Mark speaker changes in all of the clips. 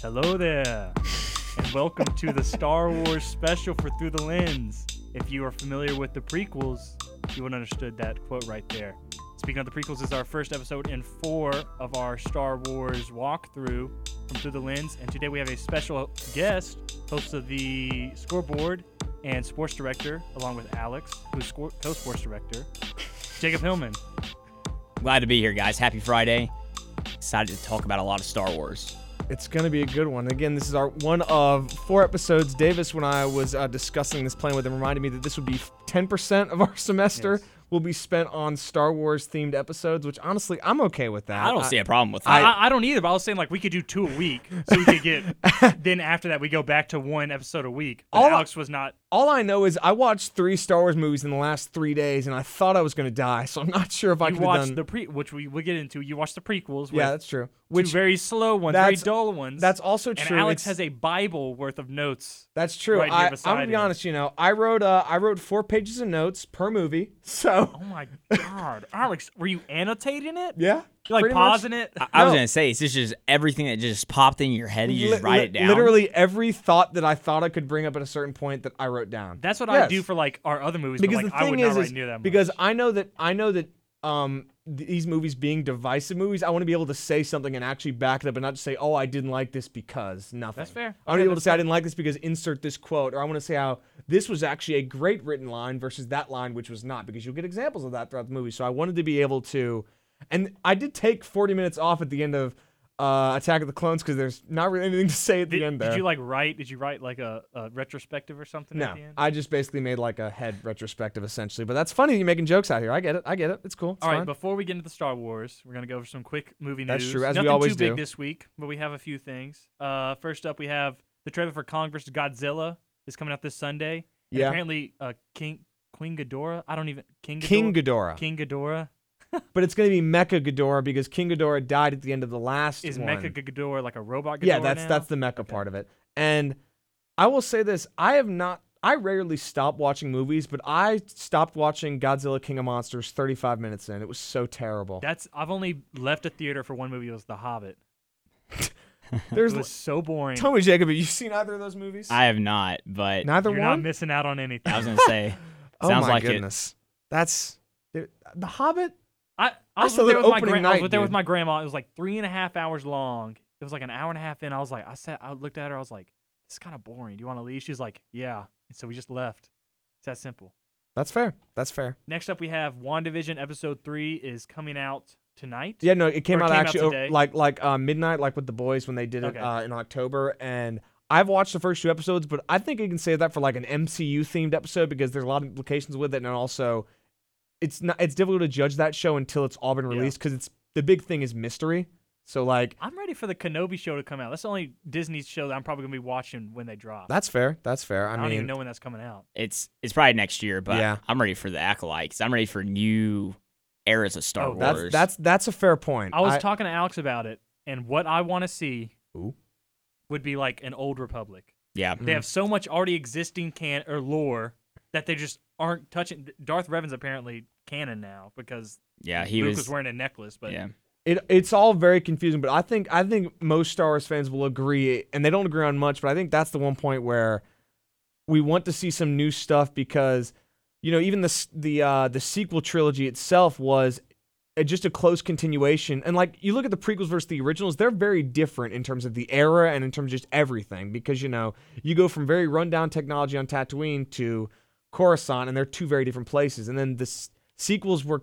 Speaker 1: Hello there, and welcome to the Star Wars special for Through the Lens. If you are familiar with the prequels, you would have understood that quote right there. Speaking of the prequels, this is our first episode in four of our Star Wars walkthrough from Through the Lens, and today we have a special guest, host of the scoreboard and sports director, along with Alex, who's score- co-sports director, Jacob Hillman.
Speaker 2: Glad to be here, guys. Happy Friday. Excited to talk about a lot of Star Wars.
Speaker 3: It's going to be a good one. Again, this is our one of four episodes. Davis, when I was uh, discussing this plan with him, reminded me that this would be 10% of our semester
Speaker 1: Yes.
Speaker 3: will be spent on Star Wars themed episodes, which honestly, I'm okay with that.
Speaker 2: I don't see a problem with
Speaker 1: I,
Speaker 2: that.
Speaker 1: I, I don't either, but I was saying like we could do two a week, so we could get. then after that, we go back to one episode a week. But
Speaker 3: All I-
Speaker 1: Alex was not.
Speaker 3: All I know is I watched three Star Wars movies in the last three days, and I thought I was going to die, so I'm not sure if I
Speaker 1: You
Speaker 3: could
Speaker 1: watched
Speaker 3: have done.
Speaker 1: the pre, which we will get into. You watched the prequels. With
Speaker 3: yeah, that's true.
Speaker 1: two
Speaker 3: Which
Speaker 1: very slow ones, very
Speaker 3: that's-
Speaker 1: dull ones.
Speaker 3: that's also
Speaker 1: and
Speaker 3: true.
Speaker 1: Alex
Speaker 3: It's-
Speaker 1: has a Bible worth of notes.
Speaker 3: That's true.
Speaker 1: right here
Speaker 3: I, I'm
Speaker 1: beside
Speaker 3: gonna be
Speaker 1: him.
Speaker 3: honest. You know, I wrote uh, I wrote four pages of notes per movie. So
Speaker 1: Oh my god, Alex, were you annotating it?
Speaker 3: yeah,
Speaker 1: You like
Speaker 3: pretty much.
Speaker 1: pausing it?
Speaker 2: I, I was
Speaker 3: no.
Speaker 2: gonna say, it's just, just everything that just popped in your head. You just
Speaker 3: Li-
Speaker 2: write
Speaker 3: li-
Speaker 2: it down.
Speaker 3: Literally every thought that I thought I could bring up at a certain point that I wrote down.
Speaker 1: That's what I
Speaker 3: Yes.
Speaker 1: do for like our other movies.
Speaker 3: because
Speaker 1: but, like,
Speaker 3: the thing
Speaker 1: I would
Speaker 3: is,
Speaker 1: not write
Speaker 3: is
Speaker 1: near that. Much.
Speaker 3: because I know that I know that um th- these movies being divisive movies, I want to be able to say something and actually back it up and not just say, "Oh, I didn't like this because nothing."
Speaker 1: That's fair.
Speaker 3: I want to
Speaker 1: Okay,
Speaker 3: be able to
Speaker 1: that's
Speaker 3: say, "I didn't like this because insert this quote," or I want to say how this was actually a great written line versus that line which was not, because you'll get examples of that throughout the movie. So I wanted to be able to, and I did take forty minutes off at the end of. Uh, Attack of the Clones because there's not really anything to say at
Speaker 1: did,
Speaker 3: the end
Speaker 1: did
Speaker 3: there.
Speaker 1: you like write? Did you write like a, a retrospective or something?
Speaker 3: No,
Speaker 1: at the end?
Speaker 3: I just basically made like a head retrospective essentially. But that's funny. You're making jokes out here. I get it. I get it. It's cool. It's
Speaker 1: All right,
Speaker 3: fine.
Speaker 1: before we get into the Star Wars, we're gonna go over some quick movie
Speaker 3: That's
Speaker 1: news.
Speaker 3: true, as we
Speaker 1: Nothing
Speaker 3: always
Speaker 1: too big
Speaker 3: do.
Speaker 1: this week, but we have a few things. Uh, first up, we have the trailer for Kong vs. Godzilla is coming out this Sunday. And
Speaker 3: Yeah.
Speaker 1: Apparently, uh, King Queen Ghidorah. I don't even King Ghidorah.
Speaker 3: King Ghidorah.
Speaker 1: King Ghidorah
Speaker 3: But it's going to be Mecha Ghidorah because King Ghidorah died at the end of the last
Speaker 1: is
Speaker 3: one.
Speaker 1: Mecha Ghidorah like a robot Ghidorah?
Speaker 3: yeah, that's
Speaker 1: now?
Speaker 3: that's the Mecha part of it. And I will say this: I have not. I rarely stop watching movies, but I stopped watching Godzilla King of Monsters 35 minutes in. It was so terrible.
Speaker 1: That's I've only left a theater for one movie. It was The Hobbit. It
Speaker 3: There's
Speaker 1: was so boring.
Speaker 3: tell me, Jacob, have you seen either of those movies?
Speaker 2: I have not, but
Speaker 3: Neither
Speaker 1: You're not
Speaker 3: one.
Speaker 1: missing out on anything.
Speaker 2: I was gonna say,
Speaker 3: oh
Speaker 2: sounds
Speaker 3: my
Speaker 2: like it.
Speaker 3: goodness, that's it- the Hobbit.
Speaker 1: I, I
Speaker 3: I
Speaker 1: was
Speaker 3: saw
Speaker 1: there
Speaker 3: that
Speaker 1: with my
Speaker 3: opening
Speaker 1: gran- I
Speaker 3: night,
Speaker 1: was there with
Speaker 3: dude.
Speaker 1: my grandma. It was like three and a half hours long. It was like an hour and a half in. I was like, I said, I looked at her. I was like, this is kind of boring. Do you want to leave? She's like, yeah. And so we just left. It's that simple.
Speaker 3: That's fair. That's fair.
Speaker 1: Next up, we have WandaVision episode three is coming out tonight.
Speaker 3: Yeah, no, it came
Speaker 1: Or it
Speaker 3: out
Speaker 1: came out
Speaker 3: actually o-
Speaker 1: today?
Speaker 3: like like uh, midnight, like with the boys when they did
Speaker 1: Okay.
Speaker 3: it uh, in October. And I've watched the first two episodes, but I think you can say that for like an MCU themed episode because there's a lot of implications with it, and also it's not it's difficult to judge that show until it's all been
Speaker 1: Yeah.
Speaker 3: released because it's the big thing is mystery. So like
Speaker 1: I'm ready for the Kenobi show to come out. That's the only Disney show that I'm probably gonna be watching when they drop.
Speaker 3: that's fair. That's fair. I,
Speaker 1: I, don't
Speaker 3: mean,
Speaker 1: even know when that's coming out.
Speaker 2: It's it's probably next year, but
Speaker 3: Yeah.
Speaker 2: I'm ready for the acolyte 'cause I'm ready for new eras of Star
Speaker 1: Oh,
Speaker 2: Wars.
Speaker 3: that's that's that's a fair point.
Speaker 1: I was talking to Alex about it, and what I want to see
Speaker 3: Ooh.
Speaker 1: would be like an old Republic.
Speaker 2: yeah.
Speaker 1: They
Speaker 3: Mm.
Speaker 1: have so much already existing can or lore that they just aren't touching. Darth Revan's apparently canon now because
Speaker 2: Yeah, he
Speaker 1: Luke was,
Speaker 2: was.
Speaker 1: wearing a necklace. But
Speaker 2: yeah,
Speaker 3: it it's all very confusing, but I think I think most Star Wars fans will agree, and they don't agree on much, but I think that's the one point where we want to see some new stuff because you know even the s- the uh, the sequel trilogy itself was uh, just a close continuation, and like you look at the prequels versus the originals, they're very different in terms of the era and in terms of just everything because you know you go from very rundown technology on Tatooine to Coruscant, and they're two very different places, and then the s- sequels were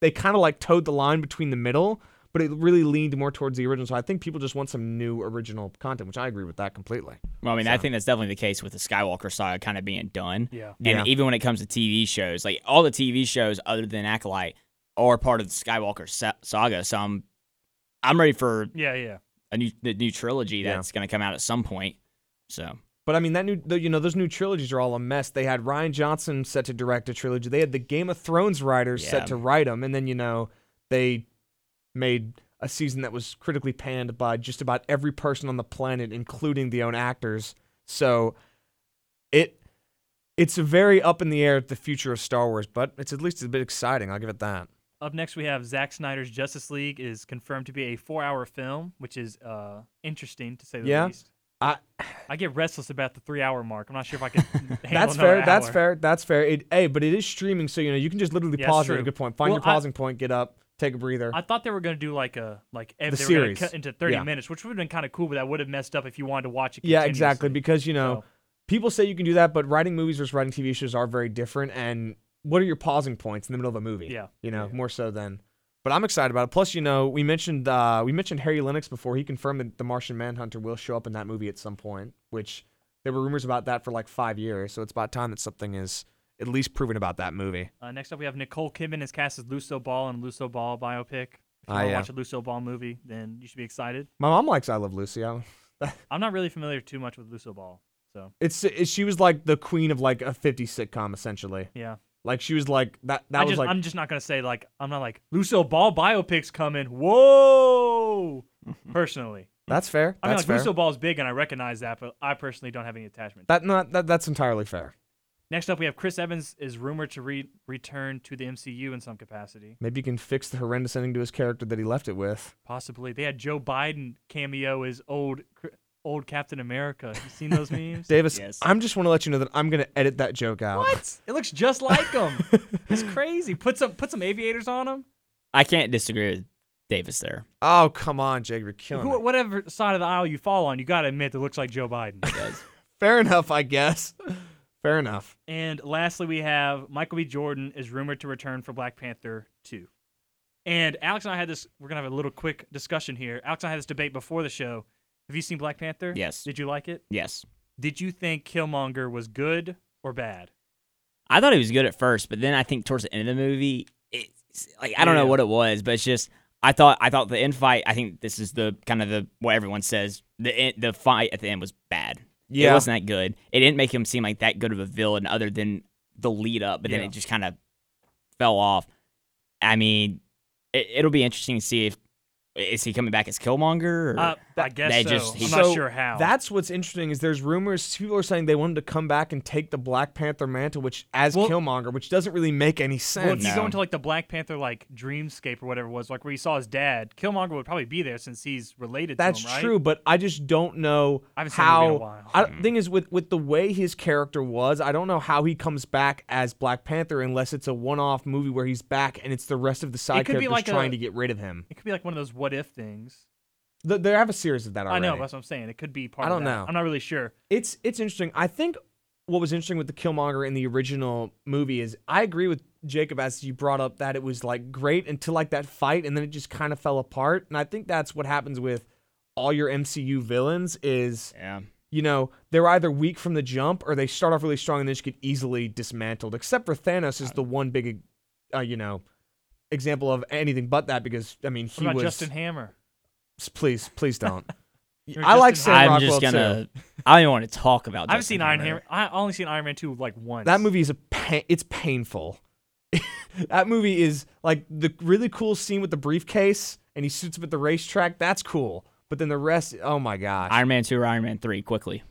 Speaker 3: they kind of like towed the line between the middle, but it really leaned more towards the original. So I think people just want some new original content, which I agree with that completely.
Speaker 2: well, I mean, I think that's definitely the case with the Skywalker saga kind of being done.
Speaker 1: yeah,
Speaker 2: And
Speaker 3: Yeah.
Speaker 2: even when it comes to TV shows, like all the TV shows other than Acolyte are part of the Skywalker sa- saga. So I'm, I'm ready for
Speaker 1: yeah, yeah.
Speaker 2: a new the new trilogy
Speaker 3: Yeah.
Speaker 2: that's going to come out at some point. So
Speaker 3: But I mean, that new, the, you know, those new trilogies are all a mess. They had Ryan Johnson set to direct a trilogy. They had the Game of Thrones writers
Speaker 2: Yeah.
Speaker 3: set to write them, and then you know, they made a season that was critically panned by just about every person on the planet, including the own actors. So it. It's very up in the air the future of Star Wars, but it's at least a bit exciting. I'll give it that.
Speaker 1: Up next, we have Zack Snyder's Justice League is confirmed to be a four-hour film, which is uh, interesting to say the
Speaker 3: Yeah.
Speaker 1: least.
Speaker 3: I,
Speaker 1: I get restless about the three-hour mark. I'm not sure if I can. handle
Speaker 3: that's
Speaker 1: another
Speaker 3: fair. That's
Speaker 1: hour.
Speaker 3: fair. That's fair. It, hey, but it is streaming, so you know you can just literally
Speaker 1: Yeah, that's
Speaker 3: pause it at a
Speaker 1: true.
Speaker 3: good point. Find
Speaker 1: Well,
Speaker 3: your
Speaker 1: I-
Speaker 3: pausing point. Get up. Take a breather.
Speaker 1: I thought they were going to do like a like ev-
Speaker 3: The
Speaker 1: they were going
Speaker 3: series.
Speaker 1: to cut into 30
Speaker 3: Yeah.
Speaker 1: minutes, which would have been kind of cool, but that would have messed up if you wanted to watch it.
Speaker 3: yeah, exactly.
Speaker 1: continuously.
Speaker 3: Because you know,
Speaker 1: So-
Speaker 3: people say you can do that, but writing movies versus writing TV shows are very different. And what are your pausing points in the middle of a movie?
Speaker 1: Yeah.
Speaker 3: you know,
Speaker 1: Yeah.
Speaker 3: more so than. But I'm excited about it. Plus, you know, we mentioned uh, we mentioned Harry Lennox before. He confirmed that the Martian Manhunter will show up in that movie at some point, which there were rumors about that for like five years. So it's about time that something is at least proven about that movie.
Speaker 1: Uh, next up, we have Nicole Kidman is cast as Lucio Ball in a Lucio Ball biopic. If you
Speaker 3: Ah,
Speaker 1: want to
Speaker 3: yeah.
Speaker 1: watch a Lucio Ball movie, then you should be excited.
Speaker 3: My mom likes I Love Lucy. I,
Speaker 1: I'm not really familiar too much with Lucio Ball, so
Speaker 3: it's it, she was like the queen of like a 50 sitcom essentially.
Speaker 1: yeah.
Speaker 3: Like she was like that. That
Speaker 1: I
Speaker 3: was
Speaker 1: just,
Speaker 3: like
Speaker 1: I'm just not gonna say like I'm not like Lucio Ball biopics coming. Whoa, personally,
Speaker 3: that's fair.
Speaker 1: I mean
Speaker 3: That's
Speaker 1: like
Speaker 3: fair.
Speaker 1: Lucio Ball's big and I recognize that, but I personally don't have any attachment.
Speaker 3: that not that, that's entirely fair.
Speaker 1: Next up, we have Chris Evans is rumored to re- return to the MCU in some capacity.
Speaker 3: Maybe you can fix the horrendous ending to his character that he left it with.
Speaker 1: Possibly. They had Joe Biden cameo as old Cr- old Captain America. You seen those memes?
Speaker 3: Davis,
Speaker 2: Yes.
Speaker 3: I'm just want to let you know that I'm gonna edit that joke out.
Speaker 1: What? It looks just like him. it's crazy. Put some put some aviators on him.
Speaker 2: I can't disagree with Davis there.
Speaker 3: Oh come on, Jake, you're killing
Speaker 1: Who,
Speaker 3: me.
Speaker 1: whatever side of the aisle you fall on, you gotta admit it looks like Joe Biden.
Speaker 3: Fair enough, I guess. Fair enough.
Speaker 1: and lastly, we have Michael B. Jordan is rumored to return for Black Panther two. And Alex and I had this. We're gonna have a little quick discussion here. Alex and I had this debate before the show. Have you seen Black Panther?
Speaker 2: Yes.
Speaker 1: Did you like it?
Speaker 2: Yes.
Speaker 1: Did you think Killmonger was good or bad?
Speaker 2: I thought he was good at first, but then I think towards the end of the movie, it's like I don't
Speaker 1: Yeah.
Speaker 2: know what it was, but it's just I thought I thought the end fight. I think this is the kind of the what everyone says the en- the fight at the end was bad.
Speaker 3: Yeah.
Speaker 2: it wasn't that good. It didn't make him seem like that good of a villain, other than the lead up, but then
Speaker 1: Yeah.
Speaker 2: it just kind of fell off. I mean, it, it'll be interesting to see if is he coming back as Killmonger. Or,
Speaker 1: Uh, I guess
Speaker 2: they
Speaker 1: so.
Speaker 2: just-
Speaker 1: I'm
Speaker 2: he-
Speaker 1: not
Speaker 3: So,
Speaker 1: sure how.
Speaker 3: That's what's interesting is there's rumors people are saying they want him to come back and take the Black Panther mantle, which as
Speaker 1: Well-
Speaker 3: Killmonger, which doesn't really make
Speaker 1: well,
Speaker 3: any
Speaker 1: if
Speaker 3: sense.
Speaker 1: you
Speaker 2: No.
Speaker 1: go into like the Black Panther like dreamscape or whatever it was, like where you saw his dad, Killmonger would probably be there since he's related
Speaker 3: That's
Speaker 1: to him, right?
Speaker 3: true, but I just don't know
Speaker 1: I haven't seen the
Speaker 3: how.
Speaker 1: movie in a while. Hmm.
Speaker 3: I, thing is, with with the way his character was, I don't know how he comes back as Black Panther unless it's a one-off movie where he's back and it's the rest of the side
Speaker 1: could be
Speaker 3: characters
Speaker 1: like
Speaker 3: trying
Speaker 1: a-
Speaker 3: to get rid of him.
Speaker 1: It could be like one of those what if things.
Speaker 3: Th- They have a series of that already.
Speaker 1: I know, but that's what I'm saying. It could be part
Speaker 3: I
Speaker 1: of
Speaker 3: don't
Speaker 1: that.
Speaker 3: know.
Speaker 1: I'm not really sure.
Speaker 3: it's it's interesting. I think what was interesting with the Killmonger in the original movie is I agree with Jacob as you brought up that it was like great until like that fight and then it just kind of fell apart. And I think that's what happens with all your MCU villains is
Speaker 2: yeah,
Speaker 3: you know, they're either weak from the jump or they start off really strong and they just get easily dismantled. Except for Thanos is the one big, uh, you know, example of anything but that because I mean
Speaker 1: What
Speaker 3: he
Speaker 1: about
Speaker 3: was.
Speaker 1: Justin Hammer?
Speaker 3: please, please don't.
Speaker 1: You're
Speaker 3: I like
Speaker 1: Justin
Speaker 3: Sam
Speaker 2: I'm just
Speaker 3: Rockwell too.
Speaker 2: gonna. I don't even want to talk about.
Speaker 1: I've
Speaker 2: Justin
Speaker 1: seen Iron
Speaker 2: Hammer.
Speaker 1: Man. I only seen Iron Man two like once.
Speaker 3: That movie is a pain. It's painful. that movie is like the really cool scene with the briefcase and he suits up at the racetrack. That's cool. But then the rest, oh my gosh.
Speaker 2: Iron Man two or Iron Man three quickly.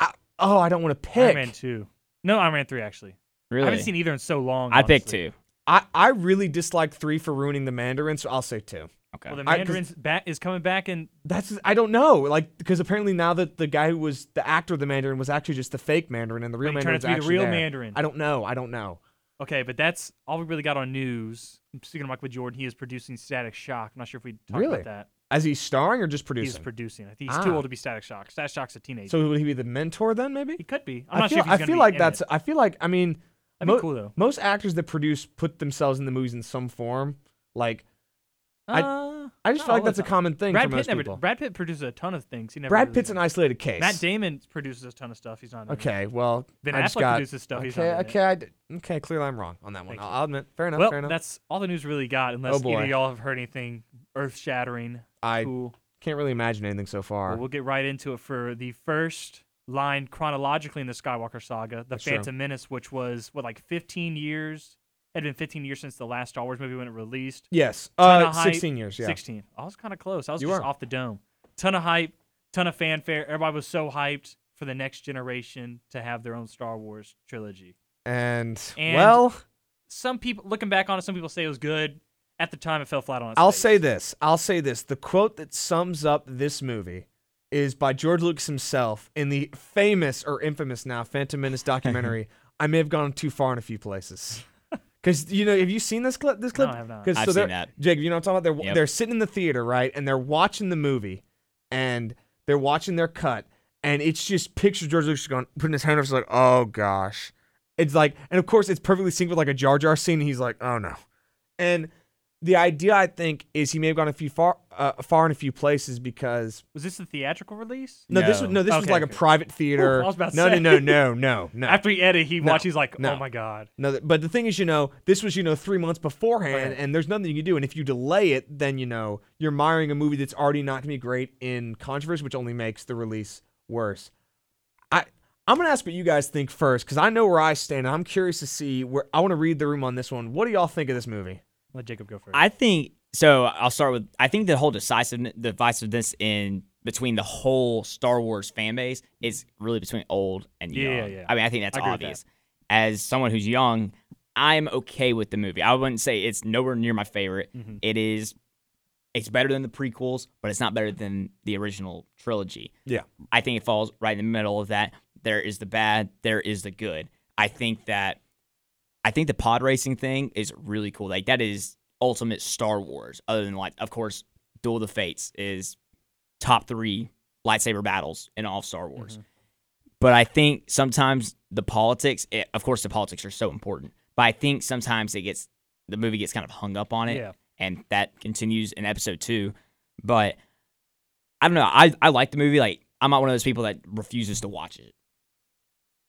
Speaker 3: I, oh, I don't want to
Speaker 1: Iron
Speaker 3: pick.
Speaker 1: Man two. No, Iron Man three actually.
Speaker 2: Really,
Speaker 1: I haven't seen either in so long.
Speaker 2: I'd pick
Speaker 1: honestly.
Speaker 2: two.
Speaker 3: I, I really dislike three for ruining the Mandarin, so I'll say two.
Speaker 2: Okay.
Speaker 1: Well, the
Speaker 3: I- 'cause-
Speaker 1: Mandarin's back is coming back and
Speaker 3: That's I don't know, like because apparently now that the guy who was the actor of the Mandarin was actually just the fake Mandarin, and the real
Speaker 1: Like,
Speaker 3: Mandarin
Speaker 1: turned out
Speaker 3: was
Speaker 1: to be the
Speaker 3: actually
Speaker 1: real
Speaker 3: there.
Speaker 1: Mandarin.
Speaker 3: I don't know. I don't know.
Speaker 1: Okay, but that's all we really got on news. Speaking of Michael Jordan, he is producing Static Shock. I'm not sure if we talked
Speaker 3: Really?
Speaker 1: about that.
Speaker 3: Is he starring or just
Speaker 1: He's
Speaker 3: producing?
Speaker 1: producing. I think he's too
Speaker 3: Ah.
Speaker 1: old to be Static Shock. Static Shock's a teenager.
Speaker 3: so would he be the mentor then? Maybe.
Speaker 1: he could be. I'm not
Speaker 3: feel,
Speaker 1: sure. If he's
Speaker 3: I
Speaker 1: gonna
Speaker 3: feel
Speaker 1: be
Speaker 3: like
Speaker 1: in
Speaker 3: that's.
Speaker 1: it.
Speaker 3: I feel like. I mean,
Speaker 1: That'd be
Speaker 3: mo-
Speaker 1: cool, though.
Speaker 3: Most actors that produce put themselves in the movies in some form. Like, I-
Speaker 1: Uh,
Speaker 3: I just
Speaker 1: not
Speaker 3: feel like
Speaker 1: all
Speaker 3: that's
Speaker 1: the
Speaker 3: a
Speaker 1: time.
Speaker 3: common thing
Speaker 1: Brad
Speaker 3: for
Speaker 1: Pitt
Speaker 3: most
Speaker 1: never.
Speaker 3: people.
Speaker 1: Brad Pitt produces a ton of things. He never.
Speaker 3: Brad
Speaker 1: really-
Speaker 3: Pitt's an isolated case.
Speaker 1: Matt Damon produces a ton of stuff. He's not. in it.
Speaker 3: Okay, well,
Speaker 1: Ben
Speaker 3: I just
Speaker 1: Affleck
Speaker 3: got,
Speaker 1: produces stuff,
Speaker 3: Okay,
Speaker 1: he's not in it.
Speaker 3: okay, I d- okay. Clearly, I'm wrong on that one.
Speaker 1: Thank
Speaker 3: I'll, I'll admit. Fair enough.
Speaker 1: Well,
Speaker 3: fair enough. Oh,
Speaker 1: that's all the news we really got. Unless
Speaker 3: boy.
Speaker 1: either of y'all have heard anything earth-shattering.
Speaker 3: I
Speaker 1: cool.
Speaker 3: can't really imagine anything so far.
Speaker 1: Well, we'll get right into it for the first line chronologically in the Skywalker saga, the
Speaker 3: That's true.
Speaker 1: Phantom Menace, which was what like 15 years. It had been 15 years since the last Star Wars movie when it released.
Speaker 3: yes,
Speaker 1: Ton
Speaker 3: uh,
Speaker 1: of hype,
Speaker 3: 16 years. Yeah,
Speaker 1: 16. I was kind of close. I was
Speaker 3: You
Speaker 1: just
Speaker 3: were.
Speaker 1: off the dome. Ton of hype, ton of fanfare. Everybody was so hyped for the next generation to have their own Star Wars trilogy.
Speaker 3: and,
Speaker 1: And
Speaker 3: well,
Speaker 1: some people looking back on it, some people say it was good. At the time, it fell flat on its
Speaker 3: I'll
Speaker 1: face.
Speaker 3: say this. I'll say this. The quote that sums up this movie is by George Lucas himself in the famous or infamous now Phantom Menace documentary. I may have gone too far in a few places. Because you know, have you seen this clip? This clip?
Speaker 1: I have not.
Speaker 3: 'Cause
Speaker 2: I've
Speaker 3: so
Speaker 2: seen
Speaker 3: they're-
Speaker 2: that.
Speaker 3: Jake, you know what I'm talking about? They're
Speaker 2: Yep.
Speaker 3: they're sitting in the theater, right, and they're watching the movie, and they're watching their cut, and it's just picture George Lucas going putting his hand up, just like, oh gosh, it's like, and of course it's perfectly synced with like a Jar Jar scene. And he's like, oh no, and the idea I think is he may have gone a few far uh, far in a few places because
Speaker 1: Was this the theatrical release?
Speaker 3: no, this was no this was
Speaker 1: Okay,
Speaker 3: like a
Speaker 1: okay.
Speaker 3: private theater.
Speaker 1: Ooh, I was about to
Speaker 3: no,
Speaker 1: say.
Speaker 3: no, no, no, no, no.
Speaker 1: After we edit, he
Speaker 3: No,
Speaker 1: watches like,
Speaker 3: no.
Speaker 1: oh my god.
Speaker 3: No, th- but the thing is, you know, this was you know three months beforehand,
Speaker 1: Right.
Speaker 3: and there's nothing you can do. And if you delay it, then you know you're miring a movie that's already not going to be great in controversy, which only makes the release worse. I I'm gonna ask what you guys think first, because I know where I stand. And I'm curious to see where I want to read the room on this one. What do y'all think of this movie?
Speaker 1: Let Jacob go first.
Speaker 2: I think so. I'll start with I think the whole decisive divisiveness in between the whole Star Wars fan base is really between old and
Speaker 1: Yeah,
Speaker 2: young.
Speaker 1: yeah, yeah.
Speaker 2: I mean, I think that's
Speaker 1: I agree with that.
Speaker 2: obvious. As someone who's young, I'm okay with the movie. I wouldn't say it's nowhere near my favorite.
Speaker 1: Mhm.
Speaker 2: It is. It's better than the prequels, but it's not better than the original trilogy.
Speaker 3: Yeah.
Speaker 2: I think it falls right in the middle of that. There is the bad, there is the good. I think that I think the pod racing thing is really cool. Like that is ultimate Star Wars. Other than like, of course, Duel of the Fates is top three lightsaber battles in all of Star Wars.
Speaker 3: Mm-hmm.
Speaker 2: But I think sometimes the politics, it, of course, the politics are so important. But I think sometimes it gets the movie gets kind of hung up on it,
Speaker 1: Yeah.
Speaker 2: and that continues in episode two. But I don't know. I I like the movie. Like I'm not one of those people that refuses to watch it.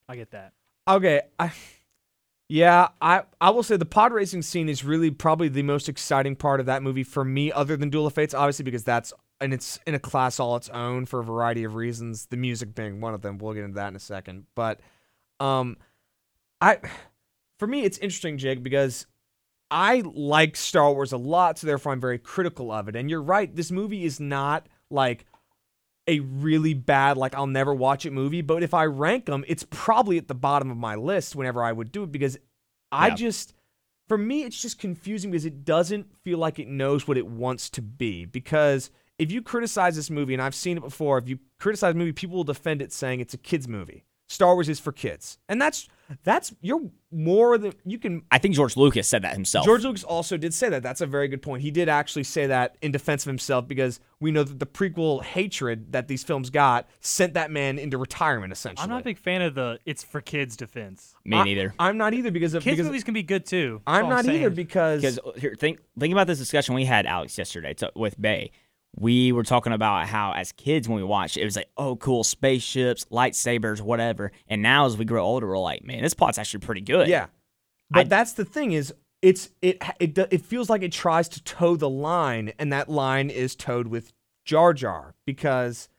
Speaker 1: I get that.
Speaker 3: Okay, I yeah, I I will say the pod racing scene is really probably the most exciting part of that movie for me, other than Duel of Fates, obviously because that's and it's in a class all its own for a variety of reasons. The music being one of them. We'll get into that in a second, but um, I for me it's interesting, Jake, because I like Star Wars a lot, so therefore I'm very critical of it. And you're right, this movie is not like a really bad like I'll never watch it movie, but if I rank them, it's probably at the bottom of my list whenever I would do it because I
Speaker 2: Yeah.
Speaker 3: just for me it's just confusing because it doesn't feel like it knows what it wants to be because if you criticize this movie and I've seen it before, if you criticize a movie, people will defend it saying it's a kids movie. Star Wars is for kids. And that's that's you're more than you can
Speaker 2: I think George Lucas said that himself.
Speaker 3: George Lucas also did say that. That's a very good point. He did actually say that in defense of himself because we know that the prequel hatred that these films got sent that man into retirement essentially.
Speaker 1: I'm not a big fan of the it's for kids defense.
Speaker 2: me
Speaker 3: I-
Speaker 2: neither.
Speaker 3: I'm not either because of
Speaker 1: Kids
Speaker 3: because
Speaker 1: movies can be good too. That's
Speaker 3: I'm
Speaker 1: all
Speaker 3: not either
Speaker 1: saying.
Speaker 3: because
Speaker 2: Because uh, here, think think about this discussion we had, Alex, yesterday t- with Bay. We were talking about how, as kids, when we watched, it was like, oh, cool, spaceships, lightsabers, whatever. And now, as we grow older, we're like, man, this plot's actually pretty good.
Speaker 3: Yeah, but
Speaker 2: I-
Speaker 3: that's the thing is it's it it do- it feels like it tries to toe the line, and that line is towed with Jar Jar because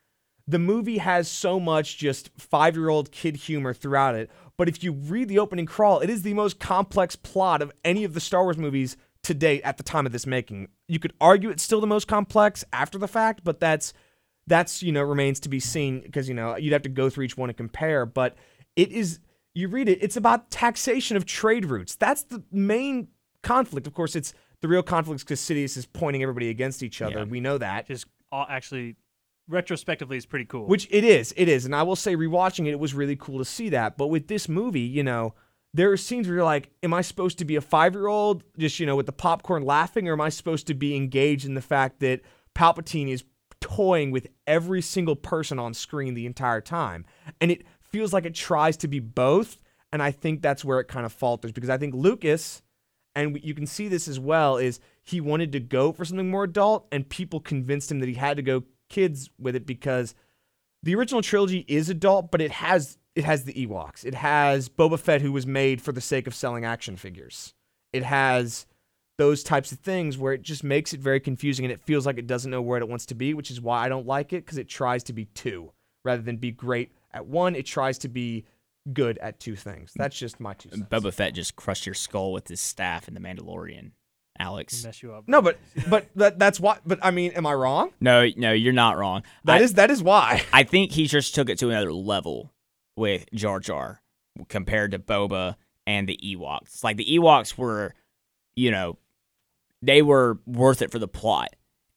Speaker 3: the movie has so much just five year old kid humor throughout it. But if you read the opening crawl, it is the most complex plot of any of the Star Wars movies to date at the time of this making. You could argue it's still the most complex after the fact, but that's that's you know remains to be seen because you know you'd have to go through each one and compare but it is you read it it's about taxation of trade routes that's the main conflict of course it's the real conflict because Sidious is pointing everybody against each other
Speaker 2: Yeah.
Speaker 3: we know that
Speaker 1: Just all, actually, retrospectively, is pretty cool.
Speaker 3: which it is it is and i will say rewatching it it was really cool to see that but with this movie you know there are scenes where you're like am i supposed to be a five-year-old just you know with the popcorn laughing or am i supposed to be engaged in the fact that palpatine is toying with every single person on screen the entire time and it feels like it tries to be both and i think that's where it kind of falters because i think lucas and we- you can see this as well is he wanted to go for something more adult and people convinced him that he had to go kids with it because the original trilogy is adult but it has it has the Ewoks it has Boba Fett who was made for the sake of selling action figures it has those types of things where it just makes it very confusing and it feels like it doesn't know where it wants to be which is why I don't like it cuz it tries to be two rather than be great at one it tries to be good at two things that's just my two cents
Speaker 2: Boba Fett just crushed your skull with his staff in The Mandalorian, Alex.
Speaker 1: mess you up.
Speaker 3: No, but but that, that's why. But I mean, am I wrong?
Speaker 2: No, no, you're not wrong.
Speaker 3: That
Speaker 2: I-
Speaker 3: is that is why.
Speaker 2: I think he just took it to another level with Jar Jar compared to Boba and the Ewoks. Like the Ewoks were, you know, they were worth it for the plot.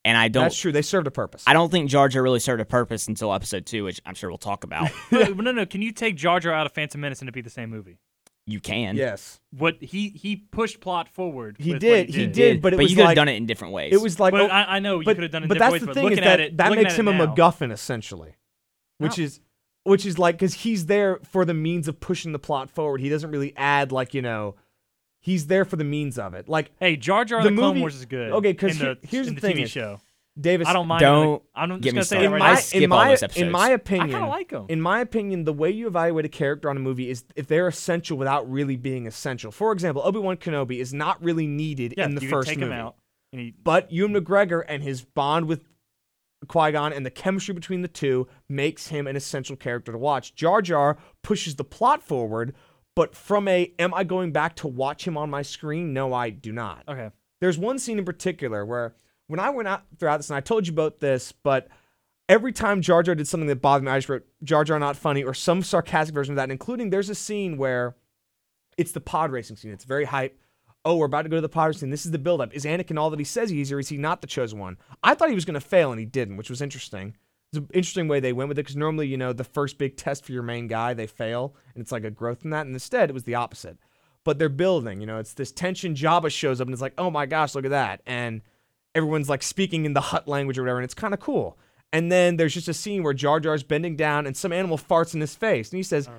Speaker 2: And I don't
Speaker 3: That's true. They served a purpose.
Speaker 2: I don't think Jar Jar really served a purpose until episode two, which I'm sure we'll talk about.
Speaker 1: no, no, no. Can you take Jar Jar out of Phantom Menace and it be the same movie?
Speaker 2: you can.
Speaker 3: yes,
Speaker 1: What he he pushed plot forward.
Speaker 3: He
Speaker 1: with what
Speaker 3: did, he
Speaker 1: he
Speaker 3: did. but it was
Speaker 2: you could have
Speaker 3: like-
Speaker 2: done it in different ways.
Speaker 3: it was like.
Speaker 1: But
Speaker 3: oh,
Speaker 1: I, I know you
Speaker 3: but,
Speaker 1: could have done it in
Speaker 3: but
Speaker 1: different
Speaker 3: that's
Speaker 1: ways,
Speaker 3: the
Speaker 1: but
Speaker 3: thing
Speaker 1: looking
Speaker 3: is that
Speaker 1: at it,
Speaker 3: that
Speaker 1: looking
Speaker 3: makes
Speaker 1: at it
Speaker 3: him
Speaker 1: now,
Speaker 3: a MacGuffin essentially, which
Speaker 1: No.
Speaker 3: is which is like because he's there for the means of pushing the plot forward. He doesn't really add like you know, he's there for the means of it. Like
Speaker 1: Hey, Jar Jar
Speaker 3: The
Speaker 1: and the Clone
Speaker 3: movie-
Speaker 1: Wars is good.
Speaker 3: okay, 'cause
Speaker 1: in
Speaker 3: here-
Speaker 1: the,
Speaker 3: here's
Speaker 1: in
Speaker 3: the
Speaker 1: the,
Speaker 3: thing
Speaker 1: TV
Speaker 3: is-
Speaker 1: show.
Speaker 3: Davis,
Speaker 1: I don't mind.
Speaker 2: Don't
Speaker 1: another- I'm just
Speaker 2: get me
Speaker 1: gonna say
Speaker 2: started.
Speaker 1: that
Speaker 3: in
Speaker 1: right
Speaker 3: my
Speaker 1: now.
Speaker 2: I skip
Speaker 3: in
Speaker 2: all
Speaker 3: my
Speaker 2: those
Speaker 3: in
Speaker 2: episodes.
Speaker 3: my
Speaker 2: I
Speaker 3: opinion,
Speaker 1: like 'em.
Speaker 3: In my opinion, the way you evaluate a character on a movie is if they're essential without really being essential. For example, Obi Wan Kenobi is not really needed
Speaker 1: Yeah,
Speaker 3: in the
Speaker 1: you
Speaker 3: first
Speaker 1: can take
Speaker 3: movie,
Speaker 1: him out. And he,
Speaker 3: but Ewan McGregor and his bond with Qui Gon and the chemistry between the two makes him an essential character to watch. Jar Jar pushes the plot forward, but from a am I going back to watch him on my screen? No, I do not
Speaker 1: okay.
Speaker 3: there's one scene in particular where when I went out throughout this, and I told you about this, but every time Jar Jar did something that bothered me, I just wrote Jar Jar not funny or some sarcastic version of that, including there's a scene where it's the pod racing scene. It's very hype. Oh, we're about to go to the pod racing. This is the buildup. Is Anakin all that he says he is, or is he not the chosen one? I thought he was going to fail, and he didn't, which was interesting. It's an interesting way they went with it because normally, you know, the first big test for your main guy, they fail, and it's like a growth in that. And instead, it was the opposite. But they're building, you know, it's this tension. Jabba shows up, and it's like, oh my gosh, look at that. And everyone's like speaking in the hut language or whatever, and it's kind of cool. And then there's just a scene where Jar Jar's bending down, and some animal farts in his face, and he says,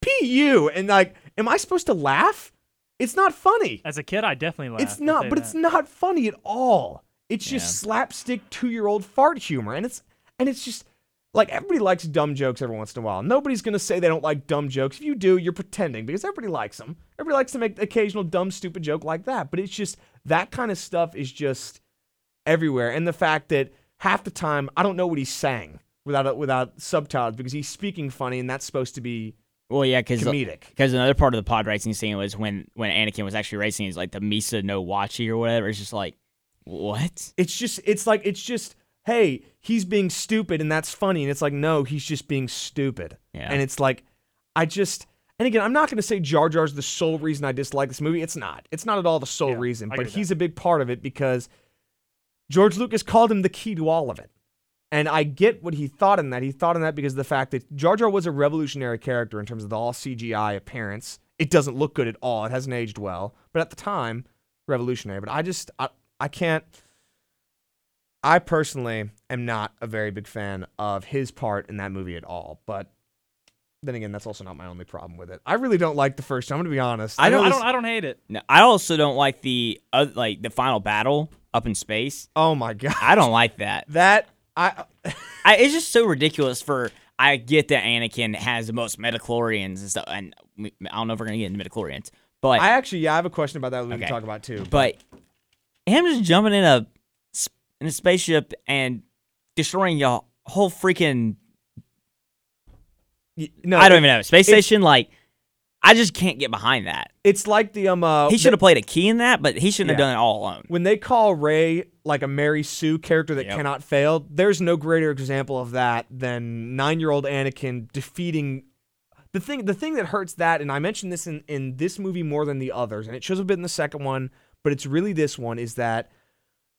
Speaker 3: "Pu," and like, am I supposed to laugh? It's not funny.
Speaker 1: As a kid, I definitely laughed.
Speaker 3: It's not, but it's not funny at all. It's just
Speaker 2: Yeah.
Speaker 3: slapstick two-year-old fart humor, and it's and it's just like everybody likes dumb jokes every once in a while. Nobody's gonna say they don't like dumb jokes. If you do, you're pretending because everybody likes them. Everybody likes to make the occasional dumb, stupid joke like that. But it's just that kind of stuff is just everywhere, and the fact that half the time I don't know what he's saying without without subtitles because he's speaking funny, and that's supposed to be
Speaker 2: well, yeah, because
Speaker 3: comedic.
Speaker 2: Because another part of the pod racing scene was when when Anakin was actually racing, is like the Misa no Wachi or whatever. It's just like, what?
Speaker 3: It's just it's like it's just hey, he's being stupid and that's funny and it's like no, he's just being stupid.
Speaker 2: Yeah.
Speaker 3: And it's like I just and again, I'm not going to say Jar Jar's the sole reason I dislike this movie. It's not. It's not at all the sole
Speaker 1: Yeah,
Speaker 3: reason,
Speaker 1: I
Speaker 3: but
Speaker 1: agree with
Speaker 3: he's a big part of it because George Lucas called him the key to all of it. And I get what he thought in that. He thought in that because of the fact that Jar Jar was a revolutionary character in terms of the all CGI appearance. It doesn't look good at all. It hasn't aged well, but at the time, revolutionary. But I just I, I can't. I personally am not a very big fan of his part in that movie at all. But then again, that's also not my only problem with it. I really don't like the first. I'm going to be honest.
Speaker 2: I
Speaker 1: I
Speaker 2: know
Speaker 1: don't, I
Speaker 2: this-
Speaker 1: don't. I don't hate it.
Speaker 2: No, I also don't like the uh, like the final battle up in space.
Speaker 3: Oh my god,
Speaker 2: I don't like that.
Speaker 3: that I.
Speaker 2: I, it's just so ridiculous. For I get that Anakin has the most midichlorians and stuff, and we, I don't know if we're gonna get into midichlorians, but
Speaker 3: I actually, yeah, I have a question about that we
Speaker 2: Okay.
Speaker 3: can talk about too.
Speaker 2: but him just jumping in a s- in a spaceship and destroying your whole freaking
Speaker 3: Y- no,
Speaker 2: I don't even know space
Speaker 3: it's-
Speaker 2: station. Like, I just can't get behind that.
Speaker 3: It's like the um. Uh,
Speaker 2: He should have played a key in that, but he shouldn't have
Speaker 3: Yeah.
Speaker 2: done it all alone.
Speaker 3: when they call Ray like a Mary Sue character that
Speaker 2: Yep.
Speaker 3: cannot fail, there's no greater example of that than nine-year-old Anakin defeating the thing. The thing that hurts that, and I mentioned this in in this movie more than the others, and it shows a bit in the second one, but it's really this one is that,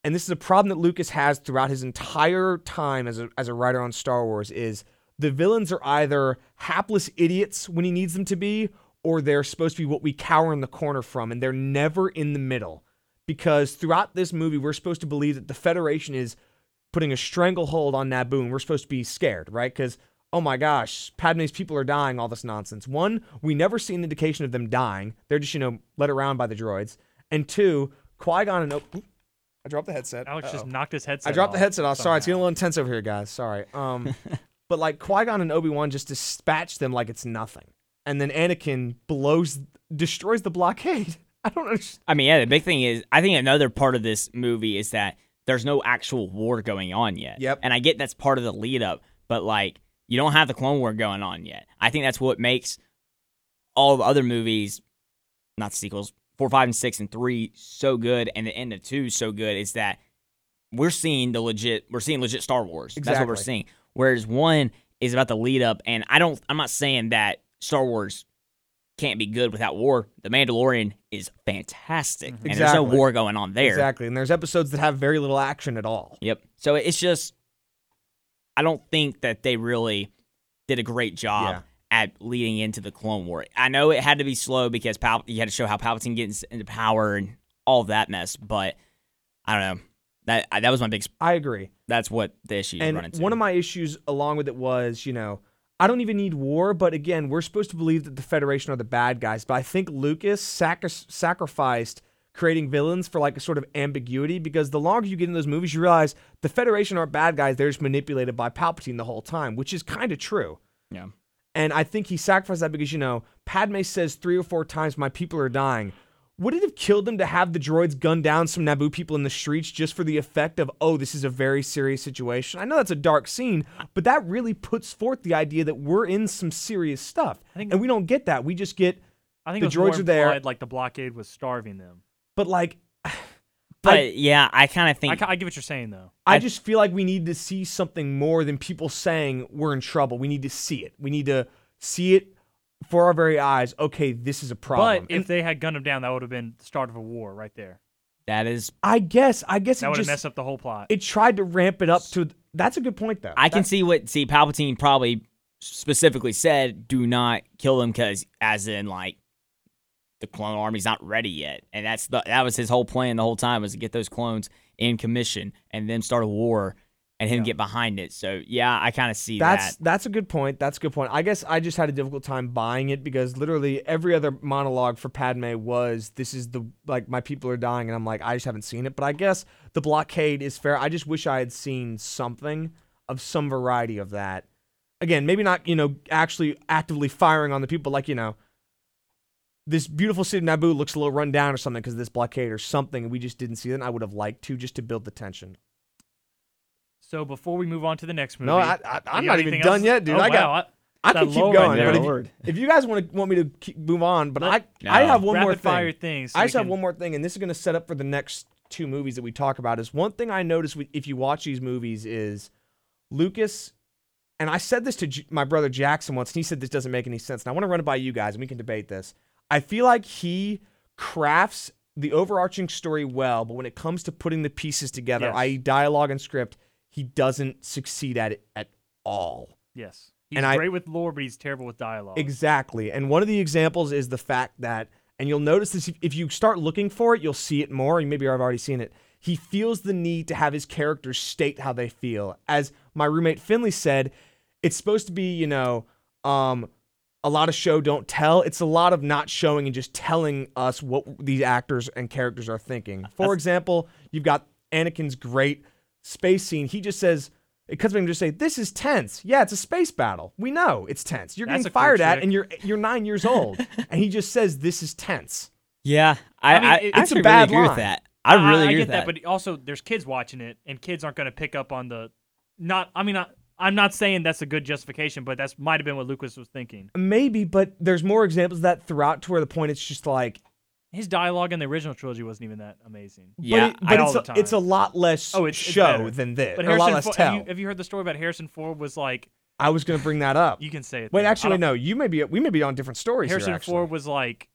Speaker 3: and this is a problem that Lucas has throughout his entire time as a as a writer on Star Wars is the villains are either hapless idiots when he needs them to be. Or they're supposed to be what we cower in the corner from, and they're never in the middle because throughout this movie, we're supposed to believe that the Federation is putting a stranglehold on Naboo, and we're supposed to be scared, right? Because oh my gosh, Padme's people are dying, all this nonsense. One, we never see an indication of them dying; they're just you know led around by the droids. And two, Qui Gon and oh, I dropped the headset.
Speaker 1: Alex
Speaker 3: Uh-oh.
Speaker 1: just knocked his headset.
Speaker 3: I dropped the
Speaker 1: off
Speaker 3: headset off. Sorry, it's getting a
Speaker 1: somehow.
Speaker 3: little intense over here, guys. Sorry. Um, but like Qui Gon and Obi Wan just dispatch them like it's nothing, and then Anakin blows, destroys the blockade. I don't understand.
Speaker 2: I mean, yeah, the big thing is, I think another part of this movie is that there's no actual war going on yet.
Speaker 3: Yep.
Speaker 2: And I get that's part of the lead up, but like, you don't have the Clone War going on yet. I think that's what makes all the other movies, not sequels, four, five, and six, and three so good, and the end of two so good is that we're seeing the legit, we're seeing legit Star Wars. That's what we're
Speaker 3: Exactly.
Speaker 2: seeing. Whereas one is about the lead up, and I don't, I'm not saying that Star Wars can't be good without war. The Mandalorian is fantastic, and there's no
Speaker 3: Exactly.
Speaker 2: war going on there.
Speaker 3: Exactly. And there's episodes that have very little action at all.
Speaker 2: Yep. So it's just, I don't think that they really did a great job at leading into the Clone War. I know it had to be slow because Pal- you had to show how Palpatine gets into power and all that mess, but I don't know. That I- that was my big.
Speaker 3: I agree.
Speaker 2: That's what the issue you run
Speaker 3: and
Speaker 2: into.
Speaker 3: one of my issues along with it was, you know, I don't even need war, but again, we're supposed to believe that the Federation are the bad guys. But I think Lucas sac- sacrificed creating villains for like a sort of ambiguity because the longer you get in those movies, you realize the Federation aren't bad guys; they're just manipulated by Palpatine the whole time, which is kind of true.
Speaker 2: yeah.
Speaker 3: And I think he sacrificed that because, you know, Padme says three or four times, My people are dying. Would it have killed them to have the droids gun down some Naboo people in the streets just for the effect of, oh, this is a very serious situation? I know that's a dark scene, but that really puts forth the idea that we're in some serious stuff.
Speaker 1: think-
Speaker 3: and we don't get that. We just get,
Speaker 1: I think
Speaker 3: The
Speaker 1: it was more
Speaker 3: droids are there.
Speaker 1: implied, Like the blockade was starving them.
Speaker 3: but like,
Speaker 2: But yeah, I kind of
Speaker 1: I,
Speaker 2: think
Speaker 1: ca- I get what you're saying though.
Speaker 3: I
Speaker 2: I-
Speaker 3: just feel like we need to see something more than people saying we're in trouble. We need to see it. We need to see it for our very eyes. Okay, this is a problem.
Speaker 1: But
Speaker 3: And
Speaker 1: if they had gunned him down, that would have been the start of a war right there.
Speaker 2: that is.
Speaker 3: I guess, I guess
Speaker 1: That
Speaker 3: it
Speaker 1: would have
Speaker 3: just
Speaker 1: messed up the whole plot.
Speaker 3: it tried to ramp it up to that's a good point though
Speaker 2: I can
Speaker 3: That-
Speaker 2: see what see Palpatine probably specifically said, "Do not kill him," because as in like the clone army's not ready yet, and that's the that was his whole plan the whole time was to get those clones in commission and then start a war and him get behind it. So yeah, I kind of see
Speaker 3: that's
Speaker 2: that.
Speaker 3: that's a good point that's a good point i guess i just had a difficult time buying it because literally every other monologue for padme was this is the like my people are dying and i'm like i just haven't seen it but i guess the blockade is fair i just wish i had seen something of some variety of that again maybe not you know actually actively firing on the people like you know this beautiful city of Naboo looks a little run down or something because of this blockade or something. and We just didn't see it. And I would have liked to just to build the tension.
Speaker 1: So before we move on to the next movie,
Speaker 3: No, I, I, I'm
Speaker 1: you
Speaker 3: not
Speaker 1: have
Speaker 3: even
Speaker 1: anything
Speaker 3: done
Speaker 1: else?
Speaker 3: yet, dude.
Speaker 1: Oh,
Speaker 3: I got.
Speaker 1: wow,
Speaker 3: I
Speaker 1: that
Speaker 3: can keep
Speaker 1: low right
Speaker 3: going,
Speaker 1: there.
Speaker 3: but if you,
Speaker 4: Lord.
Speaker 3: if you guys want to want me to keep, move on, but I
Speaker 1: Let-
Speaker 3: I
Speaker 2: No.
Speaker 3: have one
Speaker 1: rapid
Speaker 3: more thing.
Speaker 1: fire things. so
Speaker 3: I
Speaker 1: we
Speaker 3: just have
Speaker 1: can-
Speaker 3: one more thing, and this is going to set up for the next two movies that we talk about. Is one thing I noticed with- if you watch these movies is Lucas, and I said this to J- my brother Jackson once, and he said this doesn't make any sense. And I want to run it by you guys, and we can debate this. I feel like he crafts the overarching story well, but when it comes to putting the pieces together,
Speaker 1: Yes.
Speaker 3: i.e., dialogue and script, he doesn't succeed at it at all.
Speaker 1: Yes, he's
Speaker 3: And I-
Speaker 1: great with lore, but he's terrible with dialogue.
Speaker 3: Exactly. And one of the examples is the fact that, and you'll notice this if- if you start looking for it, you'll see it more. and Maybe I've already seen it. He feels the need to have his characters state how they feel. As my roommate Finley said, it's supposed to be, you know, um, a lot of show don't tell. It's a lot of not showing and just telling us what these actors and characters are thinking. For example, you've got Anakin's great space scene. He just says, it cuts back and just say, "This is tense. Yeah, it's a space battle. We know it's tense. You're
Speaker 1: That's
Speaker 3: getting
Speaker 1: a cool
Speaker 3: fired at,
Speaker 1: trick.
Speaker 3: and you're you're nine years old." and he just says, "This is tense."
Speaker 2: yeah, I
Speaker 1: I mean,
Speaker 2: I,
Speaker 1: it-
Speaker 2: I
Speaker 1: it's a
Speaker 2: actually
Speaker 3: bad
Speaker 2: really agree
Speaker 3: line.
Speaker 2: with that. I really agree
Speaker 1: Uh, get
Speaker 2: with that.
Speaker 1: but also there's kids watching it, and kids aren't going to pick up on the. Not, I mean, I, I'm not saying that's a good justification, but that's might have been what Lucas was thinking.
Speaker 3: Maybe, but there's more examples of that throughout to where the point it's just like,
Speaker 1: His dialogue in the original trilogy wasn't even that amazing.
Speaker 2: yeah,
Speaker 3: but, it,
Speaker 1: I-
Speaker 3: but
Speaker 1: all the
Speaker 3: it's, a,
Speaker 1: time.
Speaker 3: it's a lot less
Speaker 1: Oh, it's- it's
Speaker 3: show
Speaker 1: better.
Speaker 3: than this,
Speaker 1: But
Speaker 3: or a lot
Speaker 1: Harrison,
Speaker 3: less
Speaker 1: Fo-
Speaker 3: tell.
Speaker 1: have, you, have you heard the story about Harrison Ford was like,
Speaker 3: I was gonna bring that up.
Speaker 1: you can say it.
Speaker 3: wait,
Speaker 1: then.
Speaker 3: actually,
Speaker 1: I
Speaker 3: wait,
Speaker 1: don't-
Speaker 3: no, you may be we may be on different stories
Speaker 1: Harrison
Speaker 3: here. Actually.
Speaker 1: Ford was like,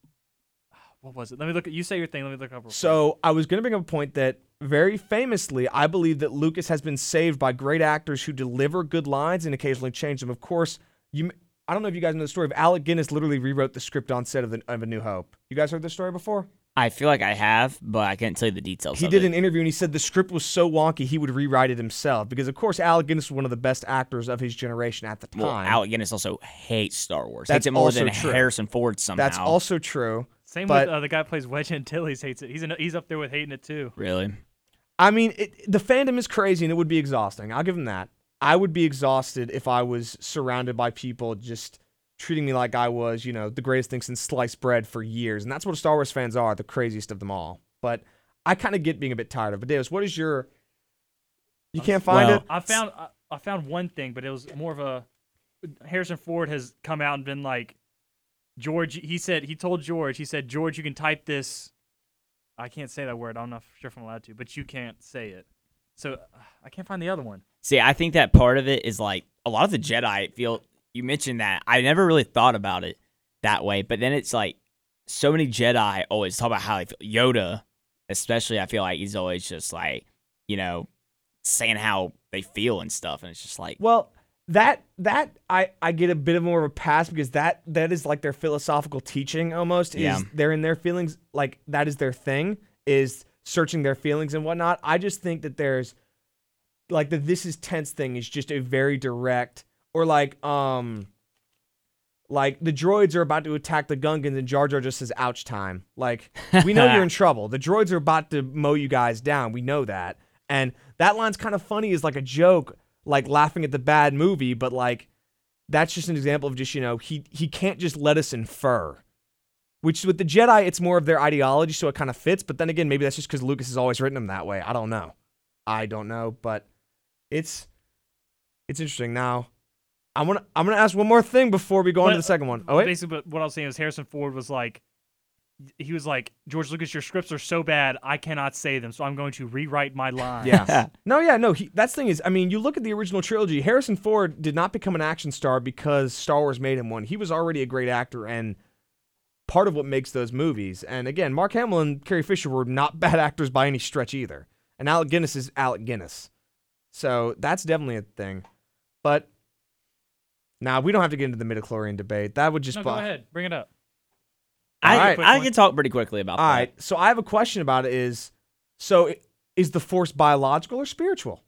Speaker 1: what was it? Let me look. You say your thing. Let me look up. real quick.
Speaker 3: So I was going to bring up a point that very famously, I believe that Lucas has been saved by great actors who deliver good lines and occasionally change them. Of course, you. m- I don't know if you guys know the story of Alec Guinness literally rewrote the script on set of, the, of A New Hope. You guys heard this story before?
Speaker 2: I feel like I have, but I can't tell you the details.
Speaker 3: He
Speaker 2: of
Speaker 3: did
Speaker 2: it.
Speaker 3: an interview and he said the script was so wonky he would rewrite it himself because, of course, Alec Guinness was one of the best actors of his generation at the time.
Speaker 2: Well, Alec Guinness also hates Star Wars.
Speaker 3: That's
Speaker 2: hates it more
Speaker 3: also
Speaker 2: than
Speaker 3: true.
Speaker 2: Harrison Ford somehow.
Speaker 3: That's also true.
Speaker 1: Same
Speaker 3: but-
Speaker 1: with uh, the guy who plays Wedge Antilles hates it. He's in, he's up there with hating it too.
Speaker 2: really.
Speaker 3: I mean, it, the fandom is crazy and it would be exhausting. I'll give him that. I would be exhausted if I was surrounded by people just treating me like I was, you know, the greatest thing since sliced bread for years. And that's what Star Wars fans are, the craziest of them all. But I kind of get being a bit tired of it. But Davis, what is your. You can't find
Speaker 2: Well,
Speaker 3: it?
Speaker 1: I found I, I found one thing, but it was more of a Harrison Ford has come out and been like George. He said he told George. He said George, you can type this. I can't say that word. I'm not sure if I'm allowed to, but you can't say it. So uh, I can't find the other one.
Speaker 2: See, I think that part of it is like a lot of the Jedi feel. You mentioned that I never really thought about it that way. But then it's like so many Jedi always talk about how they feel. Yoda, especially, I feel like he's always just like, you know, saying how they feel and stuff. And it's just like,
Speaker 3: Well, that that I I get a bit of more of a pass because that that is like their philosophical teaching almost. Is
Speaker 2: Yeah.
Speaker 3: they're in their feelings like that is their thing is searching their feelings and whatnot. I just think that there's like the this is tense thing is just a very direct or like um like the droids are about to attack the Gungans and Jar Jar just says ouch time. Like we know you're in trouble. The droids are about to mow you guys down. We know that. And that line's kind of funny is like a joke, like laughing at the bad movie, but like that's just an example of just, you know, he he can't just let us infer. Which with the Jedi, it's more of their ideology, so it kind of fits. But then again, maybe that's just because Lucas has always written them that way. I don't know. I don't know, but it's it's interesting. Now, I'm gonna I'm gonna ask one more thing before we go on to
Speaker 1: Well,
Speaker 3: the second one. Oh wait,
Speaker 1: Basically, but what I was saying is Harrison Ford was like, he was like, George Lucas, your scripts are so bad, I cannot say them, so I'm going to rewrite my lines.
Speaker 3: yeah, no, yeah, no. He, that's the thing is, I mean, you look at the original trilogy. Harrison Ford did not become an action star because Star Wars made him one. He was already a great actor and part of what makes those movies. And again, Mark Hamill and Carrie Fisher were not bad actors by any stretch either. And Alec Guinness is Alec Guinness. So that's definitely a thing. But now nah, we don't have to get into the midichlorian debate. That would just
Speaker 1: No,
Speaker 3: bu-
Speaker 1: go ahead, bring it up.
Speaker 2: I,
Speaker 3: All right.
Speaker 2: I can talk pretty quickly about
Speaker 3: All
Speaker 2: that.
Speaker 3: right. So I have a question about it is so i- is the force biological or spiritual?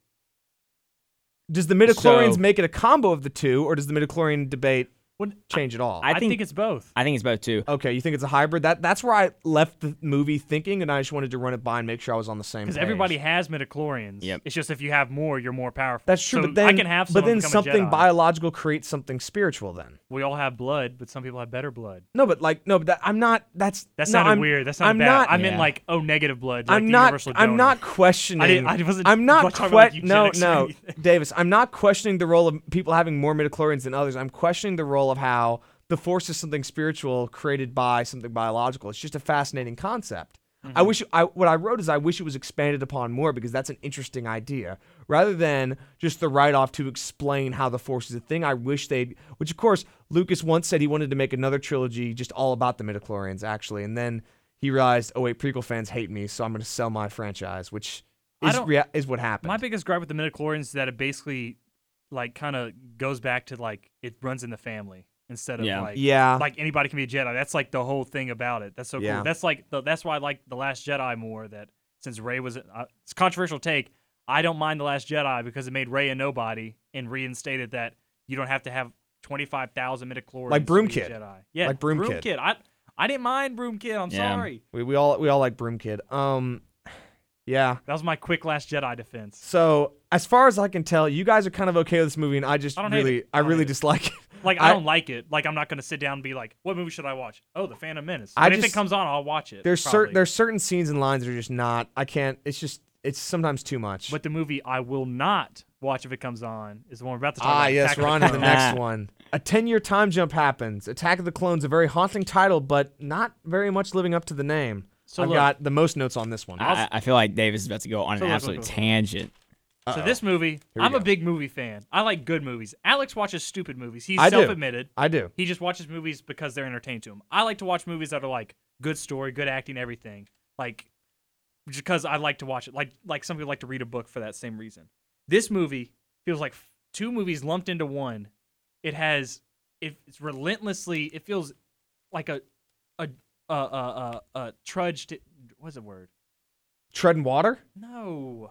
Speaker 3: Does the midichlorians
Speaker 2: So-
Speaker 3: make it a combo of the two or does the midichlorian debate
Speaker 1: Well,
Speaker 3: change at all?
Speaker 1: I,
Speaker 2: I
Speaker 1: think,
Speaker 2: think-
Speaker 1: it's both.
Speaker 2: I think it's both too.
Speaker 3: okay, you think it's a hybrid? That that's where I left the movie thinking and I just wanted to run it by and make sure I was on the same
Speaker 1: Because
Speaker 3: page.
Speaker 1: everybody has midichlorians.
Speaker 2: Yep.
Speaker 1: It's just if you have more, you're more powerful.
Speaker 3: That's true,
Speaker 1: So
Speaker 3: but then
Speaker 1: I can have
Speaker 3: but
Speaker 1: someone
Speaker 3: then
Speaker 1: become a
Speaker 3: something
Speaker 1: Jedi.
Speaker 3: biological creates something spiritual then.
Speaker 1: We all have blood, but some people have better blood.
Speaker 3: No, but like no, but that, I'm not that's
Speaker 1: That
Speaker 3: no,
Speaker 1: sounded
Speaker 3: I'm-
Speaker 1: weird. That sounded
Speaker 3: I'm
Speaker 1: bad.
Speaker 3: not
Speaker 1: I meant
Speaker 2: Yeah.
Speaker 1: like oh, negative blood. Like
Speaker 3: I'm
Speaker 1: the
Speaker 3: not.
Speaker 1: universal donor.
Speaker 3: I'm not questioning.
Speaker 1: I didn't- I wasn't
Speaker 3: am not.
Speaker 1: talking about, like,
Speaker 3: que- no,
Speaker 1: eugenics or
Speaker 3: no,
Speaker 1: anything.
Speaker 3: Davis. I'm not questioning the role of people having more midichlorians than others. I'm questioning the role of how the force is something spiritual created by something biological. It's just a fascinating concept. I
Speaker 1: Mm-hmm.
Speaker 3: wish. I what I wrote is I wish it was expanded upon more because that's an interesting idea rather than just the write off to explain how the force is a thing. I wish they'd. Which of course, Lucas once said he wanted to make another trilogy just all about the midichlorians actually, and then he realized, oh wait, prequel fans hate me, so I'm going to sell my franchise, which
Speaker 1: I
Speaker 3: is
Speaker 1: don't-
Speaker 3: rea- is what happened.
Speaker 1: My biggest gripe with the midichlorians is that it basically, like, kind of goes back to like it runs in the family instead of
Speaker 2: Yeah.
Speaker 1: like
Speaker 3: yeah,
Speaker 1: like anybody can be a Jedi. That's like the whole thing about it. That's so
Speaker 3: Yeah.
Speaker 1: cool. That's like the, that's why I like the Last Jedi more. That since Ray was uh, it's a controversial take, I don't mind the Last Jedi because it made Ray a nobody and reinstated that you don't have to have twenty five thousand midichlorians
Speaker 3: Like Broom
Speaker 1: to be a
Speaker 3: Kid.
Speaker 1: Jedi. Yeah,
Speaker 3: Like Broom Kid.
Speaker 1: I I didn't mind Broom Kid. I'm
Speaker 2: Yeah.
Speaker 1: sorry.
Speaker 3: we we all we all like Broom Kid. Um, yeah.
Speaker 1: That was my quick Last Jedi defense.
Speaker 3: So as far as I can tell, you guys are kind of okay with this movie, and I just
Speaker 1: I don't hate
Speaker 3: really
Speaker 1: it. I
Speaker 3: I
Speaker 1: don't
Speaker 3: really
Speaker 1: hate it.
Speaker 3: dislike it.
Speaker 1: Like I,
Speaker 3: I-
Speaker 1: don't like it. Like I'm not gonna sit down and be like, what movie should I watch? Oh, The Phantom Menace.
Speaker 3: I
Speaker 1: But if
Speaker 3: just-
Speaker 1: it comes on, I'll watch it.
Speaker 3: There's
Speaker 1: probably.
Speaker 3: certain there's certain scenes and lines that are just not. I can't. It's just it's sometimes too much.
Speaker 1: But the movie I will not watch if it comes on is the one we're about to talk
Speaker 3: Ah,
Speaker 1: about.
Speaker 3: yes,
Speaker 1: Attack of
Speaker 3: Ron in the
Speaker 1: Clones.
Speaker 3: next one. A 10 year time jump happens. Attack of the Clones, a very haunting title, but not very much living up to the name.
Speaker 1: So
Speaker 3: I've
Speaker 1: look-
Speaker 3: got the most notes on this one.
Speaker 2: I, I feel like Davis is about to go on
Speaker 1: So
Speaker 2: an
Speaker 1: look,
Speaker 2: absolute
Speaker 1: look, look.
Speaker 2: tangent.
Speaker 1: So this movie,
Speaker 3: we
Speaker 1: I'm a
Speaker 3: go.
Speaker 1: big movie fan. I like good movies. Alex watches stupid movies. He's
Speaker 3: I do.
Speaker 1: self-admitted.
Speaker 3: I do.
Speaker 1: He just watches movies because they're entertaining to him. I like to watch movies that are like good story, good acting, everything. Like just because I like to watch it. Like like some people like to read a book for that same reason. This movie feels like f- two movies lumped into one. It has it, it's relentlessly. It feels like a a a a a, a trudge to what's the word?
Speaker 3: Tread and Water?
Speaker 1: No.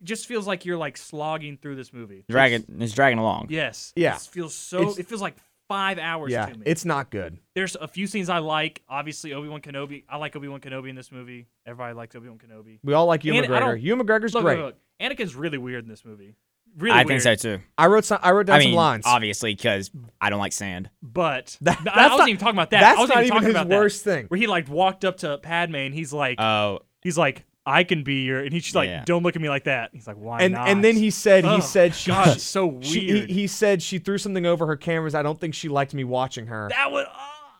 Speaker 1: It just feels like you're like slogging through this movie.
Speaker 2: Dragon is dragging along.
Speaker 1: Yes.
Speaker 3: Yeah.
Speaker 1: It feels so.
Speaker 3: It's-
Speaker 1: it feels like five hours
Speaker 3: Yeah,
Speaker 1: to me.
Speaker 3: it's not good.
Speaker 1: There's a few scenes I like. Obviously, Obi Wan Kenobi. I like Obi Wan Kenobi in this movie. Everybody likes Obi Wan Kenobi.
Speaker 3: We all like Ewan
Speaker 1: And I don't-
Speaker 3: McGregor. Ewan McGregor's
Speaker 1: Look,
Speaker 3: great.
Speaker 1: look, look. Anakin's really weird in this movie. Really
Speaker 2: I
Speaker 1: weird,
Speaker 2: think so too.
Speaker 3: I wrote some, I wrote down
Speaker 2: I mean,
Speaker 3: some lines.
Speaker 2: obviously, because I don't like sand.
Speaker 1: But
Speaker 3: That-
Speaker 1: No, I
Speaker 3: that's
Speaker 1: wasn't
Speaker 3: not-
Speaker 1: even talking about that.
Speaker 3: that's
Speaker 1: I wasn't even
Speaker 3: not even
Speaker 1: talking
Speaker 3: his
Speaker 1: about
Speaker 3: worst
Speaker 1: that.
Speaker 3: thing.
Speaker 1: Where he like walked up to Padme and he's like,
Speaker 2: Oh,
Speaker 1: he's like, I can be your, and he's just like,
Speaker 2: Yeah.
Speaker 1: don't look at me like that. He's like, why
Speaker 3: and
Speaker 1: not?
Speaker 3: and then he said he
Speaker 1: Ugh,
Speaker 3: said she,
Speaker 1: God, it's so
Speaker 3: she- he-
Speaker 1: weird.
Speaker 3: he, said she threw something over her cameras. I don't think she liked me watching her.
Speaker 1: that would. ah.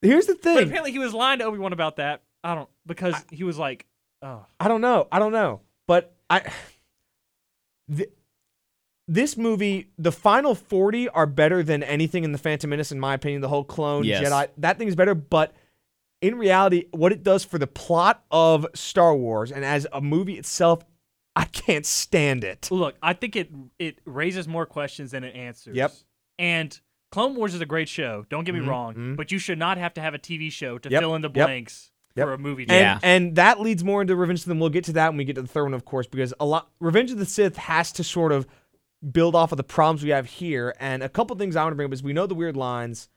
Speaker 3: Here's the
Speaker 1: But
Speaker 3: thing.
Speaker 1: apparently he was lying to Obi Wan about that. I don't because he was like, oh,
Speaker 3: I don't know. I don't know. But I, the, this movie, the final 40 are better than anything in the Phantom Menace, in my opinion. The whole clone,
Speaker 2: Yes.
Speaker 3: Jedi, that thing is better. But in reality, what it does for the plot of Star Wars and as a movie itself, I can't stand it.
Speaker 1: Look, I think it it raises more questions than it answers.
Speaker 3: Yep.
Speaker 1: And Clone Wars is a great show. Don't get me
Speaker 3: Mhm,
Speaker 1: wrong,
Speaker 3: mhm.
Speaker 1: but you should not have to have a TV show to
Speaker 3: Yep,
Speaker 1: fill in the
Speaker 3: yep,
Speaker 1: blanks
Speaker 3: yep.
Speaker 1: for a movie.
Speaker 2: Yeah.
Speaker 1: Yeah.
Speaker 3: And, and that leads more into Revenge of the. We'll get to that when we get to the third one, of course, because a lot Revenge of the Sith has to sort of build off of the problems we have here. And a couple things I want to bring up is we know the weird lines,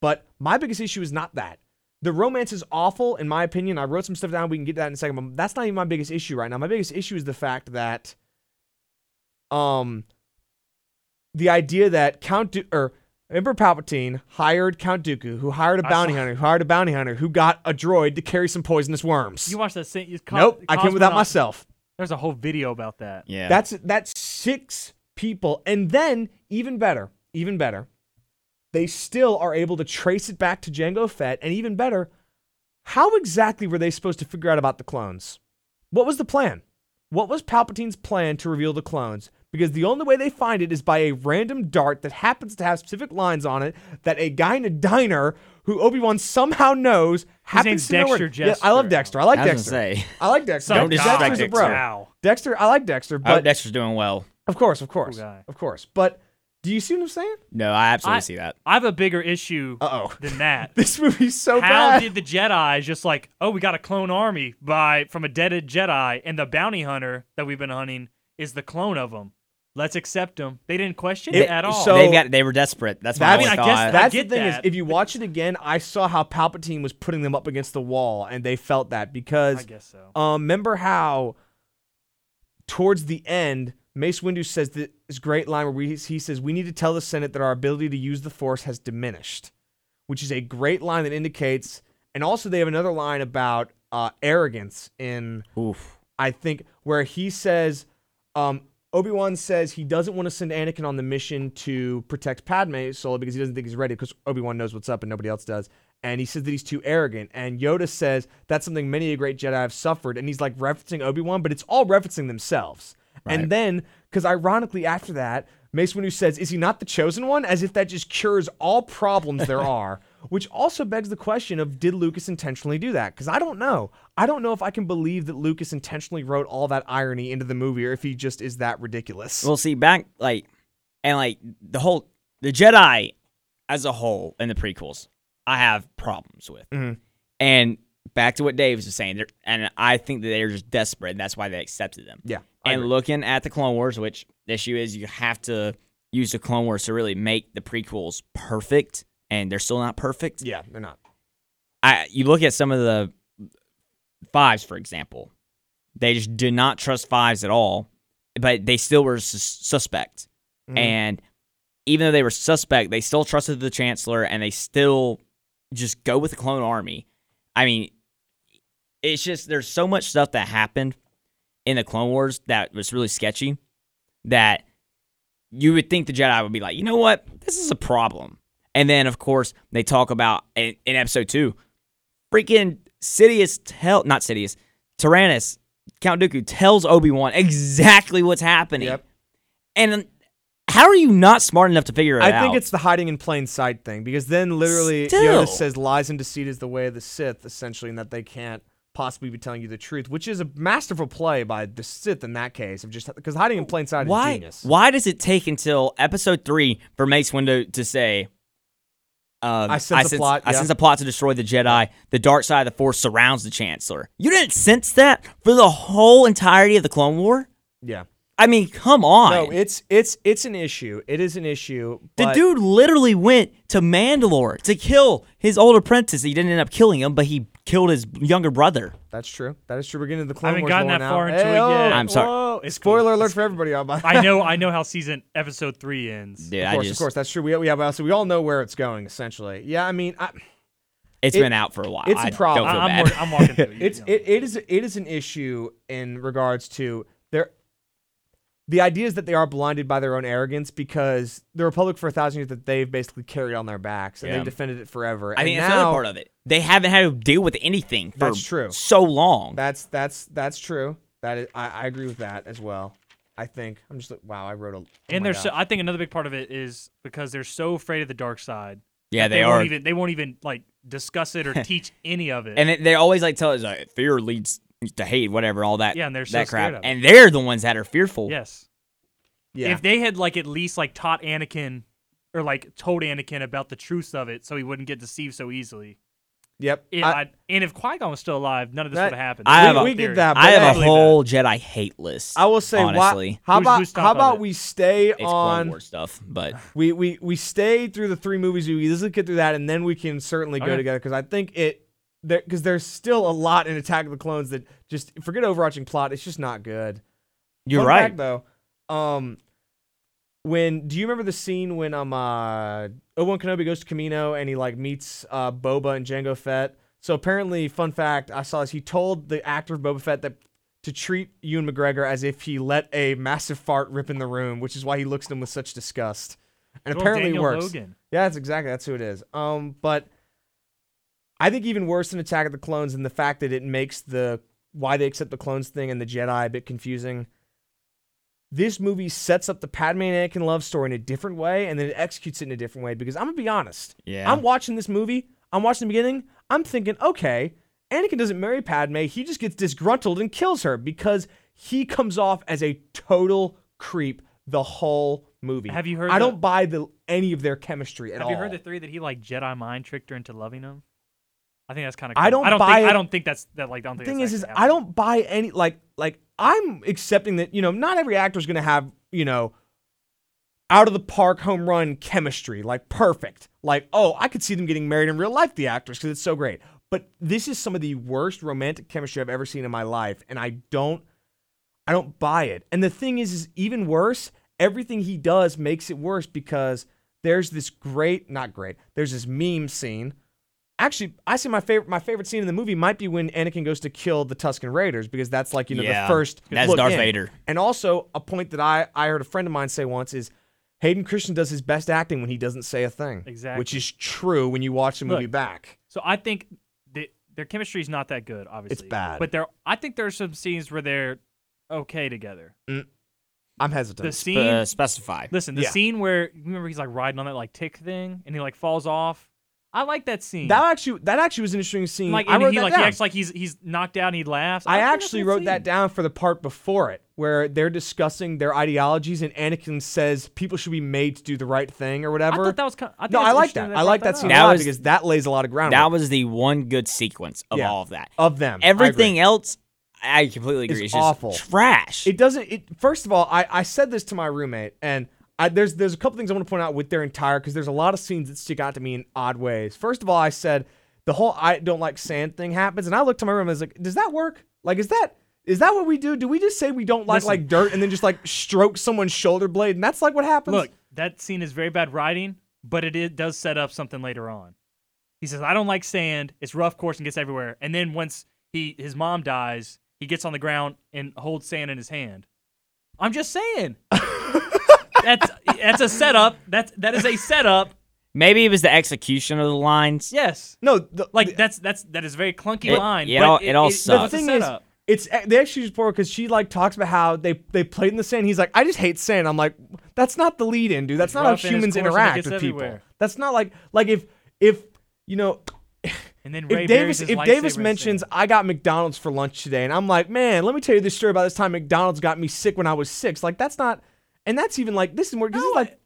Speaker 3: but my biggest issue is not that. The romance is awful, in my opinion. I wrote some stuff down. We can get to that in a second. But that's not even my biggest issue right now. My biggest issue is the fact that, um, the idea that Count du- or Emperor Palpatine hired Count Dooku, who hired a
Speaker 1: I
Speaker 3: bounty
Speaker 1: saw-
Speaker 3: hunter, who hired a bounty hunter, who got a droid to carry some poisonous worms.
Speaker 1: You watch that? Saint, you co-
Speaker 3: nope, I came without
Speaker 1: Cosmonaut-
Speaker 3: myself.
Speaker 1: There's a whole video about that.
Speaker 2: Yeah.
Speaker 3: That's that's six people, and then even better, even better, they still are able to trace it back to Django Fett, and even better, how exactly were they supposed to figure out about the clones? What was the plan? What was Palpatine's plan to reveal the clones? Because the only way they find it is by a random dart that happens to have specific lines on it that a guy in a diner who Obi Wan somehow knows happens
Speaker 1: name's
Speaker 3: to know where-
Speaker 1: Dexter
Speaker 3: Yeah, I love
Speaker 1: Jester.
Speaker 3: Dexter. I like
Speaker 2: I was gonna
Speaker 3: Dexter.
Speaker 2: say.
Speaker 3: I like Dexter.
Speaker 2: Don't disrespect
Speaker 3: Dexter's a
Speaker 2: Dexter.
Speaker 3: bro.
Speaker 1: Wow.
Speaker 3: Dexter, I like Dexter,
Speaker 2: I hope
Speaker 3: but
Speaker 2: Dexter's doing well.
Speaker 3: of course, of course,
Speaker 1: guy.
Speaker 3: of course. But do you see what I'm saying?
Speaker 2: No, I absolutely
Speaker 1: I-
Speaker 2: see that.
Speaker 1: I have a bigger issue
Speaker 3: Uh oh,
Speaker 1: than that.
Speaker 3: this movie's so
Speaker 1: How
Speaker 3: bad.
Speaker 1: did the Jedi just like, oh, we got a clone army by from a dead Jedi, and the bounty hunter that we've been hunting is the clone of them. Let's accept them. They didn't question it,
Speaker 3: It-
Speaker 1: at all.
Speaker 3: so-
Speaker 2: they got they were desperate. That's my
Speaker 3: That's-
Speaker 2: only
Speaker 1: I mean, I guess
Speaker 2: thought.
Speaker 1: that-
Speaker 3: That's the
Speaker 1: get
Speaker 3: thing is,
Speaker 1: that.
Speaker 3: if you watch it again, I saw how Palpatine was putting them up against the wall, and they felt that
Speaker 1: I
Speaker 3: because
Speaker 1: guess so.
Speaker 3: um, remember how towards the end. Mace Windu says this great line where we, he says, "We need to tell the Senate that our ability to use the Force has diminished," which is a great line that indicates. And also, they have another line about uh, arrogance in
Speaker 2: Oof.
Speaker 3: I think where he says, um, Obi Wan says he doesn't want to send Anakin on the mission to protect Padme solely because he doesn't think he's ready because Obi Wan knows what's up and nobody else does. And he says that he's too arrogant. And Yoda says that's something many a great Jedi have suffered. And he's like referencing Obi Wan, but it's all referencing themselves.
Speaker 2: Right.
Speaker 3: And then, because ironically after that, Mace Windu says, "Is he not the chosen one?" As if that just cures all problems there are. Which also begs the question of did Lucas intentionally do that? Because I don't know. I don't know if I can believe that Lucas intentionally wrote all that irony into the movie, or if he just is that ridiculous.
Speaker 2: Well, see, back like and like the whole the Jedi as a whole in the prequels, I have problems with.
Speaker 3: Mhm.
Speaker 2: And back to what Dave was saying, they're, and I think that they're just desperate, and that's why they accepted them.
Speaker 3: yeah, I
Speaker 2: and
Speaker 3: agree.
Speaker 2: looking at the Clone Wars, which the issue is you have to use the Clone Wars to really make the prequels perfect, and they're still not perfect.
Speaker 3: yeah, they're not.
Speaker 2: I you look at some of the fives, for example, they just did not trust fives at all, but they still were sus- suspect.
Speaker 3: Mhm.
Speaker 2: And even though they were suspect, they still trusted the chancellor, and they still just go with the clone army. I mean, it's just there's so much stuff that happened in the Clone Wars that was really sketchy that you would think the Jedi would be like, you know what, this is a problem. And then of course they talk about in, in episode two, freaking Sidious tell not Sidious, Tyrannus, Count Dooku tells Obi Wan exactly what's happening.
Speaker 3: Yep.
Speaker 2: And how are you not smart enough to figure it out?
Speaker 3: I think it's the hiding in plain sight thing because then literally
Speaker 2: Still.
Speaker 3: Yoda says lies and deceit is the way of the Sith, essentially, and that they can't possibly be telling you the truth, which is a masterful play by the Sith in that case of just because hiding in plain sight is
Speaker 2: why
Speaker 3: genius.
Speaker 2: why does it take until episode three for Mace Windu to say, um,
Speaker 3: I sense a plot,
Speaker 2: I
Speaker 3: yeah.
Speaker 2: sense a plot to destroy the Jedi. The dark side of the Force surrounds the Chancellor. You didn't sense that for the whole entirety of the Clone War.
Speaker 3: Yeah.
Speaker 2: I mean, come on.
Speaker 3: No, it's it's it's an issue. It is an issue.
Speaker 2: the
Speaker 3: but-
Speaker 2: dude literally went to Mandalore to kill his old apprentice. He didn't end up killing him, but he killed his younger brother.
Speaker 3: That's true. That is true. We're getting into the
Speaker 1: I
Speaker 3: Clone
Speaker 1: haven't
Speaker 3: Wars
Speaker 1: gotten
Speaker 3: lore
Speaker 1: that
Speaker 3: now.
Speaker 1: far into it
Speaker 3: Ayo!
Speaker 1: yet.
Speaker 2: I'm sorry.
Speaker 1: Whoa, it's cool.
Speaker 3: Spoiler alert for everybody out by
Speaker 1: I know. I know how season episode three ends.
Speaker 2: Dude,
Speaker 3: Of
Speaker 2: I
Speaker 3: course,
Speaker 2: just,
Speaker 3: of course, that's true. We, we have so we all know where it's going essentially. Yeah, I mean, I,
Speaker 2: it's
Speaker 3: It-
Speaker 2: been out for a while.
Speaker 3: it's a
Speaker 2: I don't
Speaker 3: problem.
Speaker 2: feel
Speaker 1: I, am
Speaker 2: bad.
Speaker 1: I'm walking through. you
Speaker 3: it's
Speaker 1: know.
Speaker 3: it, it is it is an issue in regards to their the idea is that they are blinded by their own arrogance because the Republic for a thousand years that they've basically carried on their backs and
Speaker 2: Yeah.
Speaker 3: they've defended it forever.
Speaker 2: I
Speaker 3: and
Speaker 2: think
Speaker 3: now,
Speaker 2: that's another part of it. They haven't had to deal with anything for
Speaker 3: That's true.
Speaker 2: so long.
Speaker 3: That's that's that's true. That is, I, I agree with that as well. I think I'm just wow. I wrote a oh
Speaker 1: and
Speaker 3: my
Speaker 1: there's so,
Speaker 3: gosh.
Speaker 1: I think another big part of it is because they're so afraid of the dark side.
Speaker 2: Yeah,
Speaker 1: that
Speaker 2: they
Speaker 1: won't
Speaker 2: are.
Speaker 1: Even, they won't even like discuss it or teach any of it.
Speaker 2: and they- they always like tell us like, fear leads to hate, whatever, all that.
Speaker 1: Yeah, and they're so
Speaker 2: that
Speaker 1: scared
Speaker 2: crap.
Speaker 1: of it.
Speaker 2: and they're the ones that are fearful.
Speaker 1: yes,
Speaker 3: yeah.
Speaker 1: if they had like at least like taught Anakin or like told Anakin about the truth of it, so he wouldn't get deceived so easily.
Speaker 3: yep.
Speaker 1: If
Speaker 3: I-
Speaker 1: I- and if Qui Gon was still alive, none of this
Speaker 3: That-
Speaker 1: would have happened.
Speaker 2: I have a-
Speaker 1: In
Speaker 2: we
Speaker 3: get
Speaker 1: theory.
Speaker 3: that, but
Speaker 2: I have a
Speaker 3: Honestly,
Speaker 2: whole Jedi hate list.
Speaker 3: I will say
Speaker 2: honestly,
Speaker 3: why. How
Speaker 1: Who's-
Speaker 3: about
Speaker 1: who's top
Speaker 3: how
Speaker 1: of
Speaker 3: about
Speaker 1: it?
Speaker 3: we stay
Speaker 2: it's Clone
Speaker 3: on
Speaker 2: War stuff, but
Speaker 3: we we we stay through the three movies. We let's get through that, and then we can certainly go
Speaker 1: Okay.
Speaker 3: together because I think it there because there's still a lot in Attack of the Clones that just forget overarching plot. It's just not good.
Speaker 2: you're
Speaker 3: Fun
Speaker 2: right.
Speaker 3: fact, though. Um, when do you remember the scene when um uh Obi Wan Kenobi goes to Camino and he like meets uh Boba and Jango Fett? So apparently, fun fact I saw is he told the actor of Boba Fett that to treat Ewan McGregor as if he let a massive fart rip in the room, which is why he looks at him with such disgust. And
Speaker 1: Good old
Speaker 3: apparently
Speaker 1: Daniel
Speaker 3: it works.
Speaker 1: Logan.
Speaker 3: Yeah, that's exactly that's who it is. Um, but I think even worse than Attack of the Clones and the fact that it makes the why they accept the clones thing and the Jedi a bit confusing. This movie sets up the Padme and Anakin love story in a different way, and then it executes it in a different way. Because I'm gonna be honest,
Speaker 2: Yeah.
Speaker 3: I'm watching this movie. I'm watching the beginning. I'm thinking, okay, Anakin doesn't marry Padme. He just gets disgruntled and kills her because he comes off as a total creep the whole movie.
Speaker 1: Have you heard
Speaker 3: I
Speaker 1: the-
Speaker 3: don't buy the any of their chemistry at
Speaker 1: Have
Speaker 3: all.
Speaker 1: you heard the theory that he like Jedi mind tricked her into loving him? I think that's kind of.
Speaker 3: I don't
Speaker 1: I don't
Speaker 3: buy
Speaker 1: think,
Speaker 3: it.
Speaker 1: I don't think that's that. Like, I don't
Speaker 3: The
Speaker 1: think
Speaker 3: thing
Speaker 1: that's
Speaker 3: is, is
Speaker 1: actually
Speaker 3: I
Speaker 1: happened.
Speaker 3: don't buy any like like I'm accepting that you know not every actor's gonna have you know out of the park home run chemistry like perfect like oh I could see them getting married in real life the actors because it's so great but this is some of the worst romantic chemistry I've ever seen in my life and I don't I don't buy it. And the thing is, is even worse, everything he does makes it worse because there's this great, not great, there's this meme scene. Actually, I see my favorite my favorite scene in the movie might be when Anakin goes to kill the Tusken Raiders because that's like, you know,
Speaker 2: Yeah,
Speaker 3: the first
Speaker 2: that's
Speaker 3: look
Speaker 2: Darth
Speaker 3: in.
Speaker 2: Vader.
Speaker 3: And also a point that I, I heard a friend of mine say once is Hayden Christian does his best acting when he doesn't say a thing. Which
Speaker 1: Exactly.
Speaker 3: is true when you watch the movie
Speaker 1: Look,
Speaker 3: back.
Speaker 1: So I think that their chemistry is not that good. Obviously,
Speaker 3: bad.
Speaker 1: But there, I think there are some scenes where they're okay together.
Speaker 3: I'm
Speaker 1: The
Speaker 3: hesitant.
Speaker 1: scene,
Speaker 2: Uh, specify.
Speaker 1: listen, the
Speaker 3: yeah.
Speaker 1: scene where you remember he's like riding on that like tick thing and he like falls off. I like that scene.
Speaker 3: that actually that actually was an interesting scene.
Speaker 1: like
Speaker 3: I
Speaker 1: and
Speaker 3: wrote
Speaker 1: he
Speaker 3: that
Speaker 1: like
Speaker 3: down.
Speaker 1: he acts like he's he's knocked out and he laughs.
Speaker 3: I
Speaker 1: think that's
Speaker 3: actually
Speaker 1: a good
Speaker 3: wrote that
Speaker 1: scene.
Speaker 3: down for the part before it, where they're discussing their ideologies, and Anakin says people should be made to do the right thing or
Speaker 1: I
Speaker 3: whatever.
Speaker 1: thought that was kind. Of, I think
Speaker 3: no,
Speaker 1: that's
Speaker 3: I like
Speaker 1: interesting
Speaker 3: that.
Speaker 1: they
Speaker 3: I
Speaker 1: brought
Speaker 3: like
Speaker 1: that
Speaker 3: that scene
Speaker 1: up.
Speaker 2: That
Speaker 3: a lot
Speaker 2: was-
Speaker 3: because that lays a lot of ground
Speaker 2: That was the one good sequence of
Speaker 3: Yeah.
Speaker 2: all of that.
Speaker 3: of them. I agree.
Speaker 2: Everything else, I completely agree.
Speaker 3: It's
Speaker 2: just
Speaker 3: awful.
Speaker 2: trash.
Speaker 3: It doesn't. It first of all, I, I said this to my roommate, and I, there's there's a couple things I want to point out with their entire because there's a lot of scenes that stick out to me in odd ways. First of all, I said the whole I don't like sand thing happens, and I looked to my roommate, I was like, does that work? Like, is that is that what we do? Do we just say we don't like
Speaker 1: Listen.
Speaker 3: like dirt and then just like stroke someone's shoulder blade, and that's like what happens?
Speaker 1: Look, that scene is very bad writing, but it, it does set up something later on. He says, "I don't like sand. It's rough course and gets everywhere." And then once he his mom dies, he gets on the ground and holds sand in his hand. I'm just saying. that's that's a setup. That's that is a setup.
Speaker 2: Maybe it was the execution of the lines.
Speaker 1: Yes.
Speaker 3: no, the,
Speaker 1: Like that's that's that is a very clunky
Speaker 2: It-
Speaker 1: line.
Speaker 2: it
Speaker 1: but
Speaker 2: all- it all
Speaker 1: but it's
Speaker 2: sucks.
Speaker 1: a
Speaker 3: the thing is,
Speaker 1: setup.
Speaker 3: it's they actually just poor because she like talks about how they they played in the sand. He's like, I just hate sand. I'm like, that's not the lead in, dude. That's
Speaker 1: It's
Speaker 3: not how
Speaker 1: rough and it's
Speaker 3: humans
Speaker 1: coarse and it
Speaker 3: interact
Speaker 1: gets
Speaker 3: with people.
Speaker 1: everywhere.
Speaker 3: That's not like like if if you know
Speaker 1: and then Ray
Speaker 3: if Davis
Speaker 1: buries
Speaker 3: if
Speaker 1: his lightsaber in
Speaker 3: Davis
Speaker 1: sand.
Speaker 3: mentions I got McDonald's for lunch today, and I'm like, man, let me tell you this story about this time McDonald's got me sick when I was six. Like that's not, and that's even like this is more because
Speaker 1: No,
Speaker 3: it's like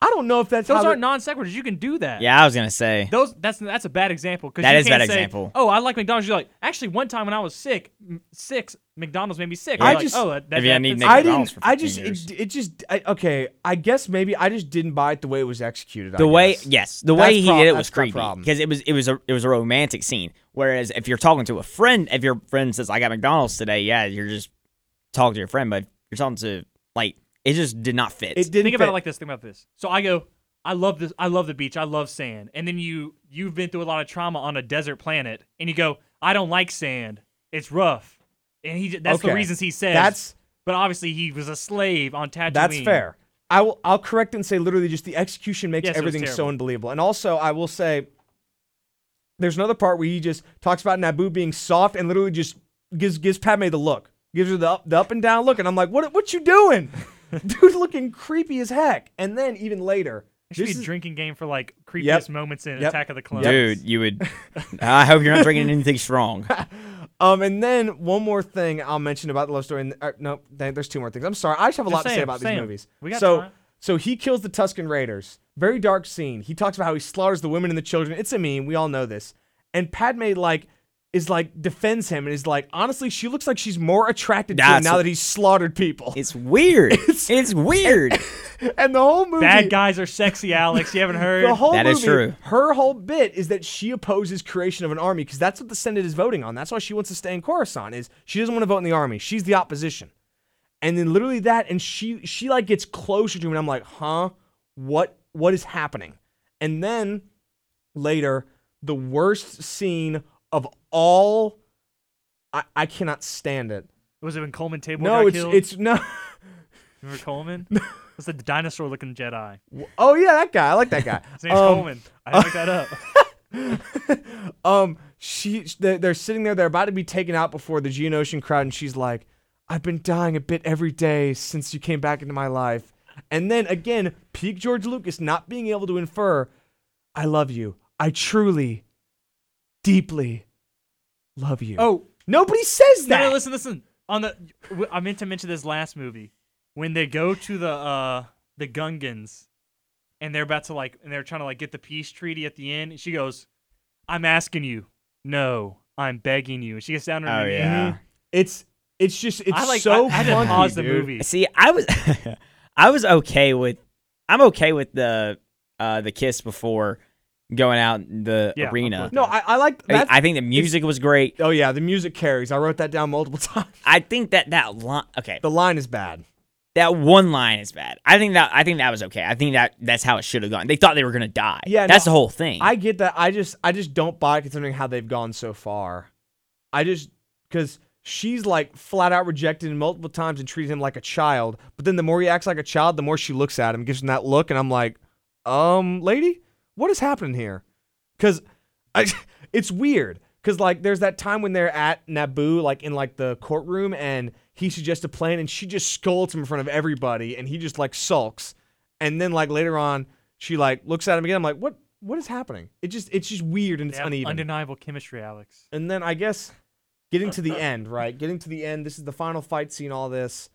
Speaker 3: I don't know if that's
Speaker 1: those
Speaker 3: how
Speaker 1: aren't
Speaker 3: the-
Speaker 1: non sequiturs. You can do that.
Speaker 2: Yeah, I was gonna say.
Speaker 1: Those that's that's a bad example because
Speaker 2: That
Speaker 1: you
Speaker 2: is a
Speaker 1: can't
Speaker 2: bad
Speaker 1: say,
Speaker 2: example.
Speaker 1: Oh, I like McDonald's. You're like, actually, one time when I was sick, m- six McDonald's made me sick.
Speaker 3: I
Speaker 1: You're like,
Speaker 3: just-
Speaker 1: oh, that, that,
Speaker 2: If you
Speaker 1: that
Speaker 2: need
Speaker 1: fits-
Speaker 2: Nick-
Speaker 3: I
Speaker 2: McDonald's
Speaker 3: didn't.
Speaker 2: for
Speaker 3: I
Speaker 2: 15
Speaker 3: just
Speaker 2: years.
Speaker 3: it, it just I, okay. I guess maybe I just didn't buy it the way it was executed.
Speaker 2: The
Speaker 3: I
Speaker 2: way,
Speaker 3: guess.
Speaker 2: yes, the
Speaker 3: That's
Speaker 2: way he
Speaker 3: prob-
Speaker 2: did it
Speaker 3: that's
Speaker 2: was
Speaker 3: my
Speaker 2: creepy
Speaker 3: problem.
Speaker 2: because it was it was a it was a romantic scene. Whereas if you're talking to a friend, if your friend says, "I got McDonald's today," yeah, you're just talking to your friend, but you're talking to like it just did not fit.
Speaker 3: it didn't
Speaker 1: Think about
Speaker 3: fit.
Speaker 1: it like this. Think about this. So I go, I love this. I love the beach. I love sand. And then you you've been through a lot of trauma on a desert planet, and you go, I don't like sand. It's rough. And he that's the
Speaker 3: Okay.
Speaker 1: reasons he says.
Speaker 3: That's-
Speaker 1: but obviously he was a slave on Tatooine.
Speaker 3: That's fair. I will. I'll correct and say literally just the execution makes
Speaker 1: Yes, it was
Speaker 3: everything so
Speaker 1: terrible.
Speaker 3: unbelievable. And also, I will say, there's another part where he just talks about Naboo being soft and literally just gives gives Padme the look. gives her the up, the up and down look, and I'm like, what what you doing, dude? Looking creepy as heck. And then even later,
Speaker 1: It should
Speaker 3: this
Speaker 1: be a
Speaker 3: is-
Speaker 1: drinking game for like creepiest
Speaker 3: Yep.
Speaker 1: moments in
Speaker 3: Yep.
Speaker 1: Attack of the Clones.
Speaker 2: Dude, you would. I hope you're not drinking anything strong.
Speaker 3: um, and then one more thing I'll mention about the love story. And uh, no, th- there's two more things. I'm sorry, I just have a
Speaker 1: Just
Speaker 3: lot
Speaker 1: say 'em,
Speaker 3: to say about
Speaker 1: say
Speaker 3: these
Speaker 1: 'em.
Speaker 3: movies.
Speaker 1: We got
Speaker 3: so
Speaker 1: time.
Speaker 3: so he kills the Tuscan Raiders. Very dark scene. He talks about how he slaughters the women and the children. It's a meme. We all know this. And Padme like is like defends him and is like honestly she looks like she's more attracted to him
Speaker 2: That's-
Speaker 3: now that he's slaughtered people.
Speaker 2: It's weird. It's, weird.
Speaker 3: and the whole movie
Speaker 1: Bad guys are sexy, Alex. You haven't heard.
Speaker 3: The whole
Speaker 2: That
Speaker 3: movie,
Speaker 2: is true.
Speaker 3: Her whole bit is that she opposes creation of an army because that's what the Senate is voting on. That's why she wants to stay in Coruscant. Is she doesn't want to vote in the army? She's the opposition. And then literally that, and she she like gets closer to him, and I'm like, huh, what what is happening? And then later, the worst scene of all. I, I cannot stand it.
Speaker 1: Was it when Coleman Table
Speaker 3: No,
Speaker 1: got
Speaker 3: it's
Speaker 1: killed?
Speaker 3: it's no.
Speaker 1: Remember Coleman? That's the dinosaur looking Jedi.
Speaker 3: Oh yeah, that guy. I like that guy.
Speaker 1: His name's
Speaker 3: Um,
Speaker 1: Coleman. I looked that up.
Speaker 3: um, she they're, they're sitting there. They're about to be taken out before the Geonosian crowd, and she's like, "I've been dying a bit every day since you came back into my life." And then again, peak George Lucas not being able to infer, "I love you. I truly, deeply love you."
Speaker 1: Oh,
Speaker 3: nobody says
Speaker 1: No,
Speaker 3: that.
Speaker 1: no, listen, listen. On the, w- I meant to mention this last movie when they go to the uh the Gungans, and they're about to like, and they're trying to like get the peace treaty at the end. And she goes, "I'm asking you, no, I'm begging you." And she gets down on her
Speaker 2: Oh,
Speaker 1: knees. Mm-hmm.
Speaker 2: yeah.
Speaker 3: It's it's just it's
Speaker 1: I like.
Speaker 3: so
Speaker 1: I, I had to
Speaker 3: clunky,
Speaker 1: Mm-hmm. pause the
Speaker 3: dude.
Speaker 1: movie.
Speaker 2: See, I was, I was okay with, I'm okay with the, uh, the kiss before going out in the
Speaker 1: Yeah,
Speaker 2: arena.
Speaker 1: of
Speaker 3: No, I, I like
Speaker 2: I,
Speaker 3: that.
Speaker 2: I think the music was great.
Speaker 3: oh yeah, the music carries. I wrote that down multiple times.
Speaker 2: I think that that line, okay,
Speaker 3: The line is bad.
Speaker 2: that one line is bad. I think that I think that was okay. I think that that's how it should have gone. They thought they were gonna die.
Speaker 3: Yeah,
Speaker 2: that's
Speaker 3: no,
Speaker 2: the whole thing.
Speaker 3: I get that. I just I just don't buy it considering how they've gone so far. I just because she's like flat out rejected him multiple times and treats him like a child. But then the more he acts like a child, the more she looks at him, gives him that look, and I'm like, um, lady, what is happening here? Because it's weird. Because like there's that time when they're at Naboo, like in like the courtroom, and he suggests a plan, and she just scolds him in front of everybody, and he just like sulks. And then like later on, she like looks at him again. I'm like, what? What is happening? It just it's just weird and
Speaker 1: They
Speaker 3: it's
Speaker 1: have
Speaker 3: uneven
Speaker 1: Undeniable chemistry, Alex.
Speaker 3: and then I guess getting to the end, right? Getting to the end. This is the final fight scene. All this.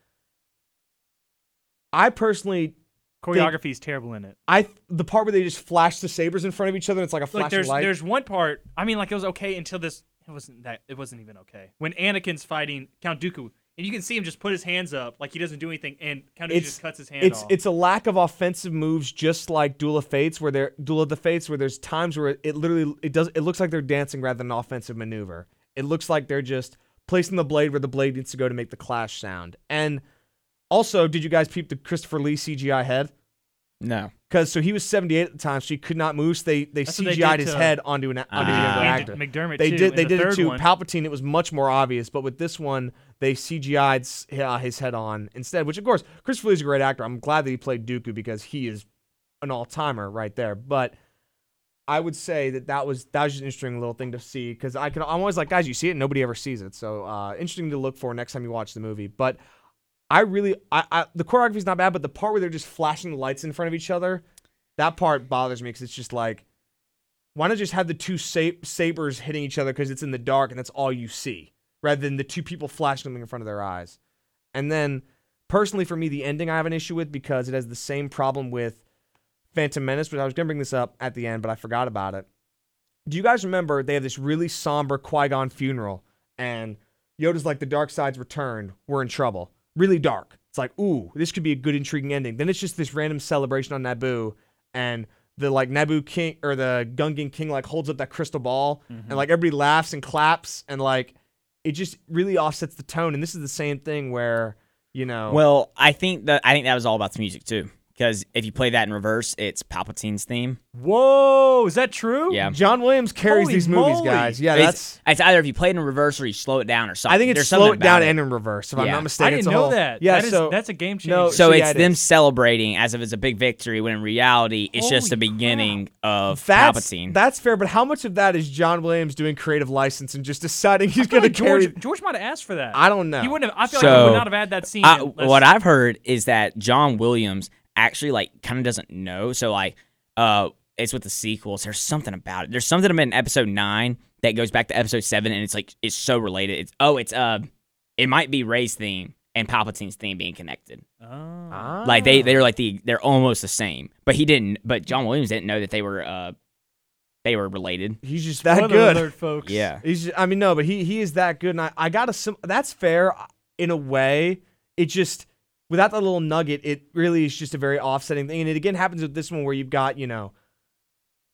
Speaker 3: I personally,
Speaker 1: Choreography is terrible in it.
Speaker 3: I the part where they just flash the sabers in front of each other. It's like a
Speaker 1: Like
Speaker 3: flash
Speaker 1: there's
Speaker 3: of light.
Speaker 1: there's one part. I mean, like it was okay until this. It wasn't that. It wasn't even okay when Anakin's fighting Count Dooku, and you can see him just put his hands up, like he doesn't do anything, and Count Dooku
Speaker 3: It's-
Speaker 1: just cuts his hand
Speaker 3: it's
Speaker 1: off.
Speaker 3: it's a lack of offensive moves, just like Duel of Fates, where there Duel of the Fates, where there's times where it, it literally it does it looks like they're dancing rather than an offensive maneuver. It looks like they're just placing the blade where the blade needs to go to make the clash sound. And also, did you guys peep the Christopher Lee CGI head?
Speaker 2: no,
Speaker 3: Because so he was 78 at the time, so he could not move. So they they
Speaker 1: That's what they did
Speaker 3: CGI'd his
Speaker 1: to-
Speaker 3: head onto an onto
Speaker 2: Ah.
Speaker 3: the other
Speaker 1: And
Speaker 3: actor.
Speaker 1: McDermott
Speaker 3: They
Speaker 1: too,
Speaker 3: did
Speaker 1: in
Speaker 3: they
Speaker 1: the
Speaker 3: did it
Speaker 1: third
Speaker 3: to
Speaker 1: one.
Speaker 3: Palpatine. It was much more obvious, but with this one they CGI'd s- uh, his head on instead. Which of course, Christopher Lee's a great actor. I'm glad that he played Dooku because he is an all timer right there. But I would say that that was that was just an interesting little thing to see because I can I'm always like guys, you see it, nobody ever sees it. So uh, interesting to look for next time you watch the movie. But I really, I, I the choreography's not bad, but the part where they're just flashing the lights in front of each other, that part bothers me because it's just like, why not just have the two sa- sabers hitting each other because it's in the dark and that's all you see, rather than the two people flashing something in front of their eyes. And then, personally, for me, the ending I have an issue with because it has the same problem with Phantom Menace, which I was gonna bring this up at the end, but I forgot about it. Do you guys remember they have this really somber Qui Gon funeral and Yoda's like the dark side's returned. We're in trouble. Really dark. It's like, ooh, this could be a good intriguing ending. Then it's just this random celebration on Naboo and the like Naboo king or the Gungan king like holds up that crystal ball and like everybody laughs and claps and like it just really offsets the tone. And this is the same thing where, you know,
Speaker 2: well, I think that I think that was all about the music too. Because if you play that in reverse, it's Palpatine's theme.
Speaker 1: Whoa, is that true?
Speaker 2: Yeah.
Speaker 3: John Williams carries
Speaker 1: Holy
Speaker 3: these movies,
Speaker 1: moly.
Speaker 3: guys. Yeah,
Speaker 2: It's,
Speaker 3: that's.
Speaker 2: it's either if you play it in reverse or you slow it down or something.
Speaker 3: I think it's
Speaker 2: There's
Speaker 3: slow
Speaker 2: something
Speaker 3: it down
Speaker 2: about it.
Speaker 3: and in reverse. If I'm
Speaker 2: Yeah.
Speaker 3: not
Speaker 2: I
Speaker 3: mistaken,
Speaker 1: I didn't
Speaker 3: it's a
Speaker 1: know
Speaker 3: whole-
Speaker 1: that.
Speaker 3: Yeah,
Speaker 1: that is,
Speaker 3: so
Speaker 1: that's a game changer.
Speaker 3: no,
Speaker 2: So
Speaker 3: So, yeah,
Speaker 2: it's
Speaker 3: it
Speaker 2: them
Speaker 3: is.
Speaker 2: celebrating as if it's a big victory, when in reality, it's just
Speaker 1: Holy
Speaker 2: the beginning of
Speaker 3: that's
Speaker 2: Palpatine.
Speaker 3: that's fair. But how much of that is John Williams doing creative license and just deciding he's going to
Speaker 1: like George,
Speaker 3: carry?
Speaker 1: George might have asked for that.
Speaker 3: I don't know.
Speaker 1: He wouldn't have. I feel like he
Speaker 2: So,
Speaker 1: would not have had that scene.
Speaker 2: I,
Speaker 1: unless-
Speaker 2: what I've heard is that John Williams actually like kind of doesn't know. So like, uh, it's with the sequels. There's something about it. There's something about in episode nine that goes back to episode seven, and it's like it's so related. It's oh, it's uh, it might be Ray's theme and Palpatine's theme being connected.
Speaker 1: Oh.
Speaker 3: Ah.
Speaker 2: Like they they're like the they're almost the same. But he didn't. But John Williams didn't know that they were uh, they were related.
Speaker 3: he's just
Speaker 1: Spoiler
Speaker 3: that good.
Speaker 1: alert, folks.
Speaker 3: He's just, I mean no, but he he is that good, and I, I gotta sim- that's fair in a way. It just without that little nugget, it really is just a very offsetting thing, and it again happens with this one where you've got you know.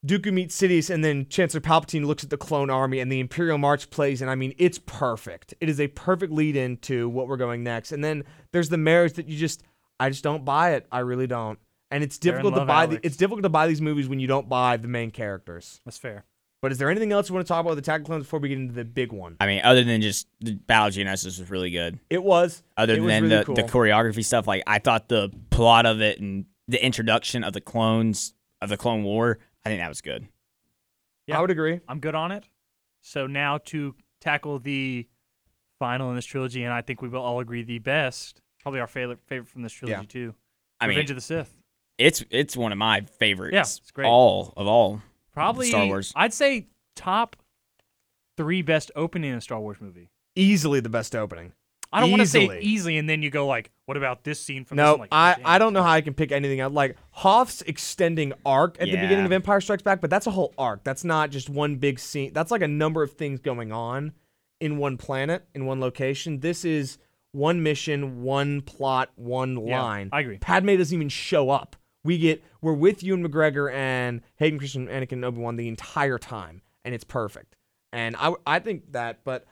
Speaker 3: Dooku meets Sidious, and then Chancellor Palpatine looks at the clone army, and the Imperial March plays, and I mean, it's perfect. It is a perfect lead into what we're going next. And then there's the marriage that you just, I just don't buy it. I really don't. And it's
Speaker 1: They're in
Speaker 3: difficult to
Speaker 1: love,
Speaker 3: buy.
Speaker 1: Alex.
Speaker 3: The, it's difficult to buy these movies when you don't buy the main characters.
Speaker 1: That's fair.
Speaker 3: But is there anything else you want to talk about with Attack of the Clones before we get into the big one?
Speaker 2: I mean, other than just the Battle of Geonosis was really good.
Speaker 3: It was.
Speaker 2: other
Speaker 3: it was
Speaker 2: than
Speaker 3: really
Speaker 2: the,
Speaker 3: cool.
Speaker 2: the choreography stuff like i thought the plot of it and the introduction of the clones of the clone war i think that was good
Speaker 1: Yeah.
Speaker 3: I would agree.
Speaker 1: I'm good on it. So now to tackle the final in this trilogy, and I think we will all agree the best, probably our favorite favorite from this trilogy
Speaker 3: Yeah.
Speaker 1: too.
Speaker 2: i mean
Speaker 1: Revenge of the Sith.
Speaker 2: it's it's one of my favorites
Speaker 1: Yeah, it's great.
Speaker 2: all of all
Speaker 1: Probably
Speaker 2: Star Wars.
Speaker 1: I'd say top three best opening in a Star Wars movie.
Speaker 3: Easily the best opening.
Speaker 1: I don't want to say
Speaker 3: Easily.
Speaker 1: easily, and then you go like, "What about this scene from?" this?
Speaker 3: No,
Speaker 1: I'm like,
Speaker 3: I,
Speaker 1: damn.
Speaker 3: I don't know how I can pick anything out. Like Hoff's extending arc at the beginning
Speaker 2: Yeah.
Speaker 3: of Empire Strikes Back, but that's a whole arc. That's not just one big scene. That's like a number of things going on in one planet, in one location. This is one mission, one plot, one
Speaker 1: Yeah,
Speaker 3: line.
Speaker 1: I agree.
Speaker 3: Padme doesn't even show up. We get we're with Ewan McGregor and Hayden Christian, Anakin, and Obi Wan the entire time, and it's perfect. And I I think that, but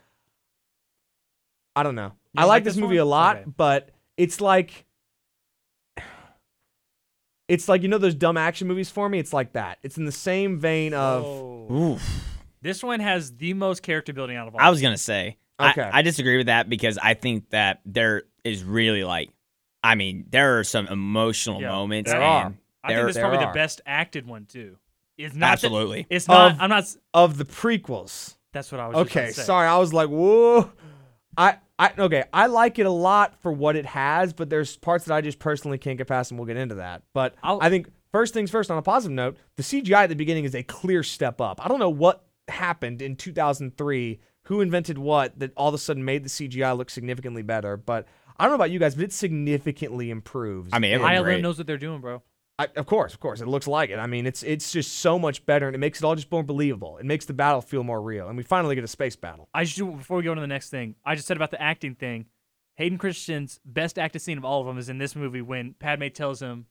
Speaker 3: I don't know. I
Speaker 1: don't
Speaker 3: like,
Speaker 1: like
Speaker 3: this
Speaker 1: this
Speaker 3: movie
Speaker 1: one?
Speaker 3: a lot,
Speaker 1: Okay.
Speaker 3: but it's like it's like you know those dumb action movies for me. It's like that. It's in the same vein of
Speaker 1: Oh.
Speaker 2: Ooh,
Speaker 1: This one has the most character building out of all.
Speaker 2: i was gonna say I-
Speaker 3: Okay.
Speaker 2: I, disagree with that because i think that there is really like i mean there are some emotional
Speaker 1: Yeah,
Speaker 2: moments
Speaker 1: there
Speaker 2: and
Speaker 3: are.
Speaker 1: I
Speaker 2: there-
Speaker 1: think this is
Speaker 3: there
Speaker 1: probably
Speaker 3: are.
Speaker 1: the best acted one too. It's not that-
Speaker 2: absolutely
Speaker 1: it's not.
Speaker 3: Of-
Speaker 1: I'm not. s-
Speaker 3: of the prequels.
Speaker 1: That's what I was. just about
Speaker 3: Okay,
Speaker 1: to say.
Speaker 3: sorry. I was like, whoa. I, I okay. I like it a lot for what it has, but there's parts that I just personally can't get past, and we'll get into that. But i
Speaker 1: I'll-
Speaker 3: think first things first. On a positive note, the CGI at the beginning is a clear step up. I don't know what happened in 2003, who invented what that all of a sudden made the CGI look significantly better. But I don't know about you guys, but it significantly improves.
Speaker 2: I mean, it
Speaker 3: And
Speaker 2: looked
Speaker 1: ILM
Speaker 2: great.
Speaker 1: knows what they're doing, bro.
Speaker 3: I, of course, of course, it looks like it. I mean, it's it's just so much better, and it makes it all just more believable. It makes the battle feel more real, and we finally get a space battle.
Speaker 1: I just before we go on to the next thing, I just said about the acting thing. Hayden Christian's best acted scene of all of them is in this movie when Padme tells him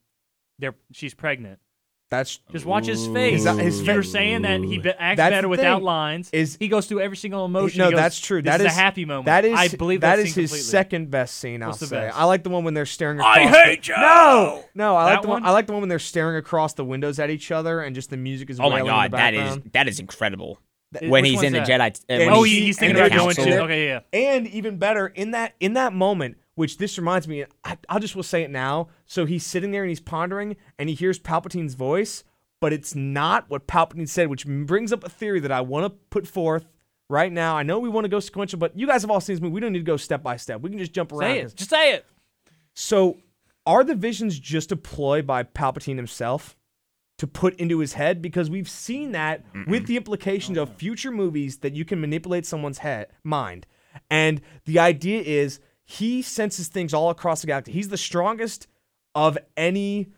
Speaker 1: they're she's pregnant.
Speaker 3: That's
Speaker 1: Just watch his face.
Speaker 3: His- his
Speaker 1: You're
Speaker 3: face-
Speaker 1: saying that he be- acts
Speaker 3: That's
Speaker 1: better
Speaker 3: the
Speaker 1: without
Speaker 3: thing,
Speaker 1: lines.
Speaker 3: is-
Speaker 1: he goes through every single emotion?
Speaker 3: No,
Speaker 1: He goes,
Speaker 3: that's true.
Speaker 1: This
Speaker 3: That
Speaker 1: is
Speaker 3: is-
Speaker 1: a happy moment.
Speaker 3: That is
Speaker 1: I believe
Speaker 3: that
Speaker 1: that
Speaker 3: is
Speaker 1: scene
Speaker 3: his
Speaker 1: completely.
Speaker 3: second best scene.
Speaker 1: What's
Speaker 3: I'll
Speaker 1: the
Speaker 3: say.
Speaker 1: best?
Speaker 3: I like the one when they're staring. Across
Speaker 1: I hate
Speaker 3: the,
Speaker 1: you!
Speaker 3: No, no. I
Speaker 1: That
Speaker 3: like the one.
Speaker 1: one?
Speaker 3: I like the one when they're staring across the windows at each other and just the music is.
Speaker 2: oh my
Speaker 3: wailing
Speaker 2: god
Speaker 3: in the
Speaker 2: that is
Speaker 3: background.
Speaker 2: that is incredible
Speaker 1: Th-
Speaker 2: when
Speaker 1: which
Speaker 2: he's
Speaker 1: one's
Speaker 2: in the
Speaker 1: that?
Speaker 2: jedi uh,
Speaker 3: And
Speaker 2: when
Speaker 1: Oh,
Speaker 3: he-
Speaker 1: he,
Speaker 2: he's
Speaker 1: he's
Speaker 2: in
Speaker 1: thinking
Speaker 2: the
Speaker 1: about going
Speaker 2: council.
Speaker 1: to. Okay, yeah.
Speaker 3: And even better, in that in that moment, which this reminds me, I, I'll just will say it now. So he's sitting there and he's pondering, and he hears Palpatine's voice, but it's not what Palpatine said, which m- brings up a theory that I want to put forth right now. I know we want to go sequential, but you guys have all seen this movie. We don't need to go step by step. We can just jump around.
Speaker 1: Say
Speaker 3: 'cause-
Speaker 1: it. Just say it.
Speaker 3: So, are the visions just a ploy by Palpatine himself to put into his head? Because we've seen that with the implications of future movies that you can manipulate someone's head mind. And the idea is he senses things all across the galaxy. He's the strongest of any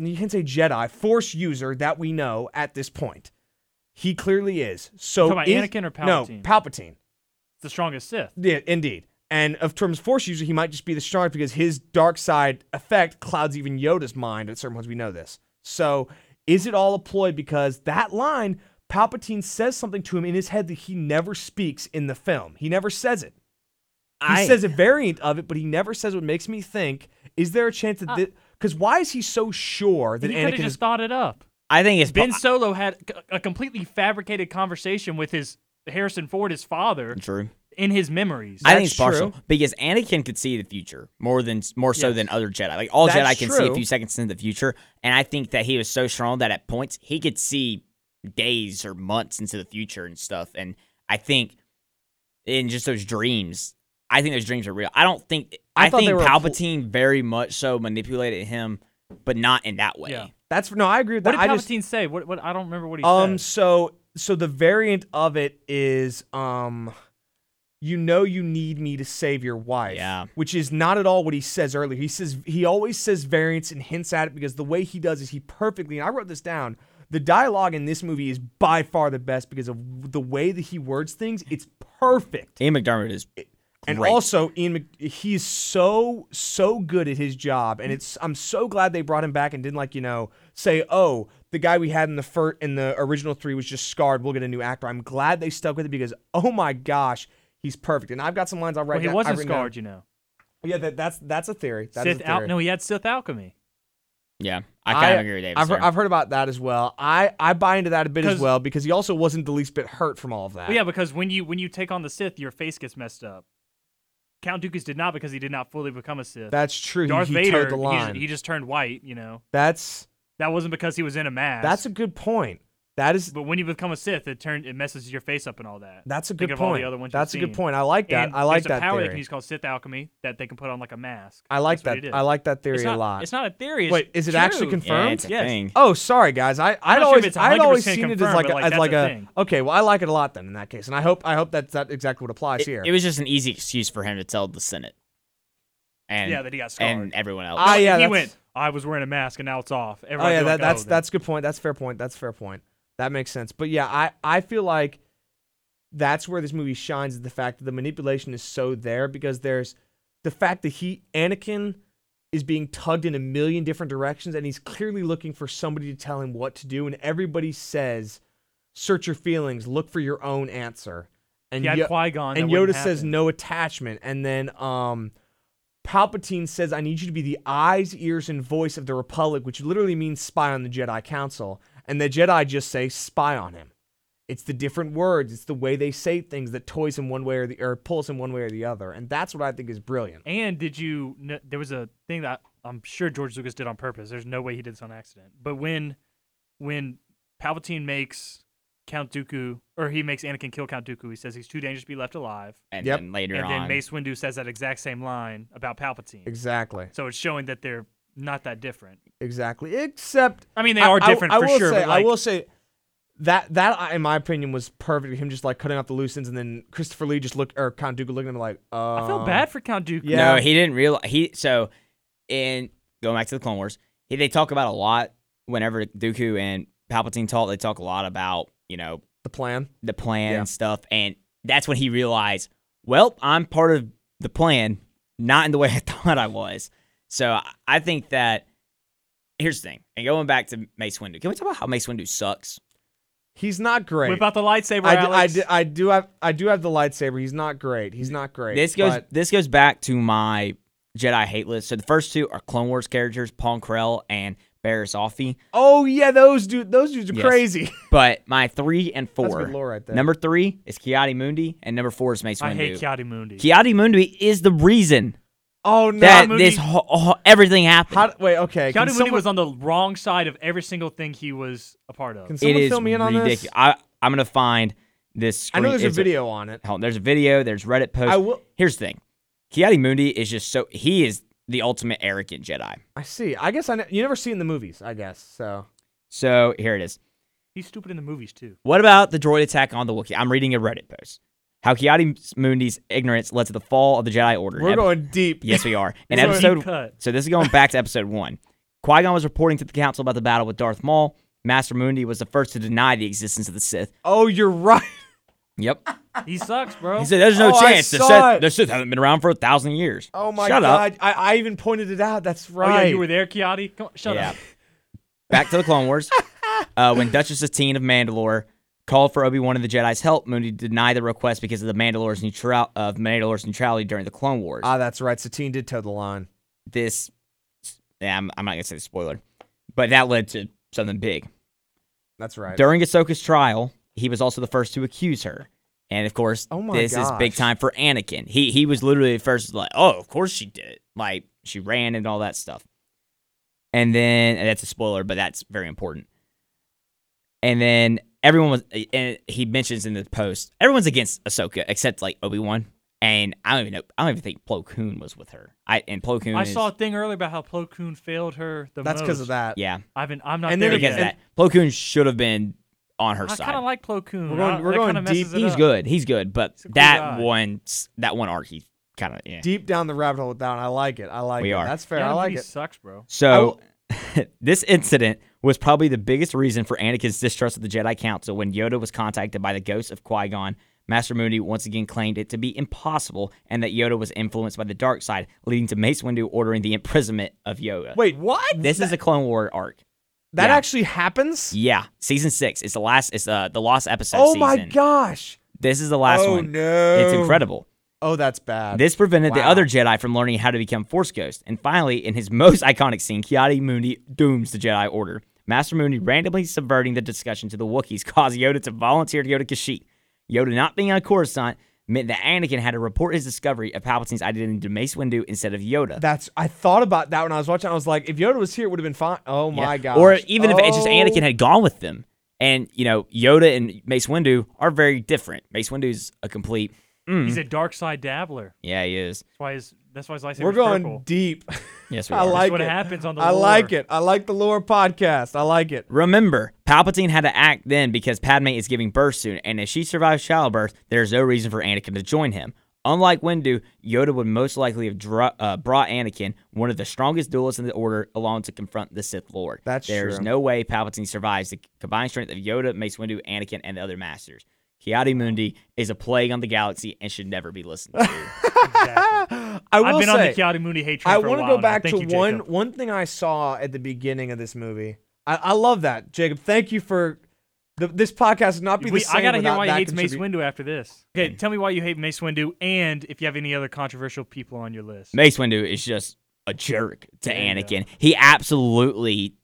Speaker 3: you can say Jedi force user that we know at this point. He clearly is. So
Speaker 1: Talking
Speaker 3: is-
Speaker 1: about Anakin or Palpatine?
Speaker 3: No, Palpatine.
Speaker 1: The strongest Sith.
Speaker 3: Yeah, indeed. And of terms of force user, he might just be the strongest because his dark side effect clouds even Yoda's mind at certain points. We know this. So is it all a ploy? Because that line, Palpatine says something to him in his head that he never speaks in the film. He never says it. He
Speaker 2: I-
Speaker 3: says a variant of it, but he never says what makes me think. Is there a chance that this? Because why is he so sure that
Speaker 1: Uh, he could
Speaker 3: Anakin
Speaker 1: have
Speaker 3: is
Speaker 1: just thought it up.
Speaker 2: I think it's
Speaker 1: Ben Solo had c- a completely fabricated conversation with his Harrison Ford, his father,
Speaker 2: true.
Speaker 1: in his memories.
Speaker 2: I think
Speaker 3: That's
Speaker 2: it's partial
Speaker 3: true.
Speaker 2: because Anakin could see the future more than more so
Speaker 1: Yes.
Speaker 2: than other Jedi. Like all
Speaker 3: That's
Speaker 2: Jedi can see
Speaker 3: true.
Speaker 2: a few seconds into the future, and I think that he was so strong that at points he could see days or months into the future and stuff. And I think in just those dreams, I think those dreams are real. I don't think
Speaker 3: I
Speaker 2: I,
Speaker 3: thought they
Speaker 2: think
Speaker 3: were pl-
Speaker 2: Palpatine very much so manipulated him, but not in that way.
Speaker 1: Yeah.
Speaker 3: That's no, I agree with
Speaker 1: what
Speaker 3: that.
Speaker 1: did
Speaker 3: I just
Speaker 1: Palpatine say? What, what? I don't remember what he
Speaker 3: um
Speaker 1: said.
Speaker 3: so so the variant of it is um you know you need me to save your wife
Speaker 2: Yeah.
Speaker 3: which is not at all what he says earlier he says he always says variants and hints at it because the way he does is he perfectly and i wrote this down the dialogue in this movie is by far the best because of the way that he words things it's perfect
Speaker 2: Ian McDermott is
Speaker 3: and
Speaker 2: Great.
Speaker 3: also, Ian, Mc- he's so so good at his job, and it's I'm so glad they brought him back and didn't like you know say, oh, the guy we had in the fir- in the original three was just scarred. We'll get a new actor. I'm glad they stuck with it because oh my gosh, he's perfect. And I've got some lines I'll write.
Speaker 1: well, he
Speaker 3: down- I've
Speaker 1: wasn't
Speaker 3: written down.
Speaker 1: scarred, you know.
Speaker 3: Yeah, that, that's that's a theory. That's a
Speaker 1: Sith
Speaker 3: theory.
Speaker 1: al- no, he had Sith alchemy.
Speaker 2: yeah. I kind of agree with Davis.
Speaker 3: I've,
Speaker 2: there.
Speaker 3: I've heard about that as well. I, I buy into that a bit as
Speaker 1: 'Cause-
Speaker 3: well because he also wasn't the least bit hurt from all of that.
Speaker 1: Well, yeah, because when you when you take on the Sith, your face gets messed up. Count Dooku's did not because he did not fully become a Sith.
Speaker 3: that's true. He-
Speaker 1: Darth
Speaker 3: he,
Speaker 1: Vader,
Speaker 3: towed the
Speaker 1: he just-
Speaker 3: line.
Speaker 1: He, just turned white. You know,
Speaker 3: that's
Speaker 1: that wasn't because he was in a mask.
Speaker 3: that's a good point. That is
Speaker 1: but when you become a Sith, it turn it messes your face up and all that.
Speaker 3: That's a
Speaker 1: Think
Speaker 3: good
Speaker 1: of
Speaker 3: point.
Speaker 1: all the other ones you've
Speaker 3: That's a good
Speaker 1: seen.
Speaker 3: point. I like that.
Speaker 1: And
Speaker 3: I like
Speaker 1: there's
Speaker 3: that
Speaker 1: a power they
Speaker 3: theory.
Speaker 1: can use called Sith alchemy that they can put on like a mask.
Speaker 3: I like
Speaker 1: That's what
Speaker 3: that.
Speaker 1: he did.
Speaker 3: I like that theory
Speaker 1: It's not,
Speaker 3: a lot.
Speaker 1: It's not a theory. It's
Speaker 3: Wait, is it actually
Speaker 1: true.
Speaker 3: confirmed?
Speaker 2: yeah, it's a
Speaker 1: Yes.
Speaker 2: thing.
Speaker 3: Oh, sorry guys. I I'd
Speaker 1: sure if
Speaker 3: always
Speaker 1: it's
Speaker 3: I'd always
Speaker 1: 100%
Speaker 3: seen it as
Speaker 1: confirmed,
Speaker 3: like a,
Speaker 1: but, like,
Speaker 3: as
Speaker 1: that's
Speaker 3: like
Speaker 1: a
Speaker 3: a
Speaker 1: thing.
Speaker 3: okay. Well, I like it a lot then in that case, and I hope I hope that's that exactly what applies
Speaker 2: It,
Speaker 3: here.
Speaker 2: it was just an easy excuse for him to tell the Senate. And
Speaker 1: Yeah, that he got scarred.
Speaker 2: and everyone else.
Speaker 3: I- Ah, yeah,
Speaker 1: he
Speaker 3: that's-
Speaker 1: went. I was wearing a mask and now it's off.
Speaker 3: oh
Speaker 1: Everyone
Speaker 3: yeah, that, that's that's a good point. That's fair point. That's fair point. That makes sense. But yeah, I I feel like that's where this movie shines is the fact that the manipulation is so there because there's the fact that he Anakin is being tugged in a million different directions and he's clearly looking for somebody to tell him what to do and everybody says search your feelings, look for your own answer. And
Speaker 1: He had
Speaker 3: Yo-
Speaker 1: Qui Gon.
Speaker 3: and Yoda says no attachment, and then um, Palpatine says, "I need you to be the eyes, ears, and voice of the Republic," which literally means spy on the Jedi Council. And the Jedi just say, "Spy on him." It's the different words. It's the way they say things that toys him one way or the or pulls him one way or the other, and that's what I think is brilliant.
Speaker 1: And did you? kn- There was a thing that I'm sure George Lucas did on purpose. There's no way he did this on accident. But when, when Palpatine makes Count Dooku, or he makes Anakin kill Count Dooku, he says he's too dangerous to be left alive.
Speaker 2: and
Speaker 3: Yep.
Speaker 2: then later
Speaker 1: and
Speaker 2: on,
Speaker 1: then Mace Windu says that exact same line about Palpatine.
Speaker 3: Exactly,
Speaker 1: So it's showing that they're not that different.
Speaker 3: exactly. Except
Speaker 1: I mean, they are different for
Speaker 3: will
Speaker 1: sure.
Speaker 3: Say,
Speaker 1: but like,
Speaker 3: I will say that that I- in my opinion was perfect. Him just like cutting off the loose ends, and then Christopher Lee just looked or Count Dooku looking at him like, uh,
Speaker 1: I feel bad for Count Dooku.
Speaker 3: yeah.
Speaker 2: no, he didn't realize he. So, in going back to the Clone Wars, he, they talk about a lot whenever Dooku and Palpatine talk. They talk a lot about you know
Speaker 3: the plan.
Speaker 2: the plan
Speaker 3: Yeah.
Speaker 2: and stuff, and that's when he realized, well, I'm part of the plan, not in the way I thought I was. So I- I think that here's the thing, and going back to Mace Windu, can we talk about how Mace Windu sucks?
Speaker 3: He's not great.
Speaker 1: Whip out the lightsaber,
Speaker 3: I, d- I,
Speaker 1: Alex.
Speaker 3: d- I do have I do have the lightsaber. He's not great. He's not great.
Speaker 2: This goes
Speaker 3: but
Speaker 2: this goes back to my Jedi hate list. So the first two are Clone Wars characters, Paul Krell and Barris Offee.
Speaker 3: oh yeah, those dude those dudes are
Speaker 2: Yes.
Speaker 3: crazy.
Speaker 2: But my three and four.
Speaker 3: That's good lore right there.
Speaker 2: Number three is Kiadi Mundi, and number four is Mace Windu.
Speaker 1: I hate Kiadi Mundi.
Speaker 2: Kiadi Mundi is the reason
Speaker 3: oh no.
Speaker 2: that
Speaker 1: Mundi-
Speaker 2: this ho- ho- everything happened.
Speaker 3: How, wait, okay.
Speaker 1: Keanu
Speaker 3: Can
Speaker 1: Mooney
Speaker 3: someone,
Speaker 1: was on the wrong side of every single thing he was a part of.
Speaker 3: can
Speaker 2: it
Speaker 3: someone
Speaker 2: is
Speaker 3: fill me in on
Speaker 2: ridiculous.
Speaker 3: this?
Speaker 2: I, I'm gonna find this.
Speaker 3: I
Speaker 2: Screen.
Speaker 3: know there's a
Speaker 2: it's
Speaker 3: video on it.
Speaker 2: hold on, there's a video. There's Reddit posts.
Speaker 3: I will-
Speaker 2: Here's the thing. Kiadi Mundi is just so he is the ultimate arrogant Jedi.
Speaker 3: I see. I guess I ne- you never see it in the movies. I guess so.
Speaker 2: So here it is.
Speaker 1: He's stupid in the movies too.
Speaker 2: What about the droid attack on the Wookiee? I'm reading a Reddit post. How Kiadi Mundi's ignorance led to the fall of the Jedi Order. in
Speaker 3: We're
Speaker 2: epi-
Speaker 3: going deep.
Speaker 2: yes, we are. In
Speaker 1: We're going
Speaker 2: episode,
Speaker 1: deep cut.
Speaker 2: so this is going back to episode one. Qui Gon was reporting to the council about the battle with Darth Maul. Master Mundi was the first to deny the existence of the Sith.
Speaker 3: Oh, you're right.
Speaker 2: Yep.
Speaker 1: He sucks, bro.
Speaker 2: He said, "There's no
Speaker 3: Oh, I
Speaker 2: chance. The
Speaker 3: saw it.
Speaker 2: Sith, the Sith haven't been around for a thousand years."
Speaker 3: Oh my
Speaker 2: Shut up.
Speaker 3: god. I, I even pointed it out. That's
Speaker 1: oh
Speaker 3: right.
Speaker 1: yeah, you were there, Kiadi. Come on, shut
Speaker 2: Yeah.
Speaker 1: up.
Speaker 2: Back to the Clone Wars. uh, when Duchess Satine of Mandalore called for Obi Wan and the Jedi's help, Mundi denied the request because of the Mandalore's neutral
Speaker 1: Uh,
Speaker 2: of Mandalore's neutrality during the Clone Wars.
Speaker 3: Ah, that's right. Satine did toe the line.
Speaker 2: this yeah, I'm, I'm not gonna say the spoiler, but that led to something big.
Speaker 3: That's right.
Speaker 2: During Ahsoka's trial, he was also the first to accuse her. And of course,
Speaker 3: Oh my
Speaker 2: this is big
Speaker 3: gosh.
Speaker 2: time for Anakin. He he was literally the first like, oh, of course she did it. Like she ran and all that stuff. And then and that's a spoiler, but that's very important. And then everyone was and he mentions in the post, everyone's against Ahsoka except like Obi Wan. And I don't even know I don't even think Plo Koon was with her. I and Plo Koon
Speaker 1: I
Speaker 2: is-
Speaker 1: saw a thing earlier about how Plo Koon failed her the
Speaker 3: That's because of
Speaker 1: most.
Speaker 3: that.
Speaker 2: Yeah.
Speaker 1: I've been, I'm not
Speaker 3: And then
Speaker 1: there
Speaker 2: Because of
Speaker 1: yet.
Speaker 2: that. Plo Koon should have been on her
Speaker 1: I
Speaker 2: side.
Speaker 1: kind of like Plo Koon.
Speaker 3: We're going-
Speaker 1: I-
Speaker 3: we're
Speaker 1: that
Speaker 3: going
Speaker 1: kinda messes
Speaker 3: deep.
Speaker 1: it
Speaker 2: He's
Speaker 1: up.
Speaker 2: good. He's good, but
Speaker 1: He's a cool
Speaker 2: that
Speaker 1: guy.
Speaker 2: one, that one arc, he kind of yeah.
Speaker 3: Deep down the rabbit hole, down. I like it. I like
Speaker 2: We
Speaker 3: it.
Speaker 2: are.
Speaker 3: That's fair.
Speaker 1: Yeah,
Speaker 3: I like
Speaker 1: he
Speaker 3: it.
Speaker 1: sucks, bro.
Speaker 2: So, this incident was probably the biggest reason for Anakin's distrust of the Jedi Council when Yoda was contacted by the ghosts of Qui Gon. Master Moody once again claimed it to be impossible and that Yoda was influenced by the dark side, leading to Mace Windu ordering the imprisonment of Yoda.
Speaker 3: Wait, what?
Speaker 2: this is a Clone War arc.
Speaker 3: that
Speaker 2: yeah.
Speaker 3: actually happens?
Speaker 2: Yeah, season six. It's the last. It's uh, the lost episode.
Speaker 3: Oh
Speaker 2: season.
Speaker 3: my gosh.
Speaker 2: This is the last
Speaker 3: oh
Speaker 2: one.
Speaker 3: no.
Speaker 2: It's incredible.
Speaker 3: Oh, that's bad.
Speaker 2: This prevented the
Speaker 3: Wow.
Speaker 2: other Jedi from learning how to become Force Ghost. And finally, in his most iconic scene, Kiadi Mundi dooms the Jedi Order. Master Mundi randomly subverting the discussion to the Wookiees caused Yoda to volunteer to go to Kashyyyk. Yoda not being on Coruscant meant that Anakin had to report his discovery of Palpatine's identity to Mace Windu instead of Yoda.
Speaker 3: That's. I thought about that when I was watching. I was like, if Yoda was here, it would have been fine. Oh
Speaker 2: Yeah.
Speaker 3: my gosh.
Speaker 2: Or even if it's just
Speaker 3: Oh.
Speaker 2: Anakin had gone with them. And, you know, Yoda and Mace Windu are very different. Mace Windu's a complete.
Speaker 3: Hmm.
Speaker 1: He's a dark side dabbler.
Speaker 2: Yeah, he is.
Speaker 1: That's why his, that's why his lightsaber's
Speaker 3: We're going
Speaker 1: purple.
Speaker 3: deep.
Speaker 2: Yes, we
Speaker 3: I
Speaker 2: are.
Speaker 3: like
Speaker 1: what
Speaker 3: it.
Speaker 1: happens on the
Speaker 3: I like
Speaker 1: lore.
Speaker 3: it. I like the lore podcast. I like it.
Speaker 2: Remember, Palpatine had to act then because Padme is giving birth soon, and if she survives childbirth, there is no reason for Anakin to join him. Unlike Windu, Yoda would most likely have dro- uh, brought Anakin, one of the strongest duelists in the Order, along to confront the Sith Lord.
Speaker 3: That's
Speaker 2: There's
Speaker 3: true.
Speaker 2: no way Palpatine survives the combined strength of Yoda, Mace Windu, Anakin, and the other Masters. Kiadi Mundi is a plague on the galaxy and should never be listened to.
Speaker 1: Exactly.
Speaker 3: I will
Speaker 1: I've been
Speaker 3: say,
Speaker 1: on the Keanu Mooney hate train
Speaker 3: I
Speaker 1: for a
Speaker 3: want to
Speaker 1: while
Speaker 3: go
Speaker 1: now.
Speaker 3: back
Speaker 1: Thank
Speaker 3: to
Speaker 1: you, Jacob.
Speaker 3: one one thing I saw at the beginning of this movie. I, I love that, Jacob. Thank you for the, this podcast. Would not be
Speaker 1: We-
Speaker 3: the same
Speaker 1: I gotta hear
Speaker 3: without
Speaker 1: why he
Speaker 3: that
Speaker 1: hates Mace
Speaker 3: contribu-
Speaker 1: Windu after this. Okay, tell me why you hate Mace Windu, and if you have any other controversial people on your list.
Speaker 2: Mace Windu is just a jerk to
Speaker 1: Yeah.
Speaker 2: Anakin. He absolutely.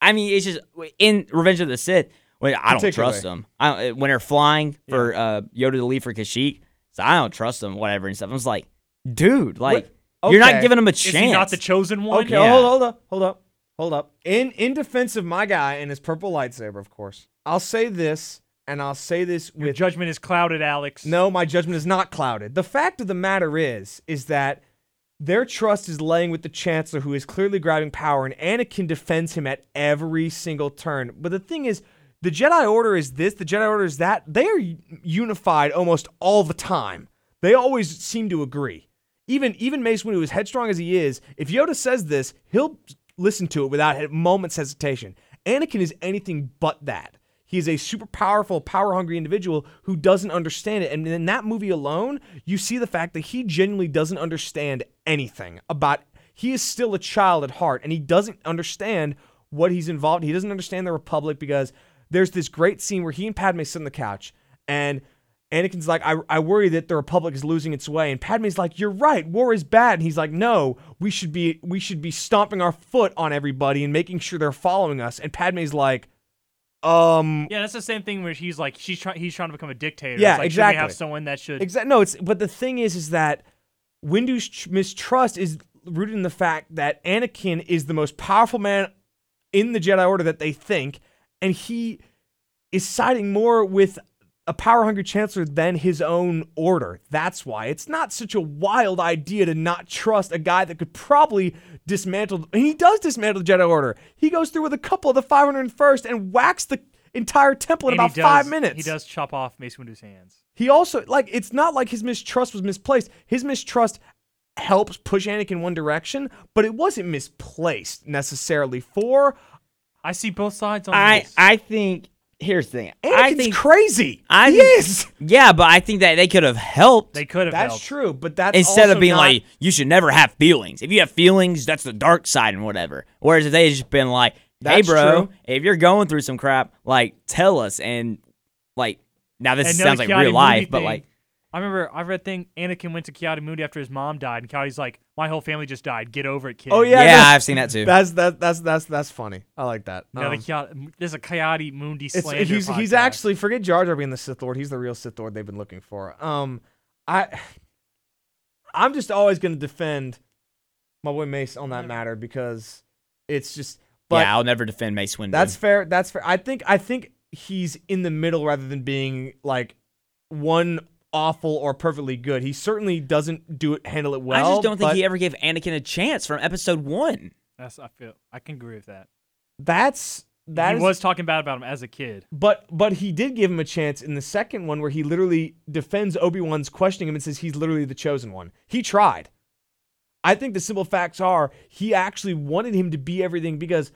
Speaker 2: I mean, it's just in Revenge of the Sith. When I don't trust them, I don't, when they're flying for uh, Yoda to leave for Kashyyyk, so I don't trust them, whatever and stuff. I was like, dude, like you're
Speaker 3: okay.
Speaker 2: not giving him a
Speaker 1: Is
Speaker 2: chance.
Speaker 1: he not the chosen one?
Speaker 3: Okay,
Speaker 2: Yeah.
Speaker 3: hold, hold up, hold up, hold up. In in defense of my guy and his purple lightsaber, of course. I'll say this, and I'll say this
Speaker 1: Your
Speaker 3: with
Speaker 1: judgment is clouded, Alex.
Speaker 3: No, my judgment is not clouded. The fact of the matter is, is that their trust is laying with the Chancellor, who is clearly grabbing power, and Anakin defends him at every single turn. But the thing is, the Jedi Order is this, the Jedi Order is that. They are u- unified almost all the time. They always seem to agree. Even even Mace Windu, as headstrong as he is, if Yoda says this, he'll listen to it without a moment's hesitation. Anakin is anything but that. He is a super powerful, power hungry individual who doesn't understand it. And in that movie alone, you see the fact that he genuinely doesn't understand anything about. He is still a child at heart, and he doesn't understand what he's involved. He doesn't understand the Republic because there's this great scene where he and Padme sit on the couch, and Anakin's like, I, I worry that the Republic is losing its way. And Padme's like, You're right, war is bad. And he's like, No, we should be we should be stomping our foot on everybody and making sure they're following us. And Padme's like, um
Speaker 1: Yeah, that's the same thing where he's like, she's trying, he's trying to become a dictator.
Speaker 3: Yeah,
Speaker 1: It's like, Should we
Speaker 3: exactly.
Speaker 1: have someone that should?
Speaker 3: exactly no, it's but the thing is is that Windu's tr- mistrust is rooted in the fact that Anakin is the most powerful man in the Jedi Order that they think, and he is siding more with a power hungry chancellor than his own order. That's why it's not such a wild idea to not trust a guy that could probably dismantle. And he does dismantle the Jedi Order. He goes through with a couple of the 501st and whacks the entire temple in
Speaker 1: And he
Speaker 3: about five
Speaker 1: does-
Speaker 3: minutes.
Speaker 1: He does chop off Mace Windu's hands.
Speaker 3: He also like it's not like his mistrust was misplaced. His mistrust helps push Anakin one direction, but it wasn't misplaced necessarily for
Speaker 1: I see both sides on
Speaker 2: I
Speaker 1: this.
Speaker 2: I think here's the thing.
Speaker 3: Anakin's
Speaker 2: I think
Speaker 3: crazy.
Speaker 2: I
Speaker 3: he
Speaker 2: think-
Speaker 3: is.
Speaker 2: yeah, but I think that they could have helped
Speaker 1: they could have.
Speaker 3: That's
Speaker 1: helped.
Speaker 3: true, but that's
Speaker 2: instead of
Speaker 3: also
Speaker 2: being
Speaker 3: not-
Speaker 2: like you should never have feelings. If you have feelings, that's the dark side and whatever. Whereas if they had just been like, hey,
Speaker 3: That's
Speaker 2: bro,
Speaker 3: true.
Speaker 2: if you're going through some crap, like tell us and like now this
Speaker 1: And
Speaker 2: sounds like
Speaker 1: another Keanu
Speaker 2: real life,
Speaker 1: Reeves
Speaker 2: but
Speaker 1: thing
Speaker 2: like
Speaker 1: I remember I read a thing Anakin went to Kiadi Moody after his mom died, and Kiadi's like, "My whole family just died. Get over it, kid."
Speaker 3: Oh, Yeah,
Speaker 2: Yeah,
Speaker 3: I know.
Speaker 2: I've seen that too.
Speaker 3: That's that that's that's that's funny. I like that.
Speaker 1: Now the
Speaker 3: Um,
Speaker 1: Kiadi, there's a Kiadi Mundi
Speaker 3: it's,
Speaker 1: slander.
Speaker 3: he's he's
Speaker 1: podcast.
Speaker 3: actually forget Jar Jar being the Sith Lord. He's the real Sith Lord they've been looking for. Um, I I'm just always going to defend my boy Mace on that matter because it's just. But
Speaker 2: yeah, I'll never defend Mace Windu.
Speaker 3: That's fair. That's fair. I think I think he's in the middle rather than being like one awful or perfectly good. He certainly doesn't do it handle it well.
Speaker 2: I just don't think
Speaker 3: but
Speaker 2: he ever gave Anakin a chance from Episode One.
Speaker 1: That's I feel I can agree with that.
Speaker 3: that's that
Speaker 1: he
Speaker 3: is-
Speaker 1: was talking bad about him as a kid.
Speaker 3: but but he did give him a chance in the second one where he literally defends Obi-Wan's questioning him and says he's literally the chosen one. He tried. I think the simple facts are he actually wanted him to be everything because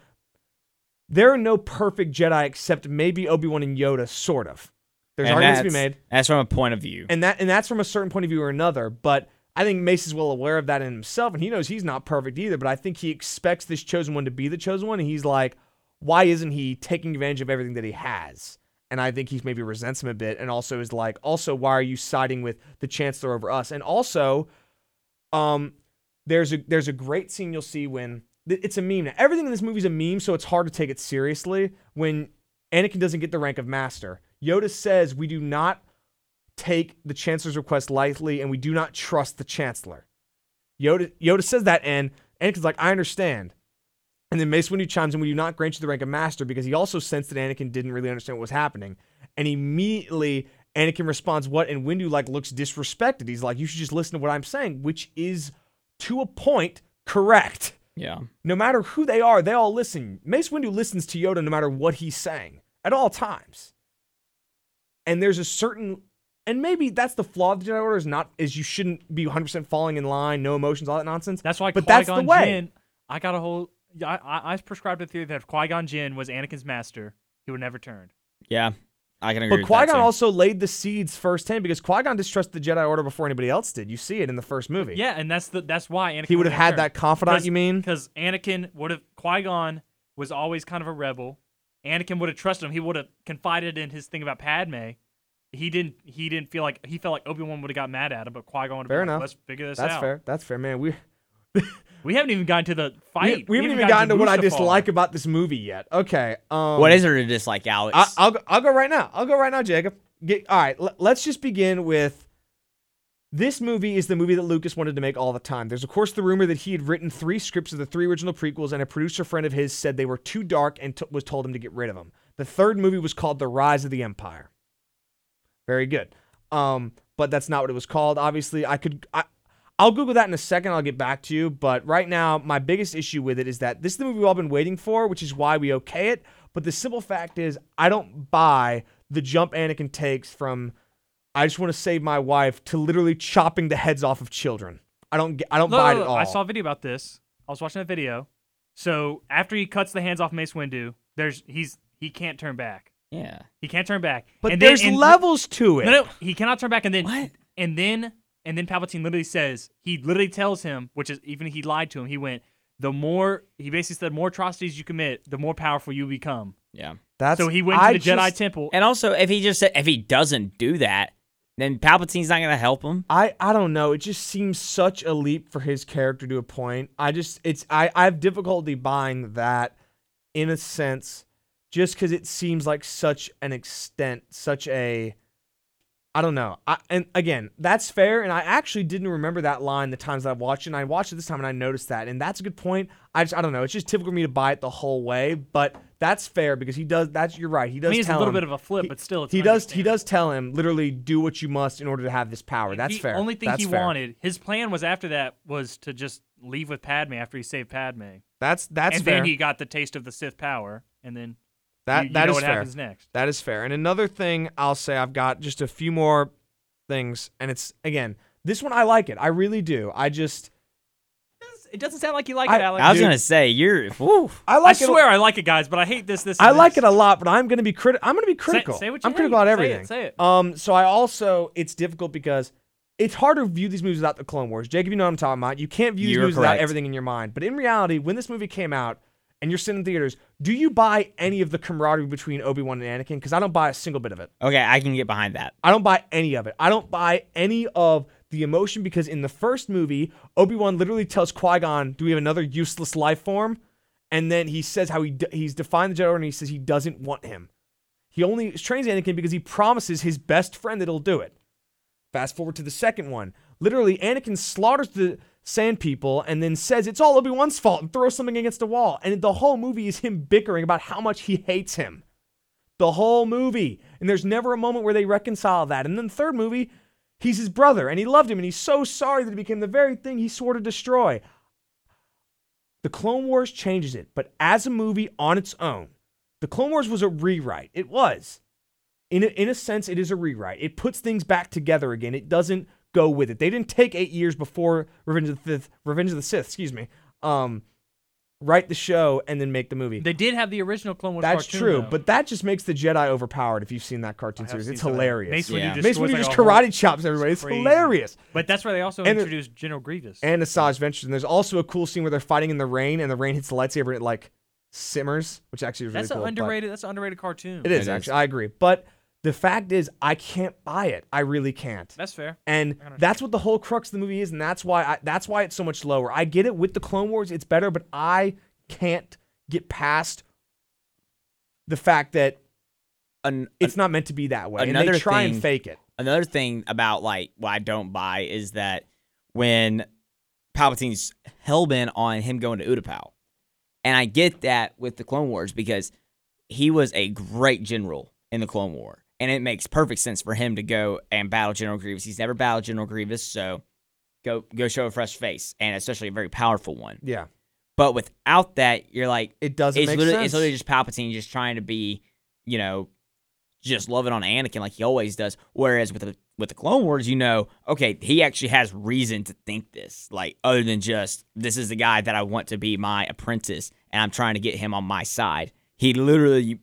Speaker 3: there are no perfect Jedi except maybe Obi-Wan and Yoda sort of. There's
Speaker 2: And
Speaker 3: arguments to be
Speaker 2: that's-
Speaker 3: made.
Speaker 2: That's from a point of view.
Speaker 3: and that and that's from a certain point of view or another. But I think Mace is well aware of that in himself, and he knows he's not perfect either. But I think he expects this chosen one to be the chosen one, and he's like, why isn't he taking advantage of everything that he has? And I think he maybe resents him a bit, and also is like, also, why are you siding with the Chancellor over us? And also, um, there's a there's a great scene you'll see when th- it's a meme. Now everything in this movie is a meme, so it's hard to take it seriously. When Anakin doesn't get the rank of Master, Yoda says, "We do not take the Chancellor's request lightly, and we do not trust the Chancellor." Yoda Yoda says that, and Anakin's like, "I understand." And then Mace Windu chimes in, "We do not grant you the rank of Master," because he also sensed that Anakin didn't really understand what was happening, and immediately. Anakin responds, "What?" And Windu like looks disrespected. He's like, "You should just listen to what I'm saying," which is to a point correct.
Speaker 2: yeah.
Speaker 3: No matter who they are, they all listen. Mace Windu listens to Yoda no matter what he's saying at all times. And there's a certain, and maybe that's the flaw of the Jedi Order is not is you shouldn't be 100% falling in line, no emotions, all that nonsense.
Speaker 1: That's why
Speaker 3: but
Speaker 1: Qui-Gon
Speaker 3: that's the way.
Speaker 1: Jinn. I got a whole. yeah, I, I, I prescribed a theory that if Qui Gon Jinn was Anakin's master, he would never turn.
Speaker 2: Yeah. I can agree
Speaker 3: But
Speaker 2: with
Speaker 3: Qui
Speaker 2: that.
Speaker 3: Gon
Speaker 2: too.
Speaker 3: also laid the seeds firsthand because Qui Gon distrusted the Jedi Order before anybody else did. You see it in the first movie.
Speaker 1: Yeah, and that's the that's why Anakin
Speaker 3: He would
Speaker 1: would
Speaker 3: have had that confidant, you mean?
Speaker 1: Because Anakin would have Qui Gon was always kind of a rebel. Anakin would have trusted him. He would have confided in his thing about Padme. He didn't. He didn't feel like he felt like Obi Wan would have got mad at him, but Qui Gon would have
Speaker 3: Fair
Speaker 1: been
Speaker 3: enough.
Speaker 1: like, "Let's figure this
Speaker 3: That's
Speaker 1: out."
Speaker 3: fair. That's fair, man. We
Speaker 1: We haven't even gotten to the
Speaker 3: we,
Speaker 1: fight.
Speaker 3: we haven't even gotten to what I
Speaker 1: Mustafar.
Speaker 3: dislike about this movie yet. Okay. Um,
Speaker 2: What is there to dislike, Alex?
Speaker 3: I, I'll go, I'll go right now. I'll go right now, Jacob. Get, all right, l- let's just begin with this movie is the movie that Lucas wanted to make all the time. There's of course the rumor that he had written three scripts of the three original prequels, and a producer friend of his said they were too dark and t- was told him to get rid of them. The third movie was called The Rise of the Empire. Very good. Um, but that's not what it was called. Obviously, I could I I'll Google that in a second, I'll get back to you. But right now, my biggest issue with it is that this is the movie we've all been waiting for, which is why we okay it. But the simple fact is I don't buy the jump Anakin takes from I just want to save my wife to literally chopping the heads off of children. I don't get, I don't
Speaker 1: No,
Speaker 3: buy
Speaker 1: no,
Speaker 3: it at
Speaker 1: no,
Speaker 3: all.
Speaker 1: I saw a video about this. I was watching a video. So after he cuts the hands off Mace Windu, there's he's he can't turn back.
Speaker 2: yeah.
Speaker 1: He can't turn back.
Speaker 3: but
Speaker 1: And then-
Speaker 3: there's
Speaker 1: and-
Speaker 3: levels to it.
Speaker 1: No, no, he cannot turn back. And then
Speaker 2: What?
Speaker 1: and then and then Palpatine literally says he literally tells him, which is even he lied to him. He went the more he basically said, more atrocities you commit, the more powerful you become.
Speaker 2: Yeah.
Speaker 3: That's
Speaker 1: So he went to
Speaker 3: I
Speaker 1: the Jedi
Speaker 3: just-
Speaker 1: Temple.
Speaker 2: And also, if he just said, if he doesn't do that, then Palpatine's not going to help him.
Speaker 3: I I don't know. It just seems such a leap for his character to a point. I just it's I I have difficulty buying that in a sense, just because it seems like such an extent, such a I don't know. I and again, that's fair. And I actually didn't remember that line the times that I've watched it. And I watched it this time and I noticed that. And that's a good point. I just I don't know. It's just typical for me to buy it the whole way, but that's fair because he does that's you're right. He does
Speaker 1: I mean, it's a
Speaker 3: tell
Speaker 1: little
Speaker 3: him-
Speaker 1: bit of a flip,
Speaker 3: he-
Speaker 1: but still, it's
Speaker 3: he does he does tell him literally do what you must in order to have this power. That's
Speaker 1: the
Speaker 3: fair.
Speaker 1: only thing
Speaker 3: That's
Speaker 1: he
Speaker 3: fair.
Speaker 1: wanted, his plan was after that was to just leave with Padme after he saved Padme,
Speaker 3: That's that's
Speaker 1: and
Speaker 3: fair.
Speaker 1: then he got the taste of the Sith power, and then
Speaker 3: that
Speaker 1: you, you
Speaker 3: that
Speaker 1: know
Speaker 3: is
Speaker 1: what
Speaker 3: fair.
Speaker 1: happens next.
Speaker 3: That is fair. And another thing I'll say, I've got just a few more things, and it's again this one I like it. I really do. I just
Speaker 1: It doesn't sound like you like
Speaker 3: I-
Speaker 1: it, Alex.
Speaker 2: I was
Speaker 3: dude.
Speaker 2: going to say, you're, whew,
Speaker 3: I
Speaker 1: I
Speaker 3: like it.
Speaker 1: swear I like it, guys, but I hate this. This and
Speaker 3: I like
Speaker 1: this.
Speaker 3: it a lot, but I'm gonna be criti- I'm gonna be critical.
Speaker 1: say what you
Speaker 3: I'm critical
Speaker 1: hate.
Speaker 3: about
Speaker 1: Say it,
Speaker 3: everything.
Speaker 1: say it.
Speaker 3: Um, so I also it's difficult because it's hard to view these movies without the Clone Wars. Jacob, you know what I'm talking about. You can't view these
Speaker 2: You're
Speaker 3: movies without
Speaker 2: correct.
Speaker 3: everything in your mind. But in reality, when this movie came out, and you're sitting in theaters, do you buy any of the camaraderie between Obi Wan and Anakin? Because I don't buy a single bit of it.
Speaker 2: Okay, I can get behind that.
Speaker 3: I don't buy any of it. I don't buy any of the emotion because in the first movie, Obi Wan literally tells Qui Gon, "Do we have another useless life form?" And then he says how he d- he's defined the Jedi Order, and he says he doesn't want him. He only trains Anakin because he promises his best friend that he'll do it. Fast forward to the second one. Literally, Anakin slaughters the Sand People and then says it's all Obi Wan's fault and throws something against the wall. And the whole movie is him bickering about how much he hates him the whole movie. And there's never a moment where they reconcile that. And then the third movie, he's his brother and he loved him and he's so sorry that it became the very thing he swore to destroy. The Clone Wars changes it, but as a movie on its own, the Clone Wars was a rewrite. It was. In a, in a sense, it is a rewrite. It puts things back together again. It doesn't go with it. They didn't take eight years before Revenge of the Fifth, Revenge of the Sith, excuse me, um, write the show and then make the movie.
Speaker 1: They did have the original Clone Wars.
Speaker 3: That's
Speaker 1: cartoon,
Speaker 3: true,
Speaker 1: though.
Speaker 3: but that just makes the Jedi overpowered. If you've seen that cartoon
Speaker 1: I have
Speaker 3: series,
Speaker 1: seen
Speaker 3: it's
Speaker 1: some of that.
Speaker 3: hilarious.
Speaker 1: Mace Windu
Speaker 2: Yeah.
Speaker 1: just,
Speaker 3: Mace
Speaker 1: scores,
Speaker 3: Windu
Speaker 1: like,
Speaker 3: just
Speaker 1: a whole-
Speaker 3: karate chops everybody. It's
Speaker 1: crazy.
Speaker 3: hilarious.
Speaker 1: But that's where they also
Speaker 3: And it-
Speaker 1: introduced General Grievous.
Speaker 3: And Asajj Ventress, and there's also a cool scene where they're fighting in the rain, and the rain hits the lightsaber and it like simmers, which actually is really
Speaker 1: that's
Speaker 3: cool.
Speaker 1: an
Speaker 3: but-
Speaker 1: underrated. That's an underrated cartoon.
Speaker 3: It is
Speaker 2: It is.
Speaker 3: actually. I agree, but the fact is, I can't buy it. I really can't.
Speaker 1: That's fair.
Speaker 3: And
Speaker 1: I understand.
Speaker 3: that's what the whole crux of the movie is, and that's why I, that's why it's so much lower. I get it with the Clone Wars, it's better, but I can't get past the fact that
Speaker 2: An-
Speaker 3: it's not meant to be that way. and
Speaker 2: another
Speaker 3: they try and
Speaker 2: thing-
Speaker 3: fake it.
Speaker 2: another thing about like what I don't buy is that when Palpatine's hell bent on him going to Utapau, and I get that with the Clone Wars because he was a great general in the Clone War, and it makes perfect sense for him to go and battle General Grievous. He's never battled General Grievous, so go go show a fresh face, and especially a very powerful one.
Speaker 3: Yeah,
Speaker 2: But without that, you're like
Speaker 3: it doesn't
Speaker 2: it's
Speaker 3: make
Speaker 2: literally,
Speaker 3: sense.
Speaker 2: It's literally just Palpatine just trying to be, you know, just loving on Anakin like he always does. Whereas with the with the Clone Wars, you know, okay, he actually has reason to think this, like other than just this is the guy that I want to be my apprentice, and I'm trying to get him on my side. He literally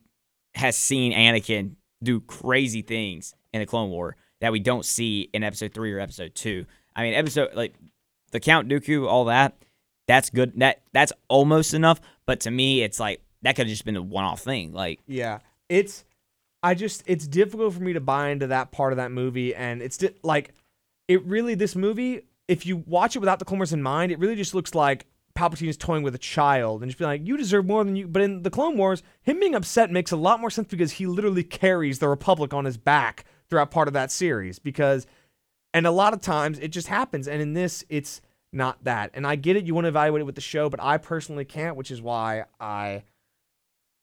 Speaker 2: has seen Anakin do crazy things in the Clone War that we don't see in Episode three or Episode two. I mean, Episode like the Count Dooku, all that. That's good. That that's almost enough. But to me, it's like that could have just been a one-off thing. Like
Speaker 3: yeah, it's. I just it's difficult for me to buy into that part of that movie, and it's di- like, it really this movie. If you watch it without the Clone Wars in mind, it really just looks like Palpatine is toying with a child and just being like, "You deserve more than you." But in the Clone Wars, him being upset makes a lot more sense because he literally carries the Republic on his back throughout part of that series because And a lot of times it just happens. And in this, it's not that. And I get it. You want to evaluate it with the show, but I personally can't, which is why I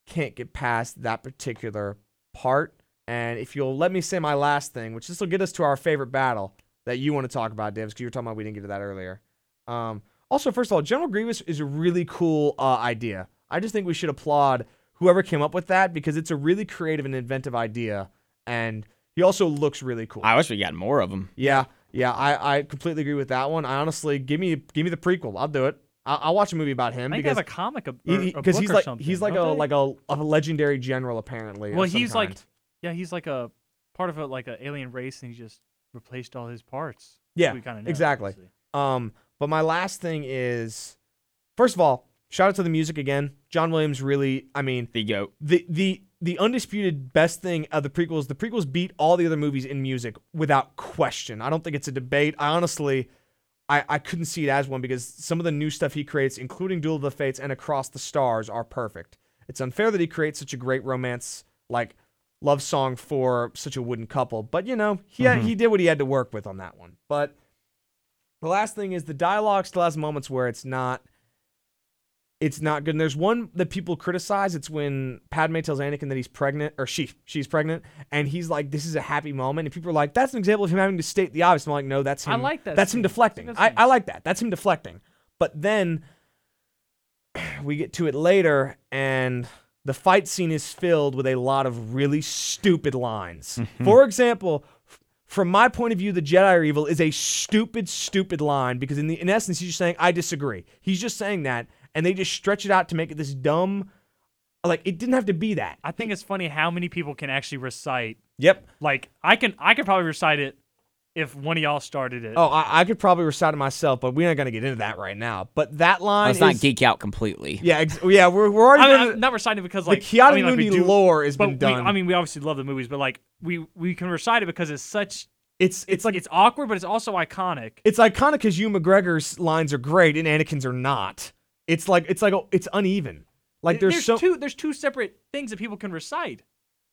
Speaker 3: can't get past that particular part. And if you'll let me say my last thing, which this will get us to our favorite battle that you want to talk about, Divs, because you were talking about we didn't get to that earlier. Um, also, first of all, General Grievous is a really cool uh, idea. I just think we should applaud whoever came up with that because it's a really creative and inventive idea. And he also looks really cool.
Speaker 2: I wish we got more of them.
Speaker 3: Yeah, yeah, I, I completely agree with that one. I honestly give me give me the prequel. I'll do it. I'll, I'll watch a movie about him
Speaker 1: I think they
Speaker 3: because
Speaker 1: have a comic ab- or
Speaker 3: he- he-
Speaker 1: a
Speaker 3: 'cause
Speaker 1: book
Speaker 3: he's
Speaker 1: or
Speaker 3: like
Speaker 1: something,
Speaker 3: he's like a
Speaker 1: don't they?
Speaker 3: like a, a legendary general apparently. of
Speaker 1: Well,
Speaker 3: some
Speaker 1: he's like-
Speaker 3: kind.
Speaker 1: yeah, he's like a part of a like a alien race, and he just replaced all his parts.
Speaker 3: Yeah,
Speaker 1: we kind of
Speaker 3: exactly. Um, but my last thing is, first of all, shout out to the music again. John Williams really, I mean,
Speaker 2: The goat.
Speaker 3: the the the undisputed best thing of the prequels the prequels beat all the other movies in music without question i don't think it's a debate i honestly i i couldn't see it as one because some of the new stuff he creates including duel of the fates and across the stars are perfect it's unfair that he creates such a great romance like love song for such a wooden couple but you know he had, he did what he had to work with on that one but the last thing is the dialogue still has moments where it's not it's not good. And there's one that people criticize. It's when Padme tells Anakin that he's pregnant, or she she's pregnant, and he's like, "This is a happy moment." And people are like, "That's an example of him having to state the obvious." And I'm like, "No, that's him.
Speaker 1: I like that
Speaker 3: That's
Speaker 1: scene.
Speaker 3: him deflecting.
Speaker 1: That's a
Speaker 3: I,
Speaker 1: good
Speaker 3: I like that. That's him deflecting." But then we get to it later, and the fight scene is filled with a lot of really stupid lines. For example, f- from my point of view, the Jedi are evil is a stupid, stupid line because in the in essence, he's just saying I disagree. He's just saying that, and they just stretch it out to make it this dumb. Like it didn't have to be that.
Speaker 1: I think it's funny how many people can actually recite.
Speaker 3: Yep.
Speaker 1: Like I can, I could probably recite it if one of y'all started it.
Speaker 3: Oh, I, I could probably recite it myself, but we're not going to get into that right now. But that line
Speaker 2: Let's not
Speaker 3: is-
Speaker 2: geek out completely.
Speaker 3: Yeah, ex- yeah, we're, we're already.
Speaker 1: I mean,
Speaker 3: gonna-
Speaker 1: I'm not reciting it because like
Speaker 3: the Keanu
Speaker 1: I mean, like,
Speaker 3: Mooney
Speaker 1: we do,
Speaker 3: lore has
Speaker 1: but
Speaker 3: been
Speaker 1: we-
Speaker 3: done.
Speaker 1: I mean, we obviously love the movies, but like we we can recite it because it's such
Speaker 3: it's it's like
Speaker 1: it's awkward, but it's also iconic.
Speaker 3: it's iconic because you McGregor's lines are great and Anakin's are not. It's like it's like a, it's uneven. Like there's, so
Speaker 1: two there's two separate things that people can recite.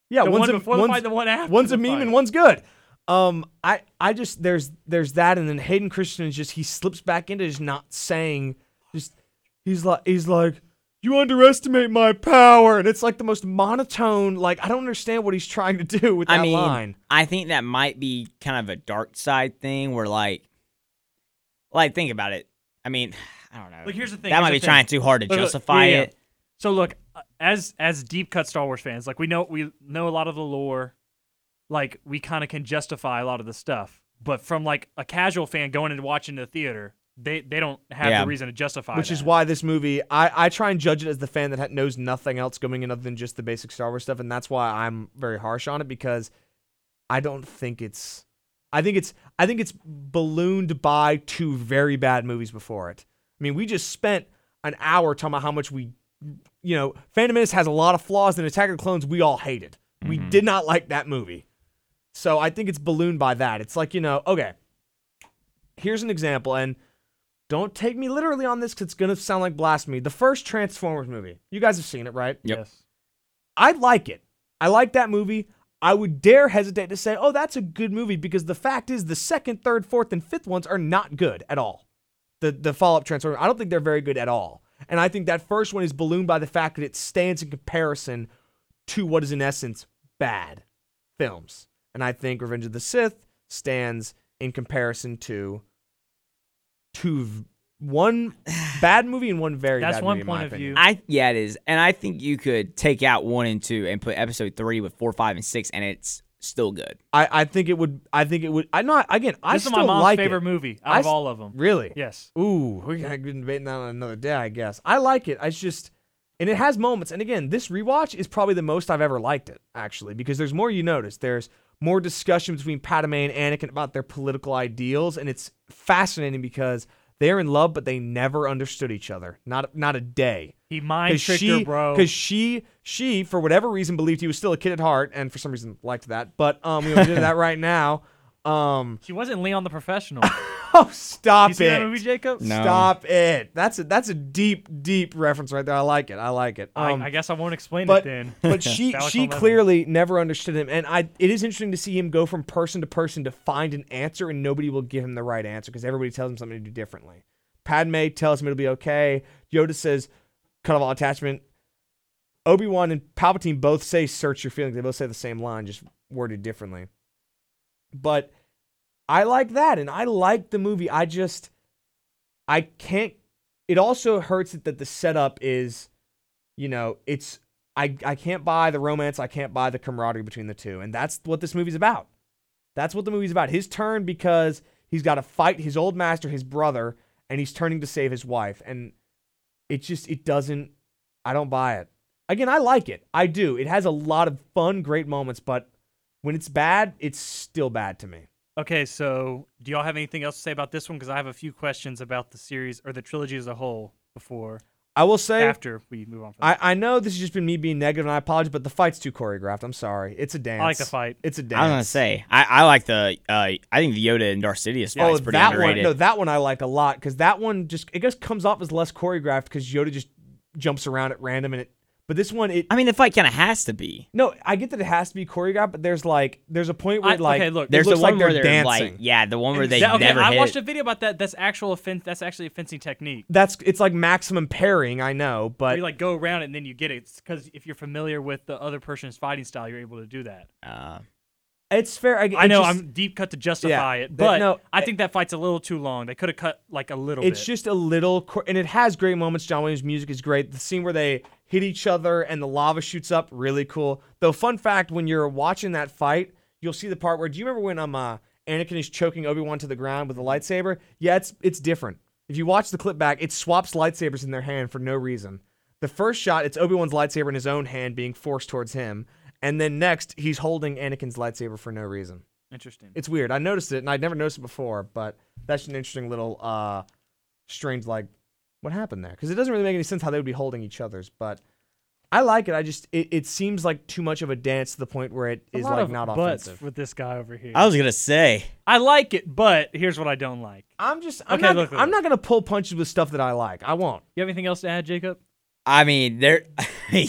Speaker 3: yeah,
Speaker 1: the
Speaker 3: one's
Speaker 1: one
Speaker 3: a,
Speaker 1: before the
Speaker 3: one's,
Speaker 1: fight, the one after
Speaker 3: One's
Speaker 1: the
Speaker 3: a meme
Speaker 1: fight.
Speaker 3: and one's good. Um, I I just there's there's that and then Hayden Christensen is just he slips back into just not saying just he's like he's like you underestimate my power and it's like the most monotone like I don't understand what he's trying to do with that
Speaker 2: I mean,
Speaker 3: line.
Speaker 2: I think that might be kind of a dark side thing where like, like think about it. I mean, I don't know.
Speaker 1: Like, here's the thing,
Speaker 2: That
Speaker 1: here's
Speaker 2: might
Speaker 1: the
Speaker 2: be
Speaker 1: thing.
Speaker 2: trying too hard to
Speaker 1: Look, look,
Speaker 2: justify
Speaker 1: yeah, yeah.
Speaker 2: it.
Speaker 1: So look, uh, as as deep cut Star Wars fans, like we know we know a lot of the lore, like we kind of can justify a lot of the stuff. But from like a casual fan going and watching the theater, they they don't have
Speaker 2: Yeah.
Speaker 1: the reason to justify.
Speaker 3: Which
Speaker 1: is
Speaker 3: is why this movie, I, I try and judge it as the fan that ha- knows nothing else going in other than just the basic Star Wars stuff, and that's why I'm very harsh on it because I don't think it's, I think it's, I think it's ballooned by two very bad movies before it. I mean, we just spent an hour talking about how much we, you know, Phantom Menace has a lot of flaws, and Attack of the Clones we all hated. We did not like that movie, so I think it's ballooned by that. It's like you know, okay, here's an example, and don't take me literally on this because it's gonna sound like blasphemy. The first Transformers movie, you guys have seen it, right?
Speaker 2: Yep.
Speaker 1: Yes.
Speaker 3: I like it. I like that movie. I would dare hesitate to say, "Oh, that's a good movie," because the fact is, the second, third, fourth, and fifth ones are not good at all. The the follow up Transformers, I don't think they're very good at all. And I think that first one is ballooned by the fact that it stands in comparison to what is in essence bad films. And I think Revenge of the Sith stands in comparison to two v- one bad movie and one very
Speaker 1: That's
Speaker 3: bad
Speaker 1: one
Speaker 3: movie, in my
Speaker 1: point of view.
Speaker 3: opinion.
Speaker 2: I yeah, it is, and I think you could take out one and two and put episode three with four, five, and six, and it's still good.
Speaker 3: I, I think it would. I think it would. I know. Again, I
Speaker 1: this is
Speaker 3: still
Speaker 1: my mom's
Speaker 3: like
Speaker 1: favorite
Speaker 3: it.
Speaker 1: movie
Speaker 3: I
Speaker 1: out of
Speaker 3: s-
Speaker 1: all of them.
Speaker 3: Really?
Speaker 1: Yes.
Speaker 3: Ooh, we're gonna be debating that on another day, I guess. I like it. I just, and it has moments. And again, this rewatch is probably the most I've ever liked it, actually, because there's more you notice. There's more discussion between Padme and Anakin about their political ideals, and it's fascinating because they're in love, but they never understood each other. Not not a day.
Speaker 1: He mind tricked
Speaker 3: she,
Speaker 1: her, bro.
Speaker 3: Because she, she for whatever reason believed he was still a kid at heart, and for some reason liked that. But um, we don't do that right now. Um,
Speaker 1: She wasn't Leon the Professional.
Speaker 3: oh, stop
Speaker 1: you
Speaker 3: it!
Speaker 1: seen that movie, Jacob?
Speaker 2: No.
Speaker 3: Stop it! That's a that's a deep deep reference right there. I like it. I like it.
Speaker 1: I,
Speaker 3: Um,
Speaker 1: I guess I won't explain
Speaker 3: but
Speaker 1: it then.
Speaker 3: but she
Speaker 1: That was
Speaker 3: she
Speaker 1: eleven.
Speaker 3: clearly never understood him, and I it is interesting to see him go from person to person to find an answer, and nobody will give him the right answer because everybody tells him something to do differently. Padme tells him it'll be okay. Yoda says, "Cut off all attachment." Obi Wan and Palpatine both say, "Search your feelings." They both say the same line, just worded differently. But I like that, and I like the movie. I just I can't. It also hurts that the setup is, you know, it's I I can't buy the romance. I can't buy the camaraderie between the two, and that's what this movie's about. That's what the movie's about. His turn because he's got to fight his old master, his brother, and he's turning to save his wife, and it just it doesn't. I don't buy it. Again, I like it. I do. It has a lot of fun, great moments, but when it's bad, it's still bad to me.
Speaker 1: Okay, so do y'all have anything else to say about this one? Because I have a few questions about the series or the trilogy as a whole before
Speaker 3: I will say
Speaker 1: after we move on. From
Speaker 3: I, I know this has just been me being negative, and I apologize, but the fight's too choreographed. I'm sorry. It's a
Speaker 1: this.
Speaker 3: dance.
Speaker 1: I like the fight.
Speaker 3: It's a
Speaker 2: I was gonna
Speaker 3: dance.
Speaker 2: say, I, I like the, uh, I think the Yoda and Darcidius
Speaker 3: oh,
Speaker 2: fight's pretty
Speaker 3: that
Speaker 2: underrated.
Speaker 3: one. No, that one I like a lot because that one just it just comes off as less choreographed because Yoda just jumps around at random and it. But this one, it
Speaker 2: I mean, the fight kind of has to be.
Speaker 3: no, I get that it has to be choreographed, but there's like there's a point where
Speaker 1: I-
Speaker 3: like
Speaker 1: okay, look,
Speaker 3: it
Speaker 2: There's
Speaker 3: looks
Speaker 2: the one
Speaker 3: like
Speaker 2: where
Speaker 3: they're
Speaker 2: they're
Speaker 3: dancing.
Speaker 2: like, yeah, the one where they
Speaker 1: That- okay,
Speaker 2: never
Speaker 1: I
Speaker 2: hit.
Speaker 1: watched a video about that. That's actual offense. That's actually a fencing technique.
Speaker 3: That's it's like maximum parrying. I know, but
Speaker 1: You like go around it and then you get it because if you're familiar with the other person's fighting style, you're able to do that.
Speaker 2: Uh,
Speaker 3: it's fair. I,
Speaker 1: I
Speaker 3: it
Speaker 1: know
Speaker 3: just-
Speaker 1: I'm deep cut to justify
Speaker 3: Yeah,
Speaker 1: it,
Speaker 3: that-
Speaker 1: but
Speaker 3: no,
Speaker 1: I think that fight's a little too long. They could have cut like a little
Speaker 3: It's
Speaker 1: bit.
Speaker 3: just a little, cor- and it has great moments. John Williams' music is great. The scene where they hit each other and the lava shoots up, really cool. Though, fun fact: when you're watching that fight, you'll see the part where. Do you remember when um uh, Anakin is choking Obi Wan to the ground with the lightsaber? Yeah, it's it's different. If you watch the clip back, it swaps lightsabers in their hand for no reason. The first shot, it's Obi Wan's lightsaber in his own hand being forced towards him, and then next, he's holding Anakin's lightsaber for no reason.
Speaker 1: Interesting.
Speaker 3: It's weird. I noticed it, and I'd never noticed it before. But that's an interesting little uh, strange like what happened there because it doesn't really make any sense how they would be holding each other's. But I like it. I just it, it seems like too much of a dance to the point where it
Speaker 1: A
Speaker 3: is
Speaker 1: lot
Speaker 3: like
Speaker 1: of
Speaker 3: not
Speaker 1: buts
Speaker 3: offensive.
Speaker 1: with this guy over here.
Speaker 2: I was gonna say
Speaker 1: I like it, but here's what I don't like.
Speaker 3: I'm just I'm
Speaker 1: Okay,
Speaker 3: not
Speaker 1: look, look,
Speaker 3: I'm
Speaker 1: look.
Speaker 3: not gonna pull punches with stuff that I like. I won't.
Speaker 1: You have anything else to add, Jacob?
Speaker 2: I mean, there.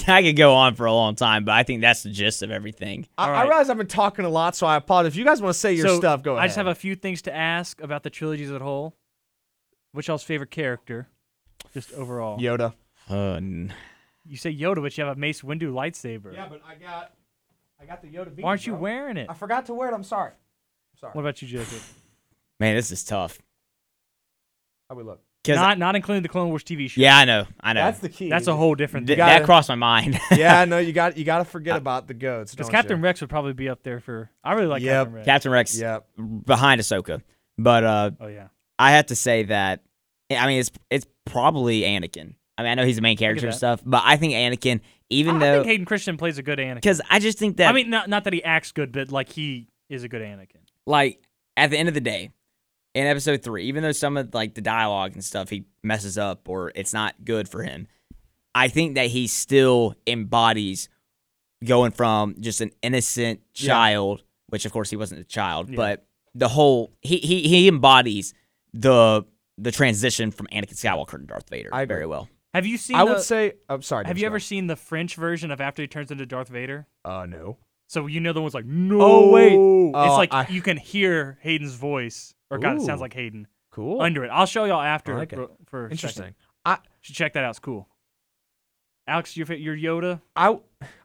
Speaker 2: I could go on for a long time, but I think that's the gist of everything.
Speaker 3: I,
Speaker 1: All
Speaker 3: I
Speaker 1: right.
Speaker 3: realize I've been talking a lot, so I apologize. If you guys want to say your
Speaker 1: So,
Speaker 3: stuff, go ahead.
Speaker 1: I just have a few things to ask about the trilogies as a whole. Which y'all's favorite character? Just overall.
Speaker 3: Yoda.
Speaker 2: Uh, n-
Speaker 1: You say Yoda, but you have a Mace Windu lightsaber.
Speaker 3: but I got I got the Yoda.
Speaker 1: Why aren't you wearing it?
Speaker 3: forgot to wear it. I'm sorry.
Speaker 1: What about you, Jacob?
Speaker 2: man, this is tough.
Speaker 3: How we look?
Speaker 2: 'Cause-
Speaker 1: Not not including the Clone Wars TV show.
Speaker 2: yeah, I know, I know.
Speaker 3: That's the key.
Speaker 1: That's a whole different
Speaker 2: Th-
Speaker 1: thing.
Speaker 3: got-
Speaker 2: that
Speaker 3: gotta-
Speaker 2: crossed my mind.
Speaker 3: yeah, no, you got you got to forget about the goats.
Speaker 1: Because
Speaker 3: don't
Speaker 1: Captain
Speaker 3: you?
Speaker 1: Rex would probably be up there for. I really like
Speaker 3: Oh, Yep.
Speaker 1: Captain Rex.
Speaker 2: Captain Rex
Speaker 3: Yep.
Speaker 2: behind Ahsoka, but uh,
Speaker 1: oh yeah.
Speaker 2: I have to say that I mean it's it's probably Anakin. I mean I know he's the main character and
Speaker 1: that.
Speaker 2: stuff, but I think Anakin, even
Speaker 1: I, I
Speaker 2: though
Speaker 1: think Hayden Christian plays a good Anakin.
Speaker 2: because I just think that
Speaker 1: I mean, not not that he acts good, but like he is a good Anakin.
Speaker 2: like at the end of the day, in episode three, even though some of like the dialogue and stuff he messes up or it's not good for him, I think that he still embodies going from just an innocent
Speaker 3: Yeah.
Speaker 2: child, which of course he wasn't a child,
Speaker 1: Yeah.
Speaker 2: but the whole he he he embodies the the transition from Anakin Skywalker to Darth Vader
Speaker 3: I agree.
Speaker 2: very well.
Speaker 1: Have you seen?
Speaker 3: I
Speaker 1: the,
Speaker 3: would say. I'm sorry.
Speaker 1: Have
Speaker 3: James,
Speaker 1: you
Speaker 3: go
Speaker 1: ever
Speaker 3: on.
Speaker 1: seen the French version of after he turns into Darth Vader?
Speaker 3: Uh, no.
Speaker 1: So you know the one's like, no,
Speaker 3: Oh,
Speaker 1: wait.
Speaker 3: oh,
Speaker 1: it's like
Speaker 3: I-
Speaker 1: you can hear Hayden's voice, or God, it sounds
Speaker 3: Ooh.
Speaker 1: like Hayden
Speaker 3: Cool.
Speaker 1: under it. I'll show y'all after
Speaker 3: I like it.
Speaker 1: for, for a second.
Speaker 3: Interesting. I
Speaker 1: Should check that out. It's cool. Alex, your fa- your Yoda.
Speaker 3: I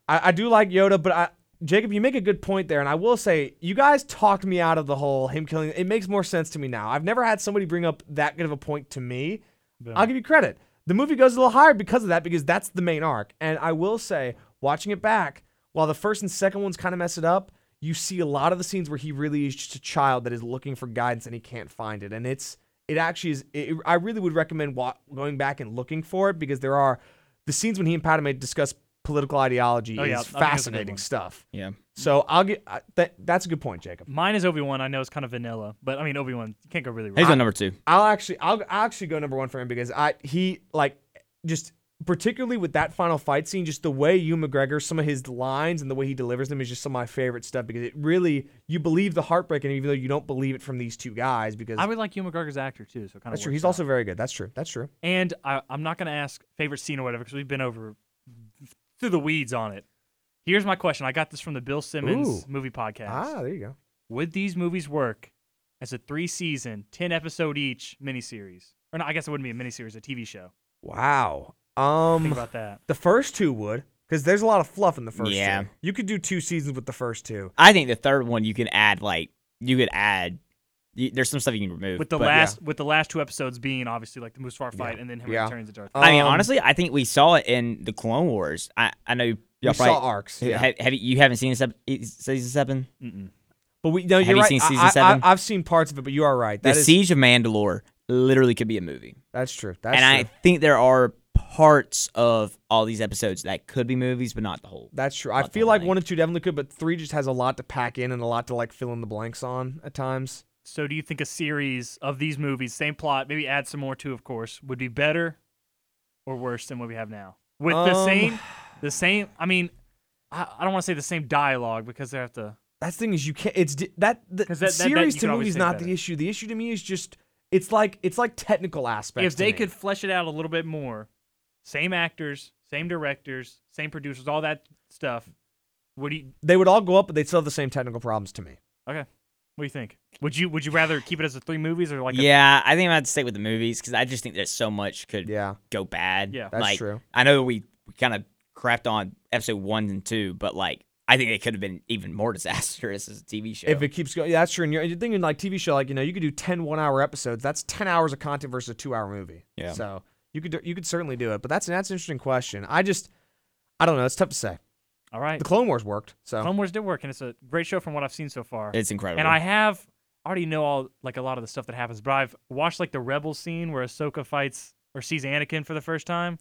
Speaker 3: I I do like Yoda, but I. Jacob, you make a good point there, and I will say you guys talked me out of the whole him killing. It makes more sense to me now. I've never had somebody bring up that good of a point to me.
Speaker 1: Boom.
Speaker 3: I'll give you credit. The movie goes a little higher because of that, because that's the main arc. And I will say, watching it back, while the first and second ones kind of mess it up, you see a lot of the scenes where he really is just a child that is looking for guidance and he can't find it. And it's it actually is. It, I really would recommend wa- going back and looking for it because there are the scenes when he and Padme discuss political ideology
Speaker 1: Oh, yeah, I
Speaker 3: is
Speaker 1: think that's a good
Speaker 3: fascinating
Speaker 1: one.
Speaker 3: stuff.
Speaker 2: Yeah.
Speaker 3: So I'll get I- that, that's a good point, Jacob.
Speaker 1: Mine is Obi Wan. I know it's kind of vanilla, but I mean Obi Wan you can't go really
Speaker 2: He's
Speaker 1: wrong.
Speaker 2: on number two.
Speaker 3: I'll actually I'll, I'll actually go number one for him because I he like just particularly with that final fight scene, just the way you McGregor, some of his lines and the way he delivers them is just some of my favorite stuff because it really you believe the heartbreak and even though you don't believe it from these two guys because
Speaker 1: I would like Hugh McGregor's actor too, so it kind of
Speaker 3: that's true. He's also very good. That's true. That's true.
Speaker 1: and I, I'm not gonna ask favorite scene or whatever because we've been over through the weeds on it. Here's my question. I got this from the Bill Simmons
Speaker 3: Ooh.
Speaker 1: movie podcast.
Speaker 3: Ah, there you go.
Speaker 1: Would these movies work as a three season, ten episode each miniseries? Or no, I guess it wouldn't be a miniseries, a TV show.
Speaker 3: Wow.
Speaker 1: Think
Speaker 3: Um,
Speaker 1: about that.
Speaker 3: the first two would because there's a lot of fluff in the first
Speaker 2: Yeah.
Speaker 3: two. You could do two seasons with the first two.
Speaker 2: I think the third one you can add like you could add. You, there's some stuff you can remove.
Speaker 1: With the
Speaker 2: but-
Speaker 1: last with the last two episodes being obviously like the Mustafar fight and then him
Speaker 3: Yeah.
Speaker 1: returns to Darth.
Speaker 2: I mean,
Speaker 3: Um,
Speaker 2: honestly, I think we saw it in the Clone Wars. I, I know
Speaker 3: we
Speaker 2: y'all probably
Speaker 3: saw arcs. Yeah.
Speaker 2: have, have you, you haven't seen sep- e, season seven.
Speaker 1: Mm-mm.
Speaker 3: But we no,
Speaker 2: Have
Speaker 3: you're
Speaker 2: you
Speaker 3: right.
Speaker 2: seen
Speaker 3: I-
Speaker 2: season
Speaker 3: I,
Speaker 2: seven?
Speaker 3: I, have seen parts of it, but you are right. That
Speaker 2: the
Speaker 3: is-
Speaker 2: Siege of Mandalore literally could be a movie,
Speaker 3: that's true. That's
Speaker 2: and
Speaker 3: true.
Speaker 2: I think there are parts of all these episodes that could be movies, but not the whole.
Speaker 3: That's true. I
Speaker 2: Not the
Speaker 3: feel
Speaker 2: whole
Speaker 3: like
Speaker 2: thing.
Speaker 3: one and two definitely could, but three just has a lot to pack in and a lot to like fill in the blanks on at times.
Speaker 1: So do you think a series of these movies, same plot, maybe add some more too, of course, would be better or worse than what we have now? With the
Speaker 3: Um,
Speaker 1: same the same I mean I, I don't want to say the same dialogue because they have to
Speaker 3: That's the thing is you can't. It's di- that the
Speaker 1: 'Cause that- that- that
Speaker 3: series
Speaker 1: you
Speaker 3: to
Speaker 1: could always
Speaker 3: movie is
Speaker 1: say
Speaker 3: not
Speaker 1: better.
Speaker 3: the issue. The issue to me is just it's like it's like technical aspects.
Speaker 1: if
Speaker 3: to
Speaker 1: they
Speaker 3: me.
Speaker 1: could flesh it out a little bit more, same actors, same directors, same producers, all that stuff. What do you
Speaker 3: they would all go up, but they'd still have the same technical problems to me.
Speaker 1: okay? What do you think? Would you would you rather keep it as a three movies or like a,
Speaker 2: yeah, I think I'm gonna have to stick with the movies because I just think that so much could
Speaker 3: Yeah,
Speaker 2: go bad.
Speaker 1: Yeah.
Speaker 3: that's
Speaker 2: like,
Speaker 3: true.
Speaker 2: I know we, we kind of crapped on episode one and two, but like I think it could have been even more disastrous as a TV show.
Speaker 3: If it keeps going, yeah, that's true. And you're, you're thinking like TV show, like you know, you could do 10 one hour episodes. That's ten hours of content versus a two hour movie.
Speaker 2: Yeah.
Speaker 3: So you could do- you could certainly do it, but that's that's an interesting question. I just I don't know. It's tough to say.
Speaker 1: all right?
Speaker 3: The Clone Wars worked, so
Speaker 1: Clone Wars did work, and it's a great show from what I've seen so far.
Speaker 2: it's incredible.
Speaker 1: and I have already know all like a lot of the stuff that happens, but I've watched like the rebel scene where Ahsoka fights or sees Anakin for the first time.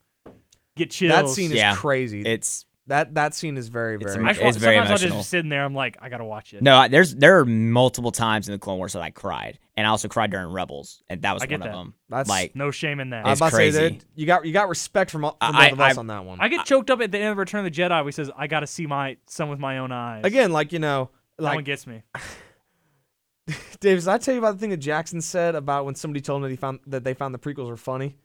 Speaker 1: Get chills.
Speaker 3: that scene is
Speaker 2: Yeah.
Speaker 3: crazy.
Speaker 2: it's
Speaker 3: That that scene is very
Speaker 2: It's
Speaker 3: very.
Speaker 1: I just, wa-
Speaker 2: It's very
Speaker 1: sometimes I'll
Speaker 2: emotional.
Speaker 1: just sit in there. I'm like, I gotta watch it.
Speaker 2: No, I, there's there are multiple times in the Clone Wars that I cried, and I also cried during Rebels, and that was
Speaker 1: I get
Speaker 2: one of
Speaker 1: that.
Speaker 2: them.
Speaker 3: That's-
Speaker 2: like
Speaker 1: no shame in that.
Speaker 3: I'm
Speaker 2: It's
Speaker 3: about to say
Speaker 2: crazy.
Speaker 3: that you got you got respect from, all- from
Speaker 2: I-
Speaker 3: both of us
Speaker 2: I-
Speaker 3: on that one.
Speaker 1: I get choked up at the end of Return of the Jedi. Where he says, "I gotta see my son with my own eyes."
Speaker 3: Again, like you know,
Speaker 1: that one
Speaker 3: like
Speaker 1: gets me.
Speaker 3: Davis, I tell you about the thing that Jackson said about when somebody told him that he found that they found the prequels were funny.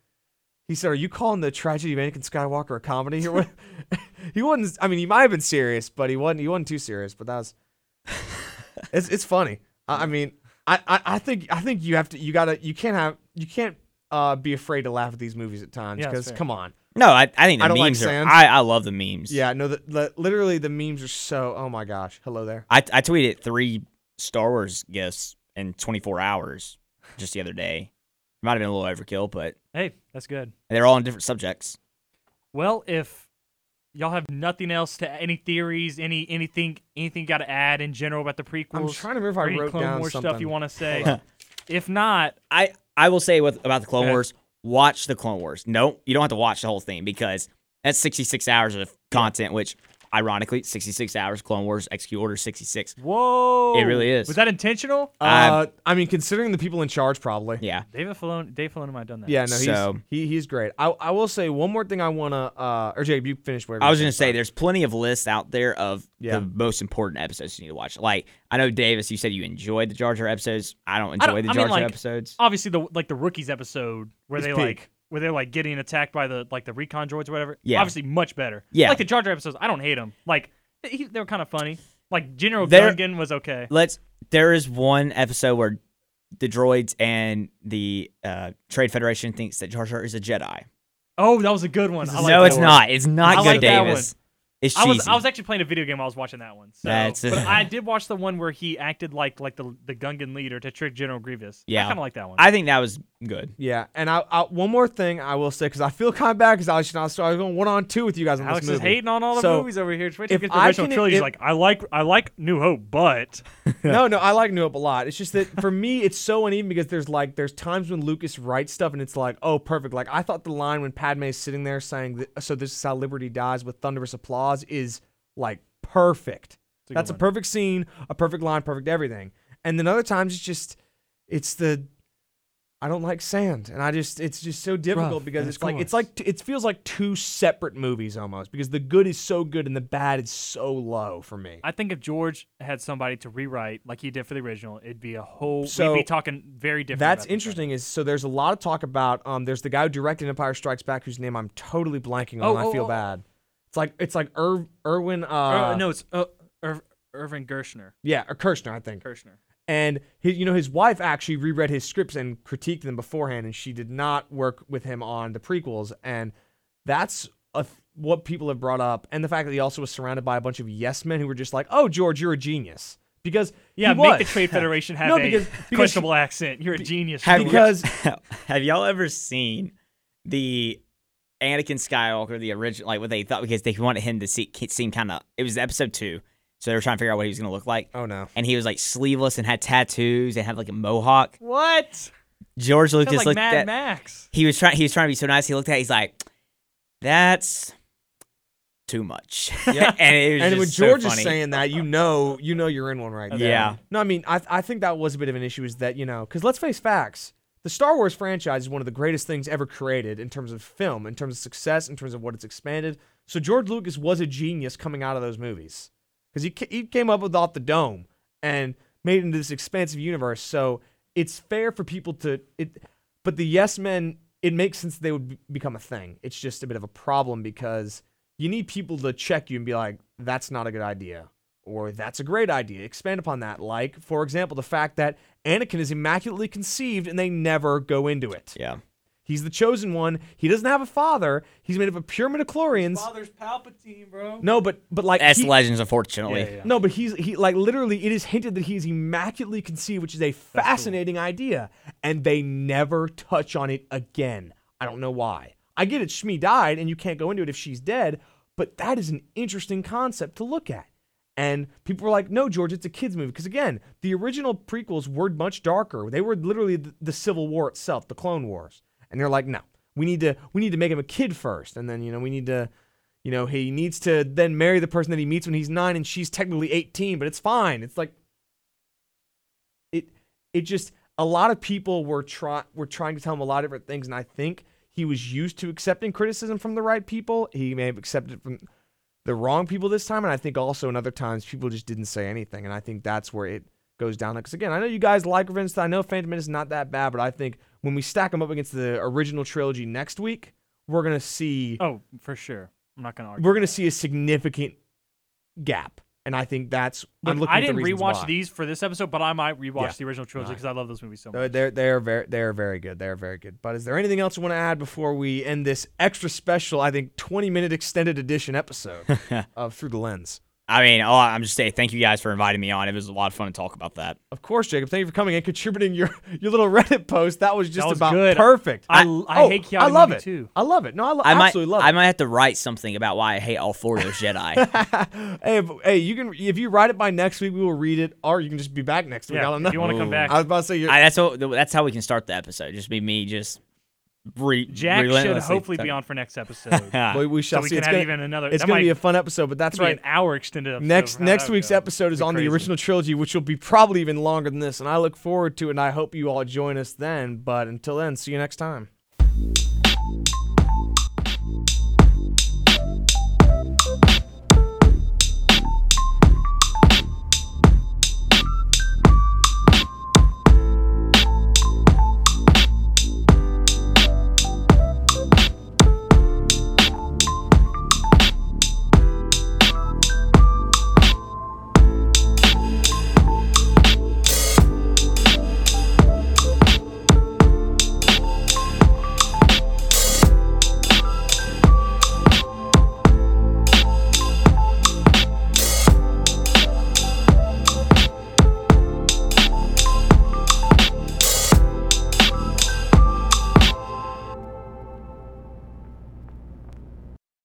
Speaker 3: He said, "Are you calling the tragedy of Anakin Skywalker a comedy?" Or what? he wasn't. I mean, he might have been serious, but he wasn't. He wasn't too serious. But that was. it's it's funny. I, I mean, I, I I think I think you have to. You gotta. You can't have. You can't uh, be afraid to laugh at these movies at times
Speaker 1: Yeah, that's
Speaker 3: because
Speaker 1: fair.
Speaker 3: come on.
Speaker 2: no, I, I think the
Speaker 3: I don't like
Speaker 2: memes are.
Speaker 3: Sans.
Speaker 2: I, I love the memes.
Speaker 3: Yeah, no. The, the, literally, the memes are so. Oh my gosh. Hello there.
Speaker 2: I I tweeted three Star Wars gifts in 24 hours just the other day. Might have been a little overkill, but
Speaker 1: Hey, that's good.
Speaker 2: they're all on different subjects.
Speaker 1: Well, if y'all have nothing else to any theories, any anything anything you got to add in general about the prequels,
Speaker 3: I'm trying to remember
Speaker 1: or
Speaker 3: if I
Speaker 1: any
Speaker 3: wrote
Speaker 1: Clone
Speaker 3: down
Speaker 1: Wars
Speaker 3: something.
Speaker 1: stuff you want to say.
Speaker 3: Hold on.
Speaker 1: if not,
Speaker 2: I I will say with about the Clone
Speaker 1: Okay.
Speaker 2: Wars, watch the Clone Wars. No, you don't have to watch the whole thing because that's 66 hours of content, which ironically 66 hours Clone Wars XQ Order 66.
Speaker 1: whoa,
Speaker 2: It really is.
Speaker 1: Was that intentional?
Speaker 3: Uh, I mean, considering the people in charge, probably.
Speaker 2: Yeah,
Speaker 1: David Filoni, Dave Filoni might have done that.
Speaker 3: Yeah, no, he's
Speaker 2: So-
Speaker 3: he, he's great. I, I will say one more thing. I wanna uh, or Jacob, you finish where
Speaker 2: I was gonna say there's plenty of lists out there of
Speaker 3: Yeah.
Speaker 2: the most important episodes you need to watch. Like I know Davis, you said you enjoyed the Jar Jar episodes. I don't enjoy
Speaker 1: don't-
Speaker 2: the
Speaker 1: I
Speaker 2: Jar
Speaker 1: mean,
Speaker 2: Jar
Speaker 1: like,
Speaker 2: episodes.
Speaker 1: obviously the like the rookies episode where
Speaker 3: It's
Speaker 1: they
Speaker 3: peak.
Speaker 1: like where they're like getting attacked by the like the recon droids or whatever.
Speaker 2: Yeah.
Speaker 1: obviously much better.
Speaker 2: Yeah.
Speaker 1: like the Jar Jar episodes, I don't hate them. Like he, they were kind of funny. Like General
Speaker 2: They're-
Speaker 1: Gungan was okay.
Speaker 2: Let's. There is one episode where the droids and the uh, Trade Federation thinks that Jar Jar is a Jedi.
Speaker 1: Oh, that was a good one. I like
Speaker 2: no,
Speaker 1: that
Speaker 2: it's
Speaker 1: one.
Speaker 2: not. It's not
Speaker 1: I
Speaker 2: good,
Speaker 1: like that one.
Speaker 2: Davis. It's
Speaker 1: I
Speaker 2: cheesy.
Speaker 1: was I was actually playing a video game while I was watching that one. So,
Speaker 2: That's-
Speaker 1: but I did watch the one where he acted like like the the Gungan leader to trick General Grievous. I
Speaker 2: Yeah.
Speaker 1: kind of like that one.
Speaker 2: I think that was good.
Speaker 3: yeah, and I, I one more thing I will say because I feel kind of bad because I was, I was going one on two with you guys on
Speaker 1: Alex
Speaker 3: this
Speaker 1: is
Speaker 3: movie.
Speaker 1: hating on all the
Speaker 3: So,
Speaker 1: movies over here. Just wait till
Speaker 3: if
Speaker 1: we get to the
Speaker 3: I
Speaker 1: original
Speaker 3: can-
Speaker 1: trilogy.
Speaker 3: if-
Speaker 1: He's like I like I like New Hope, but
Speaker 3: no, no, I like New Hope a lot. It's just that for me, it's so uneven because there's like there's times when Lucas writes stuff and it's like, oh, perfect. Like I thought the line when Padme's sitting there saying, that, "So this is how liberty dies" with thunderous applause is like perfect.
Speaker 1: a good
Speaker 3: That's a
Speaker 1: one.
Speaker 3: perfect scene, a perfect line, perfect everything. And then other times it's just, it's the, I don't like sand, and I just it's just so difficult
Speaker 1: Rough,
Speaker 3: because
Speaker 1: and
Speaker 3: it's
Speaker 1: it's
Speaker 3: like it's
Speaker 1: coarse.
Speaker 3: like t- it feels like two separate movies almost because the good is so good and the bad is so low for me.
Speaker 1: I think if George had somebody to rewrite like he did for the original, it'd be a whole.
Speaker 3: So,
Speaker 1: we'd be talking very different. about
Speaker 3: That's
Speaker 1: this, right?
Speaker 3: interesting. Is so there's a lot of talk about um there's the guy who directed Empire Strikes Back whose name I'm totally blanking on.
Speaker 1: Oh,
Speaker 3: I
Speaker 1: oh,
Speaker 3: feel
Speaker 1: oh, oh.
Speaker 3: bad. It's like it's like Irv, Irwin uh,
Speaker 1: Uh, no, it's uh, Ir- Irvin Gershner.
Speaker 3: yeah or Kirshner I think.
Speaker 1: Gershner.
Speaker 3: And his, you know his wife actually reread his scripts and critiqued them beforehand, and she did not work with him on the prequels. And that's a th- what people have brought up, and the fact that he also was surrounded by a bunch of yes men who were just like, "Oh, George, you're a genius," because
Speaker 1: Yeah,
Speaker 3: he
Speaker 1: make
Speaker 3: was.
Speaker 1: the Trade Federation have
Speaker 3: No,
Speaker 1: a
Speaker 3: because- because she-
Speaker 1: questionable accent. You're a genius.
Speaker 2: Have you-
Speaker 1: George.
Speaker 3: because
Speaker 2: Have y'all ever seen the Anakin Skywalker, the original, like what they thought because they wanted him to see, seem kind of. It was episode two, so they were trying to figure out what he was gonna look like.
Speaker 3: oh no,
Speaker 2: And he was like sleeveless and had tattoos and had like a mohawk.
Speaker 1: what? Sounds
Speaker 2: George Lucas
Speaker 1: like
Speaker 2: looked
Speaker 1: Mad
Speaker 2: at.
Speaker 1: Max.
Speaker 2: He was trying. He was trying to be so nice. He looked at. it, He's like, "That's too much." Yeah. and it was
Speaker 3: and
Speaker 2: just
Speaker 3: when
Speaker 2: so
Speaker 3: George
Speaker 2: funny.
Speaker 3: is saying that, you know, you know, you're in one right there.
Speaker 2: Yeah.
Speaker 3: No, I mean, I I think that was a bit of an issue. Is that you know, because let's face facts, the Star Wars franchise is one of the greatest things ever created in terms of film, in terms of success, in terms of what it's expanded. So George Lucas was a genius coming out of those movies, because he ca- he came up with off the dome and made it into this expansive universe. So it's fair for people to it, but the yes men. It makes sense they would be- become a thing. It's just a bit of a problem because you need people to check you and be like, that's not a good idea, or that's a great idea. Expand upon that. Like, for example, the fact that Anakin is immaculately conceived and they never go into it.
Speaker 2: "Yeah,
Speaker 3: He's the chosen one. He doesn't have a father. He's made up of pure midichlorians.
Speaker 1: Father's Palpatine, bro.
Speaker 3: No, but but like
Speaker 2: that's
Speaker 3: he-
Speaker 2: Legends, unfortunately."
Speaker 1: Yeah, yeah.
Speaker 3: no, but he's he like literally it is hinted that he is immaculately conceived, which is a fascinating idea, and they never touch on it again. I don't know why. I get it, Shmi died, and you can't go into it if she's dead, but that is an interesting concept to look at. And people were like, "No, George, it's a kids' movie." Because again, the original prequels were much darker. They were literally the, the Civil War itself, the Clone Wars, and they're like, "No, we need to we need to make him a kid first, and then you know we need to You know, he needs to then marry the person that he meets when he's nine and she's technically 18, but it's fine. It's like it it just a lot of people were try were trying to tell him a lot of different things, and I think he was used to accepting criticism from the right people. He may have accepted it from the wrong people this time, and I think also in other times people just didn't say anything, and I think that's where it goes down. Because again, I know you guys like Revenge. of the Sith. I know Phantom Menace is not that bad, but I think when we stack them up against the original trilogy next week, we're gonna see
Speaker 1: Oh, for sure. I'm not gonna argue.
Speaker 3: we're gonna
Speaker 1: that.
Speaker 3: see a significant gap, and I think that's I'm
Speaker 1: Look,
Speaker 3: looking
Speaker 1: I
Speaker 3: at the
Speaker 1: didn't
Speaker 3: reasons
Speaker 1: rewatch
Speaker 3: why.
Speaker 1: these for this episode, but I might rewatch
Speaker 3: Yeah.
Speaker 1: the original trilogy because I love those movies so much.
Speaker 3: Uh, They're they're very they're very good. They're very good. But is there anything else you want to add before we end this extra special? I think twenty minute extended edition episode of Through the Lens.
Speaker 2: I mean, oh, I'm just saying, thank you guys for inviting me on. It was a lot of fun to talk about that.
Speaker 3: Of course, Jacob. Thank you for coming and contributing your your little Reddit post. That was just
Speaker 1: was
Speaker 3: about
Speaker 1: good.
Speaker 3: perfect.
Speaker 1: I-
Speaker 3: oh,
Speaker 1: I hate Keanu
Speaker 3: I love
Speaker 1: Reeves,
Speaker 3: it
Speaker 1: too.
Speaker 3: I love it. No, I, lo-
Speaker 2: I might,
Speaker 3: absolutely love
Speaker 2: I
Speaker 3: it.
Speaker 2: might have to write something about why I hate all four of those Jedi.
Speaker 3: hey, if, hey, you can if you write it by next week, we will read it, or you can just be back next week. I
Speaker 1: yeah,
Speaker 3: don't
Speaker 1: if
Speaker 3: know.
Speaker 1: you want to come
Speaker 2: Ooh.
Speaker 1: back?
Speaker 3: I was about to say, you're,
Speaker 2: I, that's how, that's how we can start the episode. Just be me, just re-
Speaker 1: Jack should
Speaker 2: relentlessly
Speaker 1: hopefully be
Speaker 2: talk-
Speaker 1: on for next episode.
Speaker 3: we, we shall
Speaker 1: so we
Speaker 3: see.
Speaker 1: can
Speaker 3: it's
Speaker 1: have
Speaker 3: gonna,
Speaker 1: even another.
Speaker 3: it's
Speaker 1: that
Speaker 3: gonna
Speaker 1: might
Speaker 3: be a fun episode, but that's
Speaker 1: be
Speaker 3: right.
Speaker 1: an hour extended. Episode
Speaker 3: next
Speaker 1: of how
Speaker 3: next
Speaker 1: that
Speaker 3: week's
Speaker 1: goes.
Speaker 3: episode is
Speaker 1: Be
Speaker 3: on the
Speaker 1: crazy.
Speaker 3: original trilogy, which will be probably even longer than this, and I look forward to it. And I hope you all join us then. But until then, see you next time.